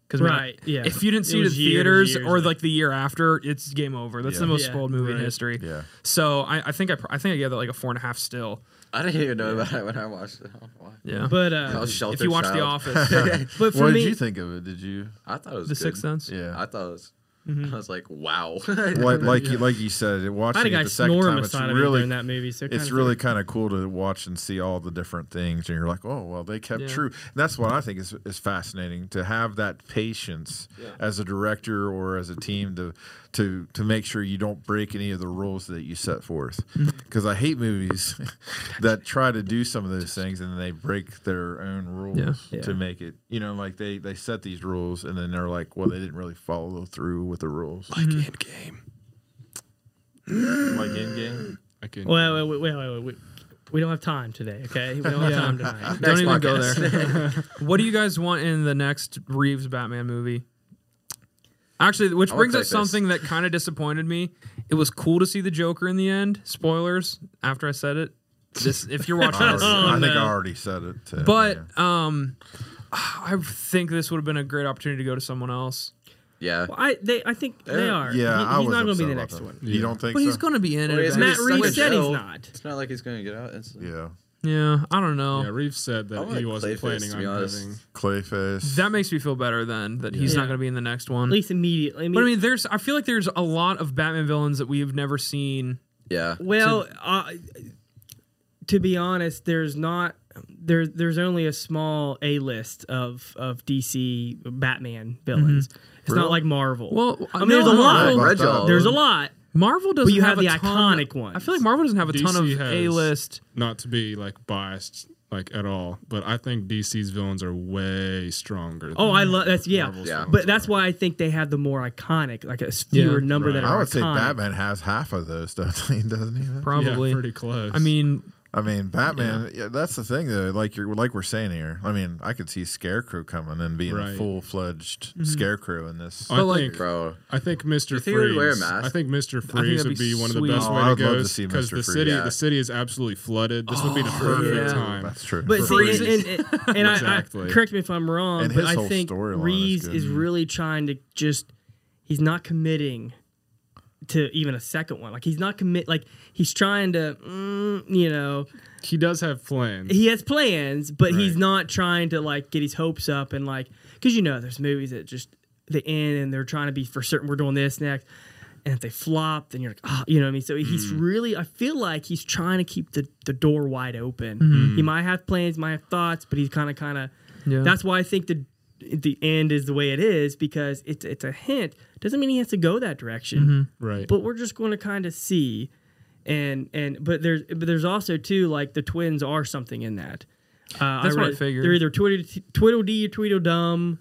A: Because
E: Right, yeah.
A: If you didn't see it,
E: It
A: in
E: was years,
A: theaters
E: years
A: or
E: later.
A: like the year after, it's game over. That's the
B: Yeah.
A: most
E: Yeah,
A: spoiled movie
E: right.
A: in history.
B: Yeah.
A: So I, I think I, pr- I think I gave that like a four and a half still.
C: I didn't even know about it when I watched it. I don't know why.
A: Yeah.
E: but
C: I
E: uh,
C: was sheltered
A: if you watch The
C: child.
A: Office,
E: but for
B: What
E: me,
B: did you think of it?
A: [LAUGHS]
B: Did you
C: I thought it was
A: The
C: good.
A: Sixth Sense. Mm-hmm.
B: yeah?
C: I thought it was. I was like,
A: [LAUGHS]
C: wow.
B: like like you like you said,
E: I
B: watching
E: had a
B: it
E: guy
B: the second
E: snoring
B: time, it's
E: beside of me during
B: really
E: that movie. So it
B: it's
E: kinda
B: really kind of cool to watch and see all the different things and you're like oh well they kept
A: Yeah.
B: true and that's what i think is, is fascinating to have that patience as a director or as a team to to to make sure you don't break any of the rules that you set forth because i hate movies [LAUGHS] that try to do some of those things and they break their own rules to make it you know like they they set these rules and then they're like well they didn't really follow through with the rules like
D: End game.
B: like in game
D: I can.
E: Well, wait, wait, wait, wait, wait. We don't have time today, okay? We don't have time tonight.
A: don't
C: Next
A: even go
C: podcast.
A: there. what do you guys want in the next Reeves Batman movie? Actually, which
C: I
A: brings
C: like
A: up
C: this.
A: something that kind of disappointed me. It was cool to see the Joker in the end. Spoilers after I said it. This, if you're watching
B: I,
A: this,
E: Oh,
B: already- I think
E: no.
B: i already said it too,
A: but
B: yeah.
A: um, I think this would have been a great opportunity to go to someone else.
C: [LAUGHS] Yeah.
E: Well, I they I think they
C: Yeah,
E: are.
B: Yeah,
E: He-
B: I
E: he's
B: was
E: not going to
B: upset
E: be the
B: about
E: next
B: that.
E: one.
B: You don't think
A: But
B: so?
A: he's going to be in
C: Well,
A: it.
C: he's
E: Matt
C: stuck
A: eventually.
E: Reeves
C: in
E: said he's
C: jail.
E: not.
C: It's not like he's going to get out instantly.
B: yeah,
A: Yeah, I don't know.
D: yeah, Reeves said that
C: I
D: he
C: like
D: wasn't
C: Clayface,
D: planning
C: to
D: on
C: be honest.
D: having.
B: Clayface.
A: That makes me feel better then that he's
E: Yeah.
A: not going to be in the next one.
E: At least immediately. I mean,
A: but I mean, there's. I feel like there's a lot of Batman villains that we have never seen.
C: Yeah.
E: well, uh, to be honest, there's not there's there's only a small A list of of DC Batman villains.
B: Mm-hmm.
E: It's not like Marvel.
A: Well,
E: I mean, there's a
A: no,
E: lot.
B: Marvel-
C: Read y'all.
E: there's a lot.
A: Marvel doesn't.
E: you have
A: have,
E: the
A: a ton-
E: iconic ones.
A: I feel like Marvel doesn't have a ton
D: DC
A: of
D: has-
A: A list.
D: not to be like biased like at all, but I think DC's villains are way stronger.
E: Oh,
D: than
E: I love that's yeah.
D: Marvel's
C: Yeah.
E: But
D: villains
E: that's
D: are.
E: why I think they have the more iconic, like a fewer
A: Yeah.
E: number that
D: Right.
E: are
B: I would say
E: iconic.
B: Batman has half of those, doesn't [LAUGHS] he? Doesn't he? though?
A: Probably.
D: [LAUGHS] yeah, pretty close.
A: I mean,
B: I mean, Batman. Yeah. that's the thing, though. Like you're, like we're saying here. I mean, I could see Scarecrow coming and being a
D: Right.
B: full fledged
E: Mm-hmm.
B: Scarecrow in this.
D: I
A: but, like,
D: think
C: Bro.
D: I think Mr.
C: think he would
D: Freeze.
C: wear a mask?
D: I think Mr.
A: that'd
D: Freeze
A: be
D: would be one of the
A: sweet.
D: best
B: Oh,
D: way
B: I
D: to
B: would love
D: go
B: to see
D: because
B: Mr.
D: the
B: Freeze.
D: city
C: Yeah. Oh,
D: the city is absolutely flooded. This would be the perfect
A: yeah.
D: time.
B: That's true.
E: But see,
A: Freeze.
E: and, and, and, and I, I
D: Exactly.
E: correct me if I'm wrong,
B: And
E: but
B: his
E: I
B: whole
E: think
B: storyline is
E: Reeves
B: good.
E: is really trying to just he's not committing to even a second one. Like he's not commit like he's trying to mm, you know,
D: he does have plans.
E: he has plans, but he's not trying to like get his hopes up and like cuz you know there's movies that just the end and they're trying to be for certain we're doing this next. And if they flop, then you're like, ah, you know what I mean? So he's really, I feel like he's trying to keep the, the door wide open. He might have plans, might have thoughts, but he's kind of, kind of,
A: yeah.
E: that's why I think the the end is the way it is because it's it's a hint. Doesn't mean he has to go that direction,
D: Right.
E: but we're just going to kind of see, and and but there's but there's also too like the twins are something in that. Uh,
A: That's what I
E: read-
A: figured.
E: They're either Tweedle- Tweedledee or Tweedledum,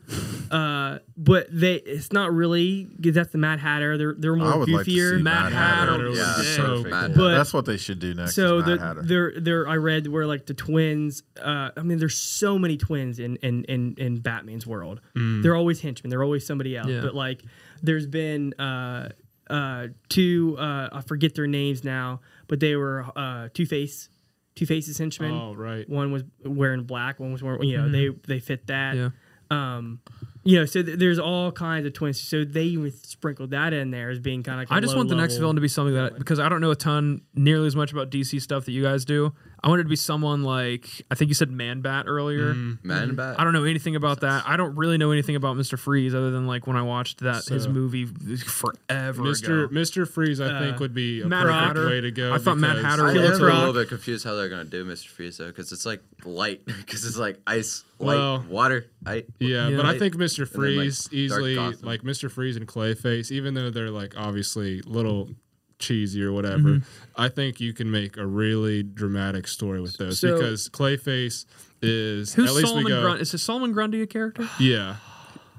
E: uh, but they it's not really 'cause that's the Mad Hatter. They're they're more
B: I would like to
E: goofier.
B: see
A: Mad
B: Mad Hatter.
A: Hatter.
D: was
C: Yeah.
D: just
A: Yeah.
D: so
C: Mad
D: cool.
E: But
B: that's what they should do next.
E: so
B: is Mad
E: the,
B: Hatter.
E: there, there, I read where like the twins. Uh, I mean, there's so many twins in in in, in Batman's world. They're always henchmen. They're always somebody else.
A: Mm. Yeah.
E: But like, there's been uh, uh, two. Uh, I forget their names now, but they were uh, Two Face Two Faces henchmen.
D: Oh, right.
E: One was wearing black. One was wearing you know they they fit that.
A: Mm-hmm. Yeah.
E: Um, you know, so th- there's all kinds of twins. So they even sprinkled that in there as being kind of. Like a
A: I just
E: low
A: want the next
E: level-
A: villain to be something that because I don't know a ton nearly as much about DC stuff that you guys do. I wanted to be someone like I think you said Man Bat earlier.
C: Man bat.
A: Mm-hmm. I don't know anything about that. I don't really know anything about Mister Freeze other than like when I watched that his
D: So-
A: movie forever
D: Mr.
A: ago.
D: Mr. Freeze, I think, would be a
A: Uh, Matt
D: perfect
A: Hatter.
D: way to go.
A: I thought Matt
D: because-
A: Hatter-
C: I
A: Killer
C: am a little
A: Croc.
C: bit confused how they're gonna do Mr. Freeze though, because it's like light, [LAUGHS] because it's like ice, light,
D: Well-
C: water, I.
D: Yeah,
A: Yeah.
D: but I think Mr.
C: then, like,
D: Freeze
C: Dark
D: easily,
C: Gotham.
D: like Mr. Freeze and Clayface, even though they're like obviously little cheesy or whatever,
C: Mm-hmm.
D: I think you can make a really dramatic story with those
A: So-
D: because Clayface is
A: Who's
D: at least
A: Solomon
D: we go,
A: Grundy? Is it Solomon Grundy a character?
D: yeah.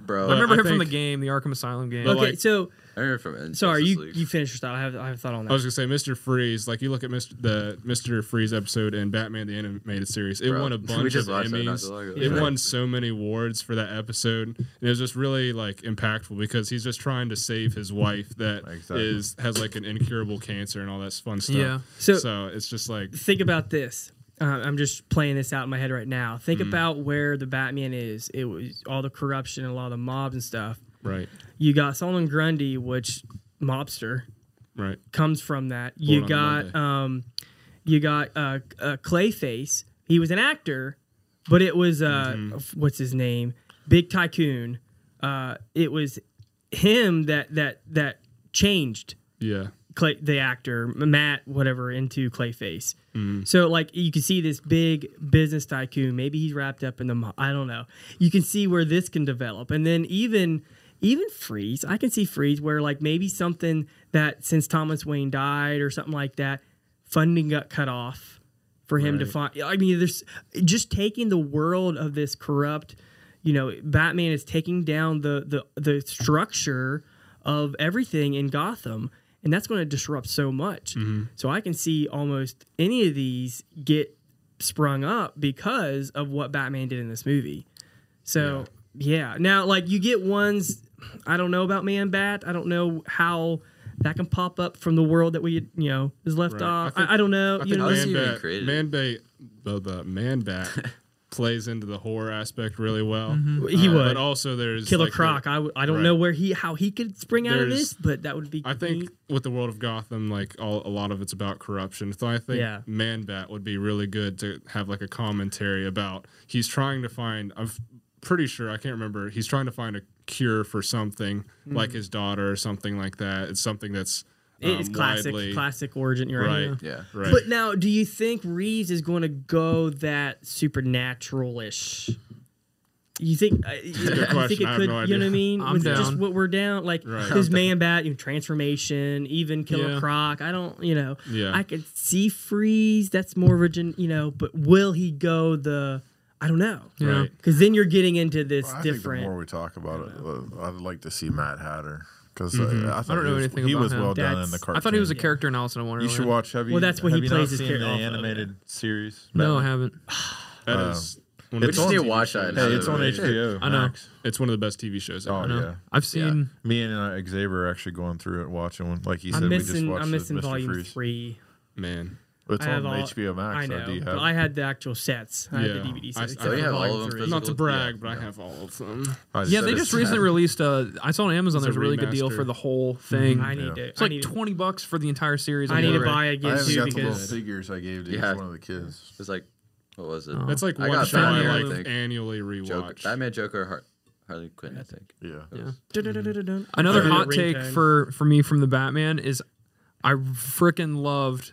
C: bro.
A: I remember
D: I
A: him from the
D: think-
A: game, the Arkham Asylum game.
D: But,
E: Okay,
D: like-
E: so
C: I remember from Injustice
E: sorry, you
C: League.
E: you finish your thought. I have I have a thought on that.
D: I was gonna say Mr. Freeze. Like you look at Mr. the Mr. Freeze episode in Batman the Animated Series. It
C: Bro,
D: won a
C: [LAUGHS] we
D: bunch
C: just
D: of
C: watched that not
D: Emmys.
C: too long ago.
D: It
C: Yeah.
D: won so many awards for that episode, and it was just really like impactful because he's just trying to save his wife
C: [LAUGHS]
D: that is
B: Exactly.
D: has like an incurable cancer and all that fun stuff.
A: Yeah.
E: So-
D: So, it's just like
E: think about this. Uh, I'm just playing this out in my head right now. Think
D: Mm.
E: about where the Batman is. It was all the corruption and a lot of the mobs and stuff.
D: right,
E: You got Solomon Grundy, which mobster
D: right.
E: comes from that. You
D: on a
E: got
D: Monday.
E: um, you got uh, uh, Clayface. He was an actor, but it was uh,
D: Mm-hmm.
E: f- what's his name? Big Tycoon. Uh, it was him that that that changed
D: Yeah,
E: Clay, the actor Matt, whatever, into Clayface. So like you can see this big business tycoon. Maybe he's wrapped up in the. mo- I don't know. You can see where this can develop, and then even even Freeze. I can see Freeze where like maybe something that since Thomas Wayne died or something like that, funding got cut off for him to find. I mean, there's just taking the world of this corrupt. You know, Batman is taking down the the the structure of everything in Gotham, and that's going to disrupt so much.
D: Mm-hmm.
E: So I can see almost any of these get sprung up because of what Batman did in this movie. So yeah, now like you get ones. I don't know about Man Bat. I don't know how. That can pop up from the world that we, you know, is left
D: Right.
E: off.
D: I think-
E: I, I don't know.
D: I
E: you
D: think
E: know,
C: how
D: Man
C: does he even
D: Bat,
C: create it?
D: Man Bat, the, the Man
C: [LAUGHS]
D: Bat plays into the horror aspect really well.
E: Mm-hmm.
D: Uh,
E: He would.
D: but also there's
E: Killer
D: like, the-
E: Croc. I, w- I don't
D: Right.
E: know where he how he could spring out of
D: There's-
E: this, but that would be.
D: I think with the world of Gotham, like all, a lot of it's about corruption. So I think
E: Yeah.
D: Man Bat would be really good to have like a commentary about. He's trying to find. I'm f- pretty sure I can't remember. He's trying to find a cure for something
C: Hmm.
D: like his daughter or something like that. It's something that's um,
E: it's classic
D: widely-
E: classic origin. You're right.
D: right?
C: yeah.
D: Right.
E: But now, do you think Reeves is going to go that supernaturalish? You think? Uh, you, you think
D: question.
E: it
D: I have
E: could?
D: no
E: you know what I
D: idea.
B: [LAUGHS]
E: mean?
A: I'm
E: With just
A: down.
E: what we're down, like
D: Right.
E: his man bat, you know, transformation, even Killer
A: Yeah.
E: Croc. I don't, you know,
D: Yeah.
E: I could see Freeze. That's more origin, you know. But will he go the? I don't know.
A: Yeah.
D: Right.
E: Because then you're getting into this
B: I
E: different.
B: think the more we talk about it, uh, I'd like to see Matt Hatter because I,
A: I
B: thought
A: don't
B: he
A: know
B: was,
A: anything
B: He
A: about
B: was
A: him.
B: well done in the
E: That's-
B: cartoon.
A: I thought he was a character in Alice in Wonderland.
B: You should watch. Have you?
E: Well, that's what he
B: have you not
E: plays his
B: seen
E: character
B: The
E: off of, yeah.
B: animated series.
A: No, I
B: Batman?
A: haven't.
D: That is one
C: We
D: of
B: It's
C: just
B: on
C: need to
B: TV
C: Oh. watch that.
B: Hey, it's on
C: Yeah.
B: HBO.
A: I know.
B: Max.
D: it's one of the best TV shows.
B: Oh
D: ever.
A: No.
B: yeah.
A: I've seen.
B: Me and uh, Xavier are actually going through it, watching one. Like he said,
E: I'm
B: we just
E: missing.
B: watched
E: I'm
B: the
E: missing
B: Mr.
E: volume
B: Freeze.
E: three.
D: man.
B: It's
E: I
B: on
E: have all-
B: HBO Max.
E: I know.
B: do
E: but
B: have.
E: I had the actual sets. I had the
D: Yeah.
E: DVD
D: I-
E: sets.
D: I
E: except
D: have
E: for
C: all of
E: volume
C: them
E: three.
C: physical.
D: Not to
C: Yeah,
D: brag, but I have all of them.
B: I just
A: Yeah,
B: said
A: they
B: it's
A: just recently released. Uh, I saw on Amazon.
D: It's a
A: There's a really good deal
D: remaster.
A: for the whole thing.
E: Mm-hmm. I need to.
A: It's
E: I
A: like
E: need to.
A: twenty bucks for the entire series. on
E: I need to
A: Blu-ray.
E: buy
B: I
E: again
B: haven't
E: too
B: got the
A: [LAUGHS]
B: little
E: because
B: figures I gave to each
C: Yeah.
B: one of the kids.
C: It's like, what was it?
D: That's like
C: I
D: one
C: got
D: show I
C: Batman, I
D: like
C: think.
D: annually rewatch.
C: Joker, Batman, Joker, Har- Harley Quinn. I think.
B: Yeah.
E: Dun-dun-dun-dun-dun.
A: Another
E: Or
A: hot
E: ringtone.
A: take for for me from the Batman is, I freaking loved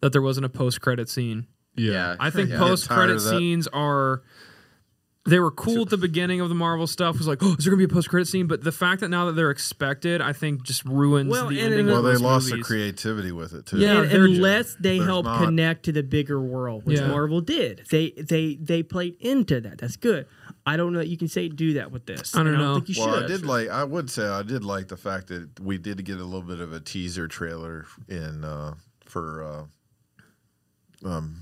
A: that there wasn't a post credit scene.
D: Yeah.
A: I think
C: Yeah.
A: post
B: Tired
A: credit
B: of that.
A: scenes are they were cool at the beginning of the Marvel stuff. It Was like, oh, is there gonna be a post credit scene? But the fact that now that they're expected, I think just ruins
E: Well,
A: the
E: and-
A: ending.
E: and-
A: of
B: Well, they
A: those
B: lost the
A: movies.
B: creativity with it too.
A: Yeah,
E: And
A: they're-
E: unless they
B: there's
E: help
B: not-
E: connect to the bigger world, which
A: Yeah.
E: Marvel did, they they they played into that. That's good. I don't know. that You can say do that with this.
A: I don't
E: And
A: know.
E: think you
B: Well, I
E: should.
B: did like. I would say I did like the fact that we did get a little bit of a teaser trailer in uh, for uh, um,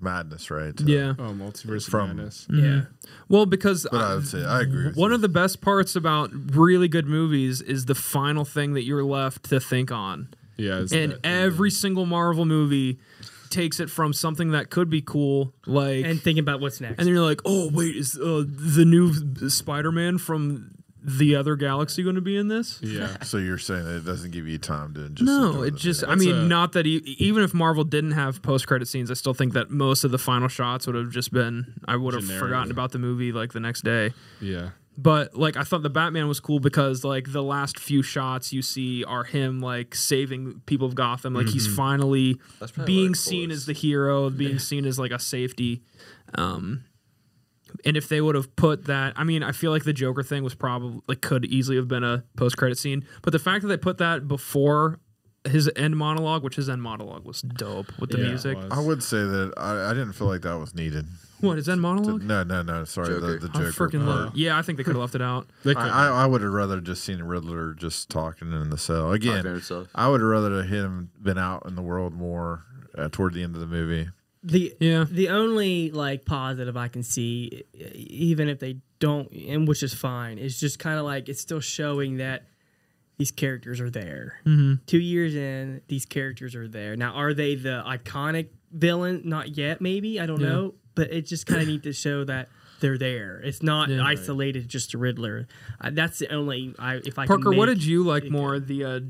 B: Madness, right? Uh,
A: Yeah.
D: Oh, multiverse
B: From-
D: of madness.
E: yeah.
A: Mm. Well, because
B: but
A: I-
B: I would say I agree. With
A: One
B: you.
A: of the best parts about really good movies is the final thing that you're left to think on.
D: Yeah, it's
A: And
D: that-
A: every single Marvel movie takes it from something that could be cool, like
E: and thinking about what's next.
A: and then you're like, oh wait, is uh, the new Spider-Man from the other galaxy going to be in this?
D: Yeah.
B: So you're saying that it doesn't give you time to just
A: No,
B: enjoy
A: it
B: the
A: just.
B: video.
A: I mean,
D: a-
A: not that e- even if Marvel didn't have post-credit scenes, I still think that most of the final shots would have just been. I would have
D: Generic.
A: forgotten about the movie like the next day.
D: Yeah.
A: But like, I thought the Batman was cool because like the last few shots you see are him like saving people of Gotham. Like he's finally
C: That's probably what
A: being
C: it
A: seen
C: was.
A: as the hero, being seen as like a safety. Um, and if they would have put that, I mean, I feel like the Joker thing was probably like could easily have been a post credit scene. But the fact that they put that before his end monologue, which his end monologue was dope with the
D: Yeah, it
A: music.
D: was.
B: I would say that I, I didn't feel like that was needed.
A: What his end monologue?
B: No, no, no. Sorry,
C: Joker.
B: the, the
A: I
B: Joker.
A: freaking
B: part.
A: love. Yeah, I think they could have left it out.
D: They could-
B: I, I, I would have rather just seen Riddler just talking in the cell
C: Talking to
B: again.
C: himself.
B: I would have rather him been out in the world more uh, toward the end of the movie.
E: the
A: Yeah.
E: the only like positive I can see, e- even if they don't, and which is fine, is just kind of like it's still showing that these characters are there.
A: Mm-hmm.
E: Two years in, these characters are there. Now, are they the iconic villain? Not yet, maybe I don't
A: Yeah.
E: know, but it's just kind of neat to show that. They're there. It's not
A: Yeah.
E: isolated just to Riddler. Uh, that's the only. I if I
A: Parker,
E: Can
A: what
E: make-
A: did you like more, the uh,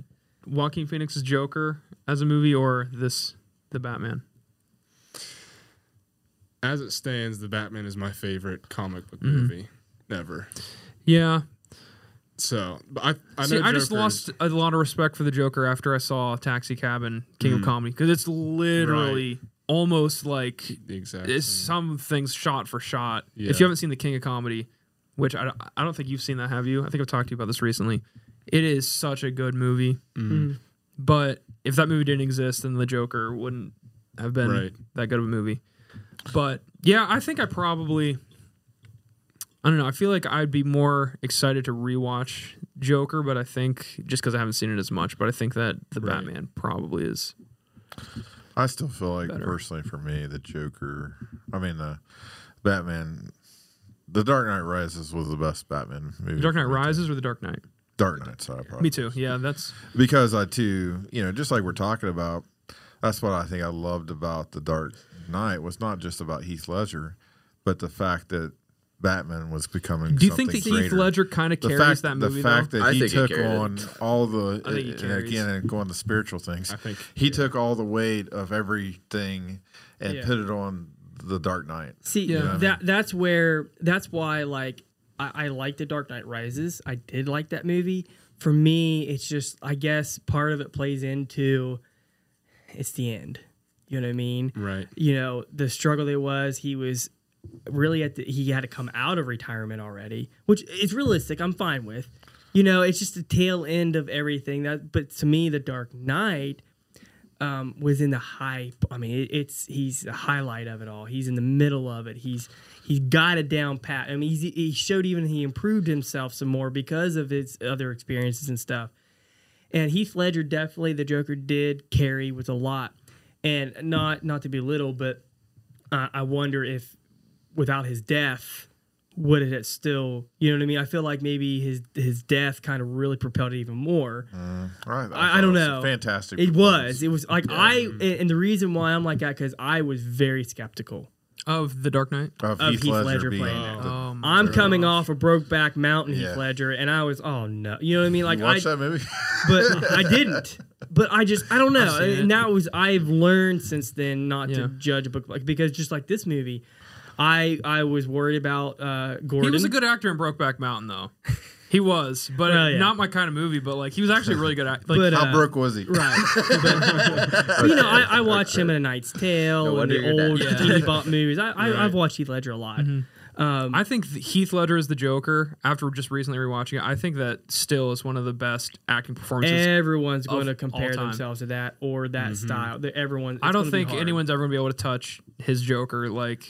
A: Joaquin Phoenix's Joker as a movie or this the Batman?
D: as it stands, the Batman is my favorite comic book movie ever.
A: Yeah,
D: So, but I I,
A: See,
D: know
A: I just
D: Joker's-
A: lost a lot of respect for the Joker after I saw Taxi Cab and King of Comedy because it's literally almost like
D: exactly.
A: it's some things shot for shot. If
D: Mm. Yeah.
A: you haven't seen the King of Comedy, which I, I don't think you've seen that, have you? I think I've talked to you about this recently. It is such a good movie,
D: Mm.
A: but if that movie didn't exist, then the Joker wouldn't have been
D: Right.
A: that good of a movie. But yeah, I think I probably. I don't know. I feel like I'd be more excited to rewatch Joker, but I think just because I haven't seen it as much, but I think that the Batman probably is.
B: I still feel like
A: Better.
B: personally for me, the Joker. I mean the Batman. The Dark Knight Rises was the best Batman movie.
D: Mm.
A: The Dark Knight
B: for me.
A: Rises or The Dark Knight?
B: Dark Knight side, probably.
A: Me too. Yeah, that's
B: because I too, you know, just like we're talking about, that's what I think I loved about the Dark Knight was not just about Heath Ledger, but the fact that Batman was becoming.
A: Do you think that
B: something
A: Heath
B: greater.
A: Ledger kind of
B: The
A: carries
B: fact,
A: that
B: the
A: movie?
B: fact
A: though?
B: that
C: I
B: he
C: think he
B: took
C: carried it.
B: on all the
A: I think he
B: and
A: carries.
B: again and going to spiritual things,
D: I think-
B: he took all the weight of everything and
E: Yeah.
B: put it on the Dark Knight.
E: See,
A: Yeah.
E: that that's where that's why like I, I like The Dark Knight Rises. I did like that movie. For me, it's just I guess part of it plays into it's the end. You know what I mean?
D: Right.
E: You know the struggle there was. He was really at the, he had to come out of retirement already, which is realistic. I'm fine with. You know, it's just the tail end of everything. That, but to me, The Dark Knight um, was in the hype. I mean, it, it's he's the highlight of it all. He's in the middle of it. He's he's got it down pat. I mean, he's, he showed even he improved himself some more because of his other experiences and stuff. And Heath Ledger definitely the Joker did carry with a lot, and not not to belittle, but uh, I wonder if without his death. Would it have still, you know what I mean? I feel like maybe his his death kind of really propelled it even more.
B: Uh, Right?
E: I, I
B: thought
E: don't
B: it was a
E: know.
B: Fantastic.
E: It
B: performance.
E: was. It was like I and- and the reason why I'm like that because I was very skeptical.
A: of The Dark Knight.
B: of,
E: of
B: Heath,
E: Heath
B: Ledger,
E: Ledger
B: being
E: playing
B: the-
E: it.
A: Oh my
E: I'm coming off a Brokeback Mountain
B: Yeah.
E: Heath Ledger, and I was oh no, you know what I mean? Like
B: You
E: I,
B: watch that
E: [LAUGHS]
B: movie?
E: but I didn't. But I just I don't know.
A: seen it.
E: And that was I've learned since then not
A: Yeah.
E: to judge a book like because just like this movie, I I was worried about uh, Gordon.
A: He was a good actor in Brokeback Mountain, though. He was, but
E: Well, yeah.
A: not my kind of movie. But like, he was actually a really good. Act- like,
E: But,
B: How
E: uh,
B: broke was he?
E: [LAUGHS] Right. But, you know, I, I watch him in A Knight's Tale
C: No
E: and
C: wonder
E: the
C: you're
E: old
A: dead.
E: T.D. Bop movies. I, I, I've watched Heath Ledger a lot.
A: I think th- Heath Ledger is the Joker. After just recently rewatching it, I think that still is one of the best acting performances.
E: Everyone's going to
A: all
E: compare
A: time.
E: themselves to that or that style. That everyone.
A: I don't
E: it's gonna be
A: think
E: hard.
A: anyone's ever gonna be able to touch his Joker. Like,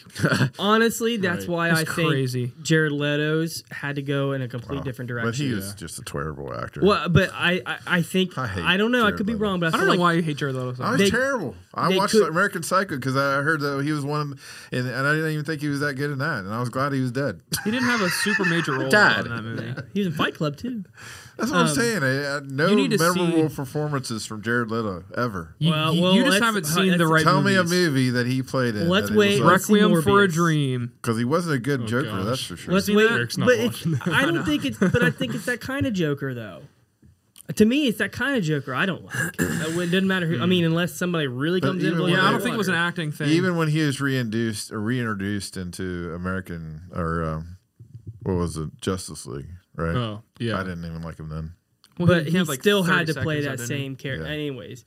E: Honestly, that's
D: Right.
E: why
A: It's
E: I think
A: crazy.
E: Jared Leto's had to go in a completely different
B: But he
E: direction.
B: was just a terrible actor.
E: well, but I, I, I think
B: I
E: I,
B: hate
E: don't know. I
B: Jared
E: could be
B: Leto.
E: wrong, but I,
A: I
E: feel
A: don't know
E: like
A: why you hate Jared Leto. So
B: I
A: much.
B: was
E: They-
B: terrible. I
E: they
B: watched
E: could-
B: American Psycho because I heard that he was one, of the, and, and I didn't even think he was that good in that. And I was glad he was dead.
A: he didn't have a super major role in
E: [LAUGHS]
C: Dad.
A: that movie. [LAUGHS]
E: he was in Fight Club too.
B: That's what I'm saying. I, I, no
A: you need to
B: memorable
A: see-
B: performances from Jared Leto ever.
A: You,
E: Well,
A: you-
E: well,
A: you just
E: let's-
A: haven't
E: uh,
A: seen the
E: let's-
A: right
B: Tell
A: movies.
B: me a movie that he played in.
E: Let's wait. Let's-
A: Requiem for a
E: Morbius.
A: Dream.
B: Because he wasn't a good Joker,
D: Oh, gosh.
B: that's for sure.
E: Let's
A: See
E: wait.
A: that?
D: Eric's not
E: But it's,
D: watching
E: [LAUGHS] I don't think it's. But I think it's that kind of Joker, though. To me, it's that kind of Joker I
A: [CLEARS THROAT]
E: don't like. Uh, it doesn't matter who. I mean, unless somebody really
B: But
E: comes in.
B: even
E: blowing
B: when
A: Hmm. Yeah, I
E: my
A: don't think it was an
E: water.
A: acting thing.
B: Even when he was reinduced or reintroduced into American or um, what was it, Justice League, right?
D: Oh yeah,
B: I didn't even like him then.
A: Well,
E: but he
A: had, like,
E: still had
A: 30
E: to play that
A: seconds, didn't he?
E: same character,
B: Yeah.
E: anyways.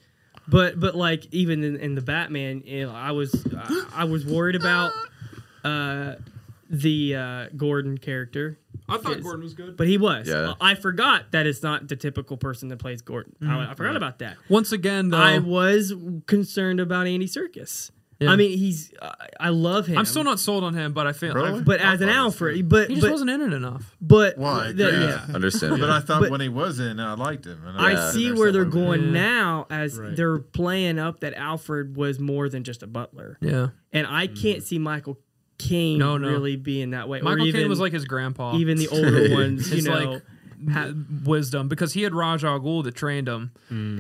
E: But but like even in, in the Batman, you know, I was I, I was worried about uh, the uh, Gordon character,
A: I thought
E: Yes.
A: Gordon was good.
E: but he was. Uh,
C: Yeah.
E: I forgot that it's not the typical person that plays Gordon. I, I forgot about that.
A: Once again, though,
E: I
A: I,
E: was concerned about Andy Circus.
A: Yeah.
E: I mean, he's I, I love him.
A: am still not sold on him, but I feel
B: Really?
A: I-
E: But as an Alfred, but
A: he just
E: but
A: wasn't in it enough.
E: but
B: Well, I
E: the-
B: agree.
E: yeah.
B: [LAUGHS]
C: Understand.
B: But I thought
E: But-
B: when he was in, I liked him. and
E: I
C: Yeah.
E: see where they're
B: understand why
E: going
A: Yeah.
E: now as
D: Right.
E: they're playing up that Alfred was more than just a butler.
A: Yeah,
E: And I can't see Michael Caine
A: No, no.
E: really being that way.
A: Michael
E: or even,
A: Caine was like his grandpa.
E: even the older ones, you
A: It's
E: know.
A: like m- wisdom because he had Raj Al Ghul that trained him.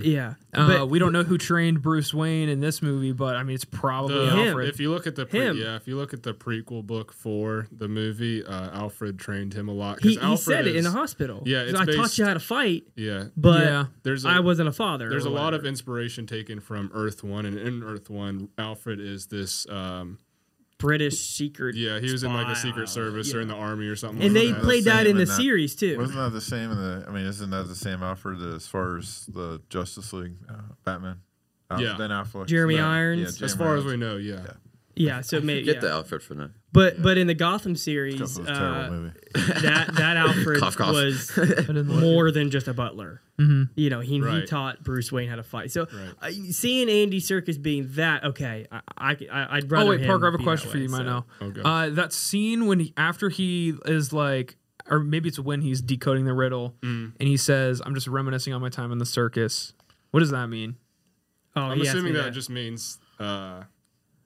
E: yeah.
A: Uh,
E: but
A: we don't know who trained Bruce Wayne in this movie, but I mean it's probably
D: The-
E: him.
A: Alfred.
D: If you look at the pre-
E: Him.
D: yeah, if you look at the prequel book for the movie, uh, Alfred trained him a lot. 'cause
E: he, he
D: Alfred
E: said it in
D: is-
E: the hospital.
D: Yeah,
E: He's
D: it's
E: like, I taught
D: based-
E: you how to fight,
D: Yeah,
E: but
A: Yeah.
D: there's a,
E: I wasn't a father.
D: there's
E: or
D: a lot of
E: whatever.
D: inspiration taken from Earth One, and in Earth One, Alfred is this. Um,
E: British secret.
D: yeah, he was in like the
E: spy.
D: Secret Service or in the army or something.
E: And
D: like
E: they
D: that.
E: played that
B: same
E: in the
B: and that-
E: series too.
B: Wasn't that the same in the? I mean, isn't that the same Alfred as far as the Justice League, uh, Batman? Al-
D: Yeah.
B: Ben Affleck.
E: Jeremy Irons.
D: as far as we know. Yeah,
E: yeah, so maybe
C: [LAUGHS] Get
E: yeah.
C: the outfit for now.
E: But but in the Gotham series,
B: That was a
E: uh, [LAUGHS]
B: terrible movie.
E: that that Alfred
C: Cough, cough.
E: was
A: I didn't like
E: more than just a butler. You know, he, he
D: Right.
E: taught Bruce Wayne how to fight. So uh, seeing Andy Circus being that okay, I, I I'd
A: Oh
E: rather.
A: wait,
E: him
A: Parker, I have a
E: be that
A: question for
E: way,
A: you.
E: so.
A: Might know.
D: Okay.
A: Uh, that scene when he, after he is like, or maybe it's when he's decoding the riddle, and he says, "I'm just reminiscing on my time in the circus." What does that mean?
E: Oh,
D: I'm
E: he asked
D: assuming
E: me
D: that, just means uh,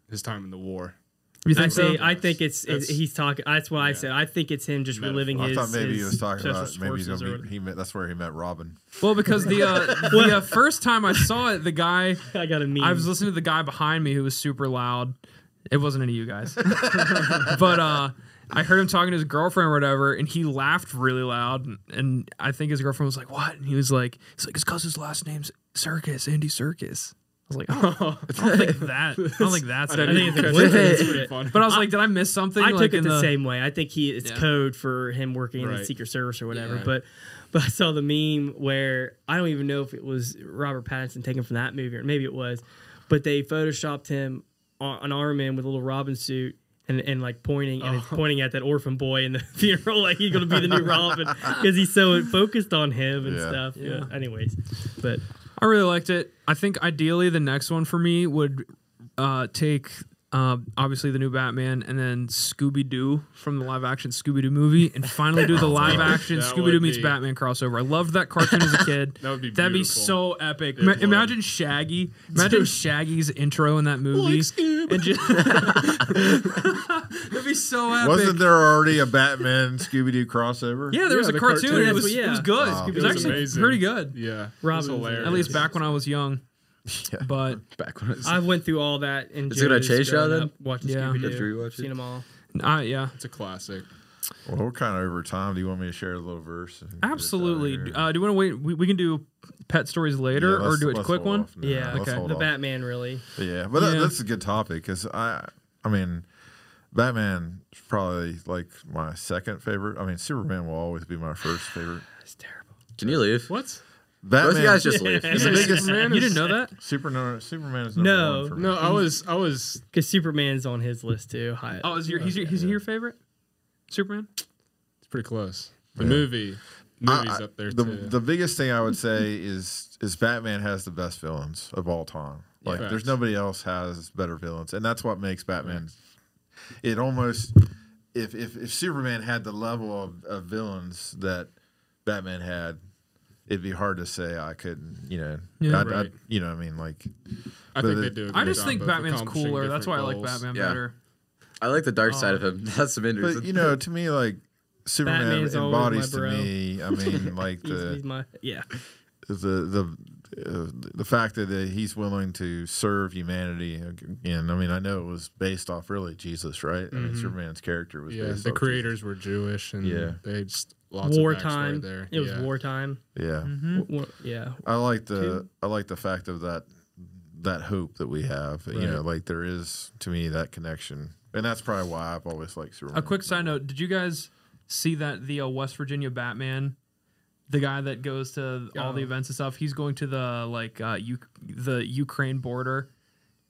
D: his time in
A: [LAUGHS]
D: the war.
A: You
E: I
A: think so?
E: say I think it's, it's
D: That's-
E: he's talking. That's what I said. I think it's him just reliving
B: Well, I
E: his.
B: thought maybe he
E: his
B: was talking
E: social
B: about maybe he's
E: forces or
B: gonna
E: whatever.
B: meet, he met, that's where he met Robin.
A: Well, because the
D: [LAUGHS]
A: uh, the uh, first time I saw it, the guy
E: I got a meme.
A: I was listening to the guy behind me who was super loud. It wasn't any of you
D: [LAUGHS]
A: guys, but uh, I heard him talking to his girlfriend or whatever, and he laughed really loud. And, and I think his girlfriend was like, "What?" And he was like, "It's like his cousin's last name's Circus, Andy Circus." I was like, "Oh, I don't
D: [LAUGHS]
A: think that. I don't think that's."
D: I
A: it.
D: didn't
E: think
D: catch that.
E: it's-
D: That's pretty [LAUGHS] funny.
A: But I was like, "Did I miss something?"
E: I
A: like,
E: took it
A: in
E: the, same way. I think he it's
A: Yeah.
E: code for him working in the
D: Right.
E: Secret Service or whatever.
A: right.
E: But but I saw the meme where I don't even know if it was Robert Pattinson taken from that movie or maybe it was, but they photoshopped him on an arm in with a little Robin suit. And, and like pointing and it's pointing at that orphan boy in the [LAUGHS] funeral like he's gonna be the new Robin because he's so focused on him and
B: Yeah.
E: stuff. Yeah.
A: Yeah.
E: Anyways, but
A: I really liked it. I think ideally the next one for me would uh, take uh, obviously the new Batman and then Scooby Doo from the live action Scooby Doo movie and finally
D: [LAUGHS]
A: do the live action
D: That
A: Scooby Doo
D: would [LAUGHS]
A: meets
D: be-
A: Batman crossover. I loved that cartoon as a kid.
D: [LAUGHS] That would be
A: That'd be
D: beautiful.
A: so epic. Ma-
D: would.
A: imagine Shaggy. Imagine
D: [LAUGHS]
A: Shaggy's intro in that movie. [LAUGHS] and just That'd be so epic.
B: Wasn't there already a Batman Scooby Doo crossover?
A: yeah, there was
D: Yeah,
A: a
D: the
A: cartoon.
D: cartoon.
A: It, was,
E: Yeah.
A: it was good.
B: Wow.
A: It
D: It
A: was
D: was
A: actually
D: amazing.
A: pretty good.
D: yeah, it was
E: Robin's in it.
D: hilarious.
A: At least back when I was young. But
C: Back when it was
E: I went through all that and
C: Is it gonna change y'all then?
E: Watching
A: Yeah.
E: Scooby
C: After you
E: Doo,
C: watch it?
E: seen them all.
A: I, Uh, yeah,
D: it's a classic.
B: Well, we're kind of over time. Do you want me to share a little verse? and get us out of
A: Absolutely.
B: here?
A: Uh, do you want to wait? We, we can do pet stories
B: Yeah,
A: later, or
B: let's-
A: do a
B: let's
A: quick
B: hold
A: one.
B: off now.
E: Yeah,
B: Let's
A: okay.
B: hold
E: The
B: off.
E: Batman really.
B: Yeah, but that,
A: Yeah.
B: that's a good topic because I, I mean, Batman is probably like my second favorite. I mean, Superman will always be my first favorite.
E: It's terrible.
C: Can you leave?
D: What?
C: Those
B: Batman,
C: guys just
A: [LAUGHS]
C: leave.
B: the biggest.
A: You didn't know that?
B: Superman, Superman is number
E: No,
B: one for me.
D: No, I was I was
E: Because Superman's on his list too. High.
A: Oh, is your he's your, he's your favorite Superman?
D: it's pretty close. The movie,
B: I-
D: movies
B: I-
D: up there
B: the,
D: too.
B: the biggest thing I would say is is Batman has the best villains of all time. Like
D: Yeah.
B: there's
D: Facts.
B: nobody else has better villains, and that's what makes Batman. It almost if if if Superman had the level of, of villains that Batman had, it'd be hard to say I couldn't. You know,
A: Yeah,
B: I'd,
D: right.
B: I'd- you know, what I mean, like
D: I
B: but
D: think
B: the-
D: they do. a
A: I
D: good
A: just
D: job
A: think
D: of
A: Batman's
D: accomplishing
A: cooler. That's why I
D: different
A: like
D: goals.
A: Batman
C: Yeah.
A: better.
C: I like the dark side of him. [LAUGHS] That's the main
B: But
C: reason.
B: you know, to me, like Superman
E: Batman's always
B: embodies
E: my
B: to
E: bro.
B: me. I mean, like
E: He's,
B: the
E: he's my yeah.
B: the the uh, the fact that uh, he's willing to serve humanity again. I mean, I know it was based off really Jesus, right? I mean, Superman's character was
D: Yeah,
B: based
D: the
B: off
D: creators were Jewish, and
B: Yeah.
D: they just lots
E: Wartime.
D: of backstory there.
E: It was
D: yeah.
E: wartime.
B: Jesus. Yeah,
A: Hmm.
E: War, yeah.
B: I like the I like the fact of that that hope that we have. You know, like there is to me that connection, and that's probably why I've always liked Superman.
A: A quick side note: Did you guys see that the uh, West Virginia Batman, the guy that goes to all the events and stuff, he's going to the like uh, U- the Ukraine border.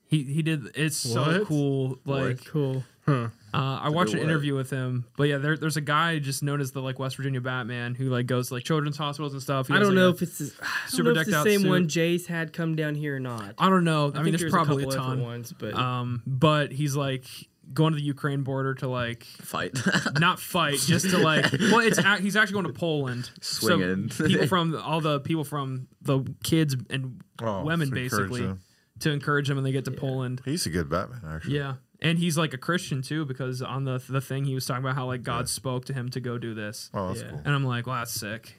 A: He he did. It's so
D: What?
A: cool. Like
E: Cool.
A: uh, I watched an
B: what?
A: interview with him, but yeah, there, there's a guy just known as the like West Virginia Batman who like goes to like children's hospitals and stuff. He
E: I
A: has,
E: don't
A: like,
E: know
A: a-
E: if it's the, I don't
A: super
E: know if it's
A: decked
E: the
A: out
E: same
A: suit.
E: one Jace had come down here or not.
A: I don't know. I, mean,
E: think
A: there's
E: a
A: probably a
E: couple different
A: ton.
E: ones, but
A: Um, but he's like going to the Ukraine border to like
C: Fight. [LAUGHS]
A: not fight, just to like.
B: [LAUGHS]
A: Well, it's ac he's actually going to Poland. So
C: Swinging.
A: people
B: [LAUGHS]
A: from all the people from the kids and
B: Oh,
A: women
B: to encourage
A: basically
B: them.
A: to encourage them when they get to Poland.
B: He's a good Batman, actually.
A: Yeah, and he's like a Christian too because on the the thing he was talking about how like God spoke to him to go do this,
B: Oh, that's
E: Yeah.
B: cool.
A: and I'm like, well, that's sick.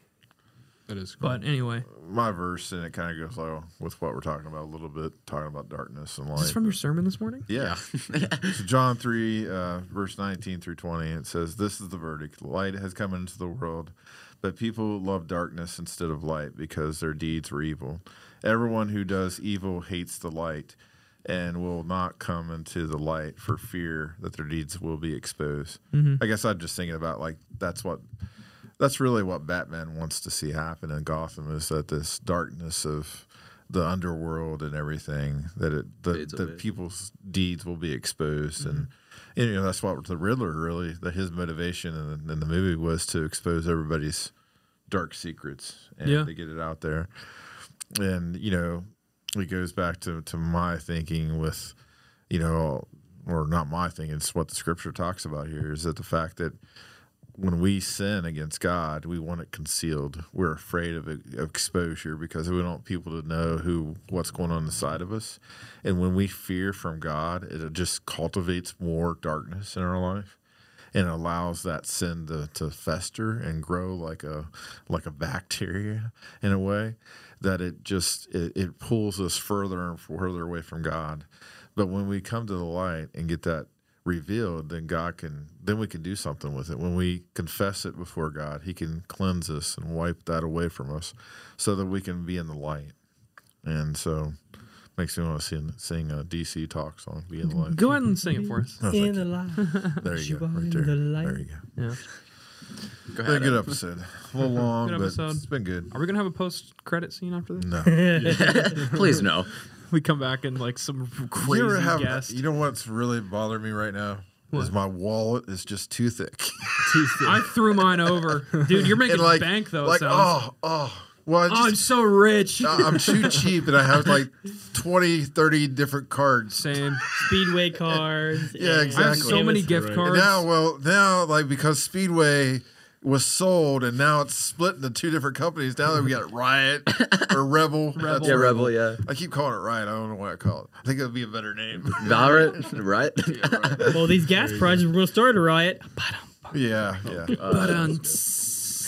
D: That is cool.
A: But anyway,
B: My verse, and it kind of goes along with what we're talking about a little bit, talking about darkness and light.
A: is this from your sermon this morning?
B: Yeah. so John 3, uh, verse 19 through 20, it says, This is the verdict. Light has come into the world, but people love darkness instead of light because their deeds were evil. Everyone who does evil hates the light and will not come into the light for fear that their deeds will be exposed. I guess I'm just thinking about like, that's what. That's really what Batman wants to see happen in Gotham is that this darkness of the underworld and everything that it the,
C: Fades
B: the
C: away. Mm-hmm.
B: people's deeds will be exposed and, and you know that's what the Riddler really that his motivation in the, in the movie was to expose everybody's dark secrets and
A: Yeah.
B: to get it out there and you know it goes back to to my thinking with you know or not my thinking it's what the scripture talks about here is that the fact that when we sin against God, we want it concealed. We're afraid of, of exposure because we don't want people to know who what's going on inside of us. And when we fear from God, it just cultivates more darkness in our life and allows that sin to, to fester and grow like a like a bacteria in a way that it just it, it pulls us further and further away from God. But when we come to the light and get that revealed, then God can then we can do something with it. When we confess it before God, He can cleanse us and wipe that away from us, so that we can be in the light. And so, makes me want to sing, sing a DC talk song, "Be in the Light."
A: Go ahead and sing it for us.
B: thank
E: in
A: [LAUGHS]
E: the light.
B: There you
E: You
B: go,
E: are
B: right
E: in
B: there.
E: the light.
B: There you go.
A: Yeah.
C: Go
B: Been a
C: ahead.
B: good episode. A little long,
A: Good
B: but
A: episode.
B: it's been good.
A: [LAUGHS] Are we gonna have a post credit scene after this?
B: No.
C: [LAUGHS] Please no.
A: We come back and like some
B: You,
A: crazy
B: ever have,
A: guest.
B: you know what's really bothering me right now? Is my wallet is just too thick. [LAUGHS]
A: I threw mine over, dude. You're making
B: and like
A: bank though.
B: like
A: so.
B: oh oh. Well, I
A: Oh, I'm
B: just,
A: so rich.
B: I- I'm too cheap, and I have like 20, 30 different
A: [LAUGHS]
B: cards.
A: Same.
E: [LAUGHS] Speedway cars.
B: Yeah,
E: and-
A: I have
B: Exactly.
A: so many
E: It was-
A: gift
D: Right.
A: cards.
B: Now, well, now like because Speedway was sold, and now it's split into two different companies. Now that we got Riot
A: [COUGHS]
B: or Rebel. That's
C: Yeah, Rebel, yeah.
B: I keep calling it Riot. I don't know why I call it. I think it would be a
A: [LAUGHS]
B: better name.
C: Valorant, [LAUGHS] right?
E: Well, these gas prices were going to start a riot.
B: Yeah,
A: [LAUGHS]
B: yeah.
A: But, um,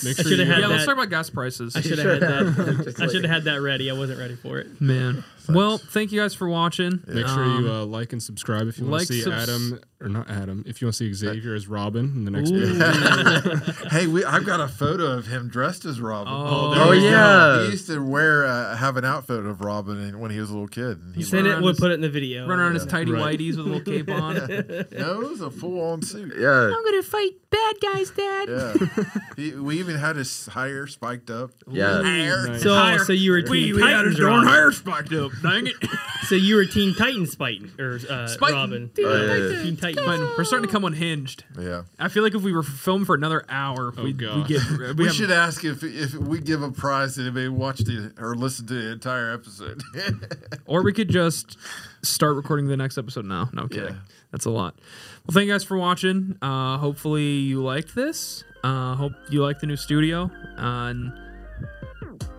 D: Make
E: I
D: sure
E: shoulda
D: you
E: had
A: yeah, let's
E: that-
A: talk about gas prices.
E: I should have had that.
C: Just
E: I
C: like-
E: should have had that ready. I wasn't ready for
A: [LAUGHS]
E: it.
A: Man. Well, thank you guys for watching.
D: Make sure
A: Um,
D: you uh, like and subscribe if you want
A: like,
D: to see
A: subs-
D: Adam or not Adam. If you want to see Xavier as Robin in the next
A: Ooh.
D: video,
B: Hey, we, I've got a photo of him dressed as Robin.
A: Oh,
C: Oh
A: there you go.
B: He
C: yeah.
B: used to wear uh, have an outfit of Robin and- when he was a little kid. And he
E: Send it.
A: around
E: We'll
A: his-
E: put it in the video.
A: Run around his tidy
D: Right.
A: whiteys with a little cape
B: [LAUGHS]
A: on.
B: no, it was a full on suit.
C: Yeah.
A: gonna fight bad guys, Dad.
B: Yeah, he, we even had his hair spiked up.
C: Yeah.
A: Higher.
E: So,
A: Higher.
E: so you were
A: We,
E: Teen
A: we had his
E: Titans,
A: darn
E: Robin.
A: hair spiked up. Dang
B: [LAUGHS]
A: it.
E: So you were Teen Titans fighting or uh,
A: Spiting.
E: Robin?
C: Oh, yeah.
E: Teen Titans.
A: Fine, We're starting to come unhinged.
B: Yeah,
A: I feel like if we were filmed for another hour, we, we
D: God.
B: [LAUGHS]
A: get.
B: Oh, we,
A: have-
B: should ask if if we give a prize to anybody who watched the or listened to the entire episode. [LAUGHS]
A: Or we could just start recording the next episode now. No kidding.
B: Yeah.
A: That's a lot. Well, thank you guys for watching. Uh, hopefully you liked this. Uh, hope you like the new studio. Uh, and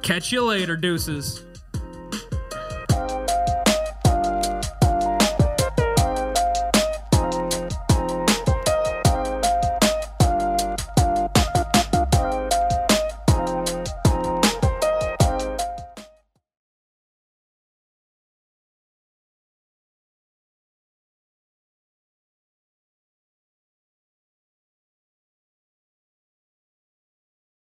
A: catch you later, deuces.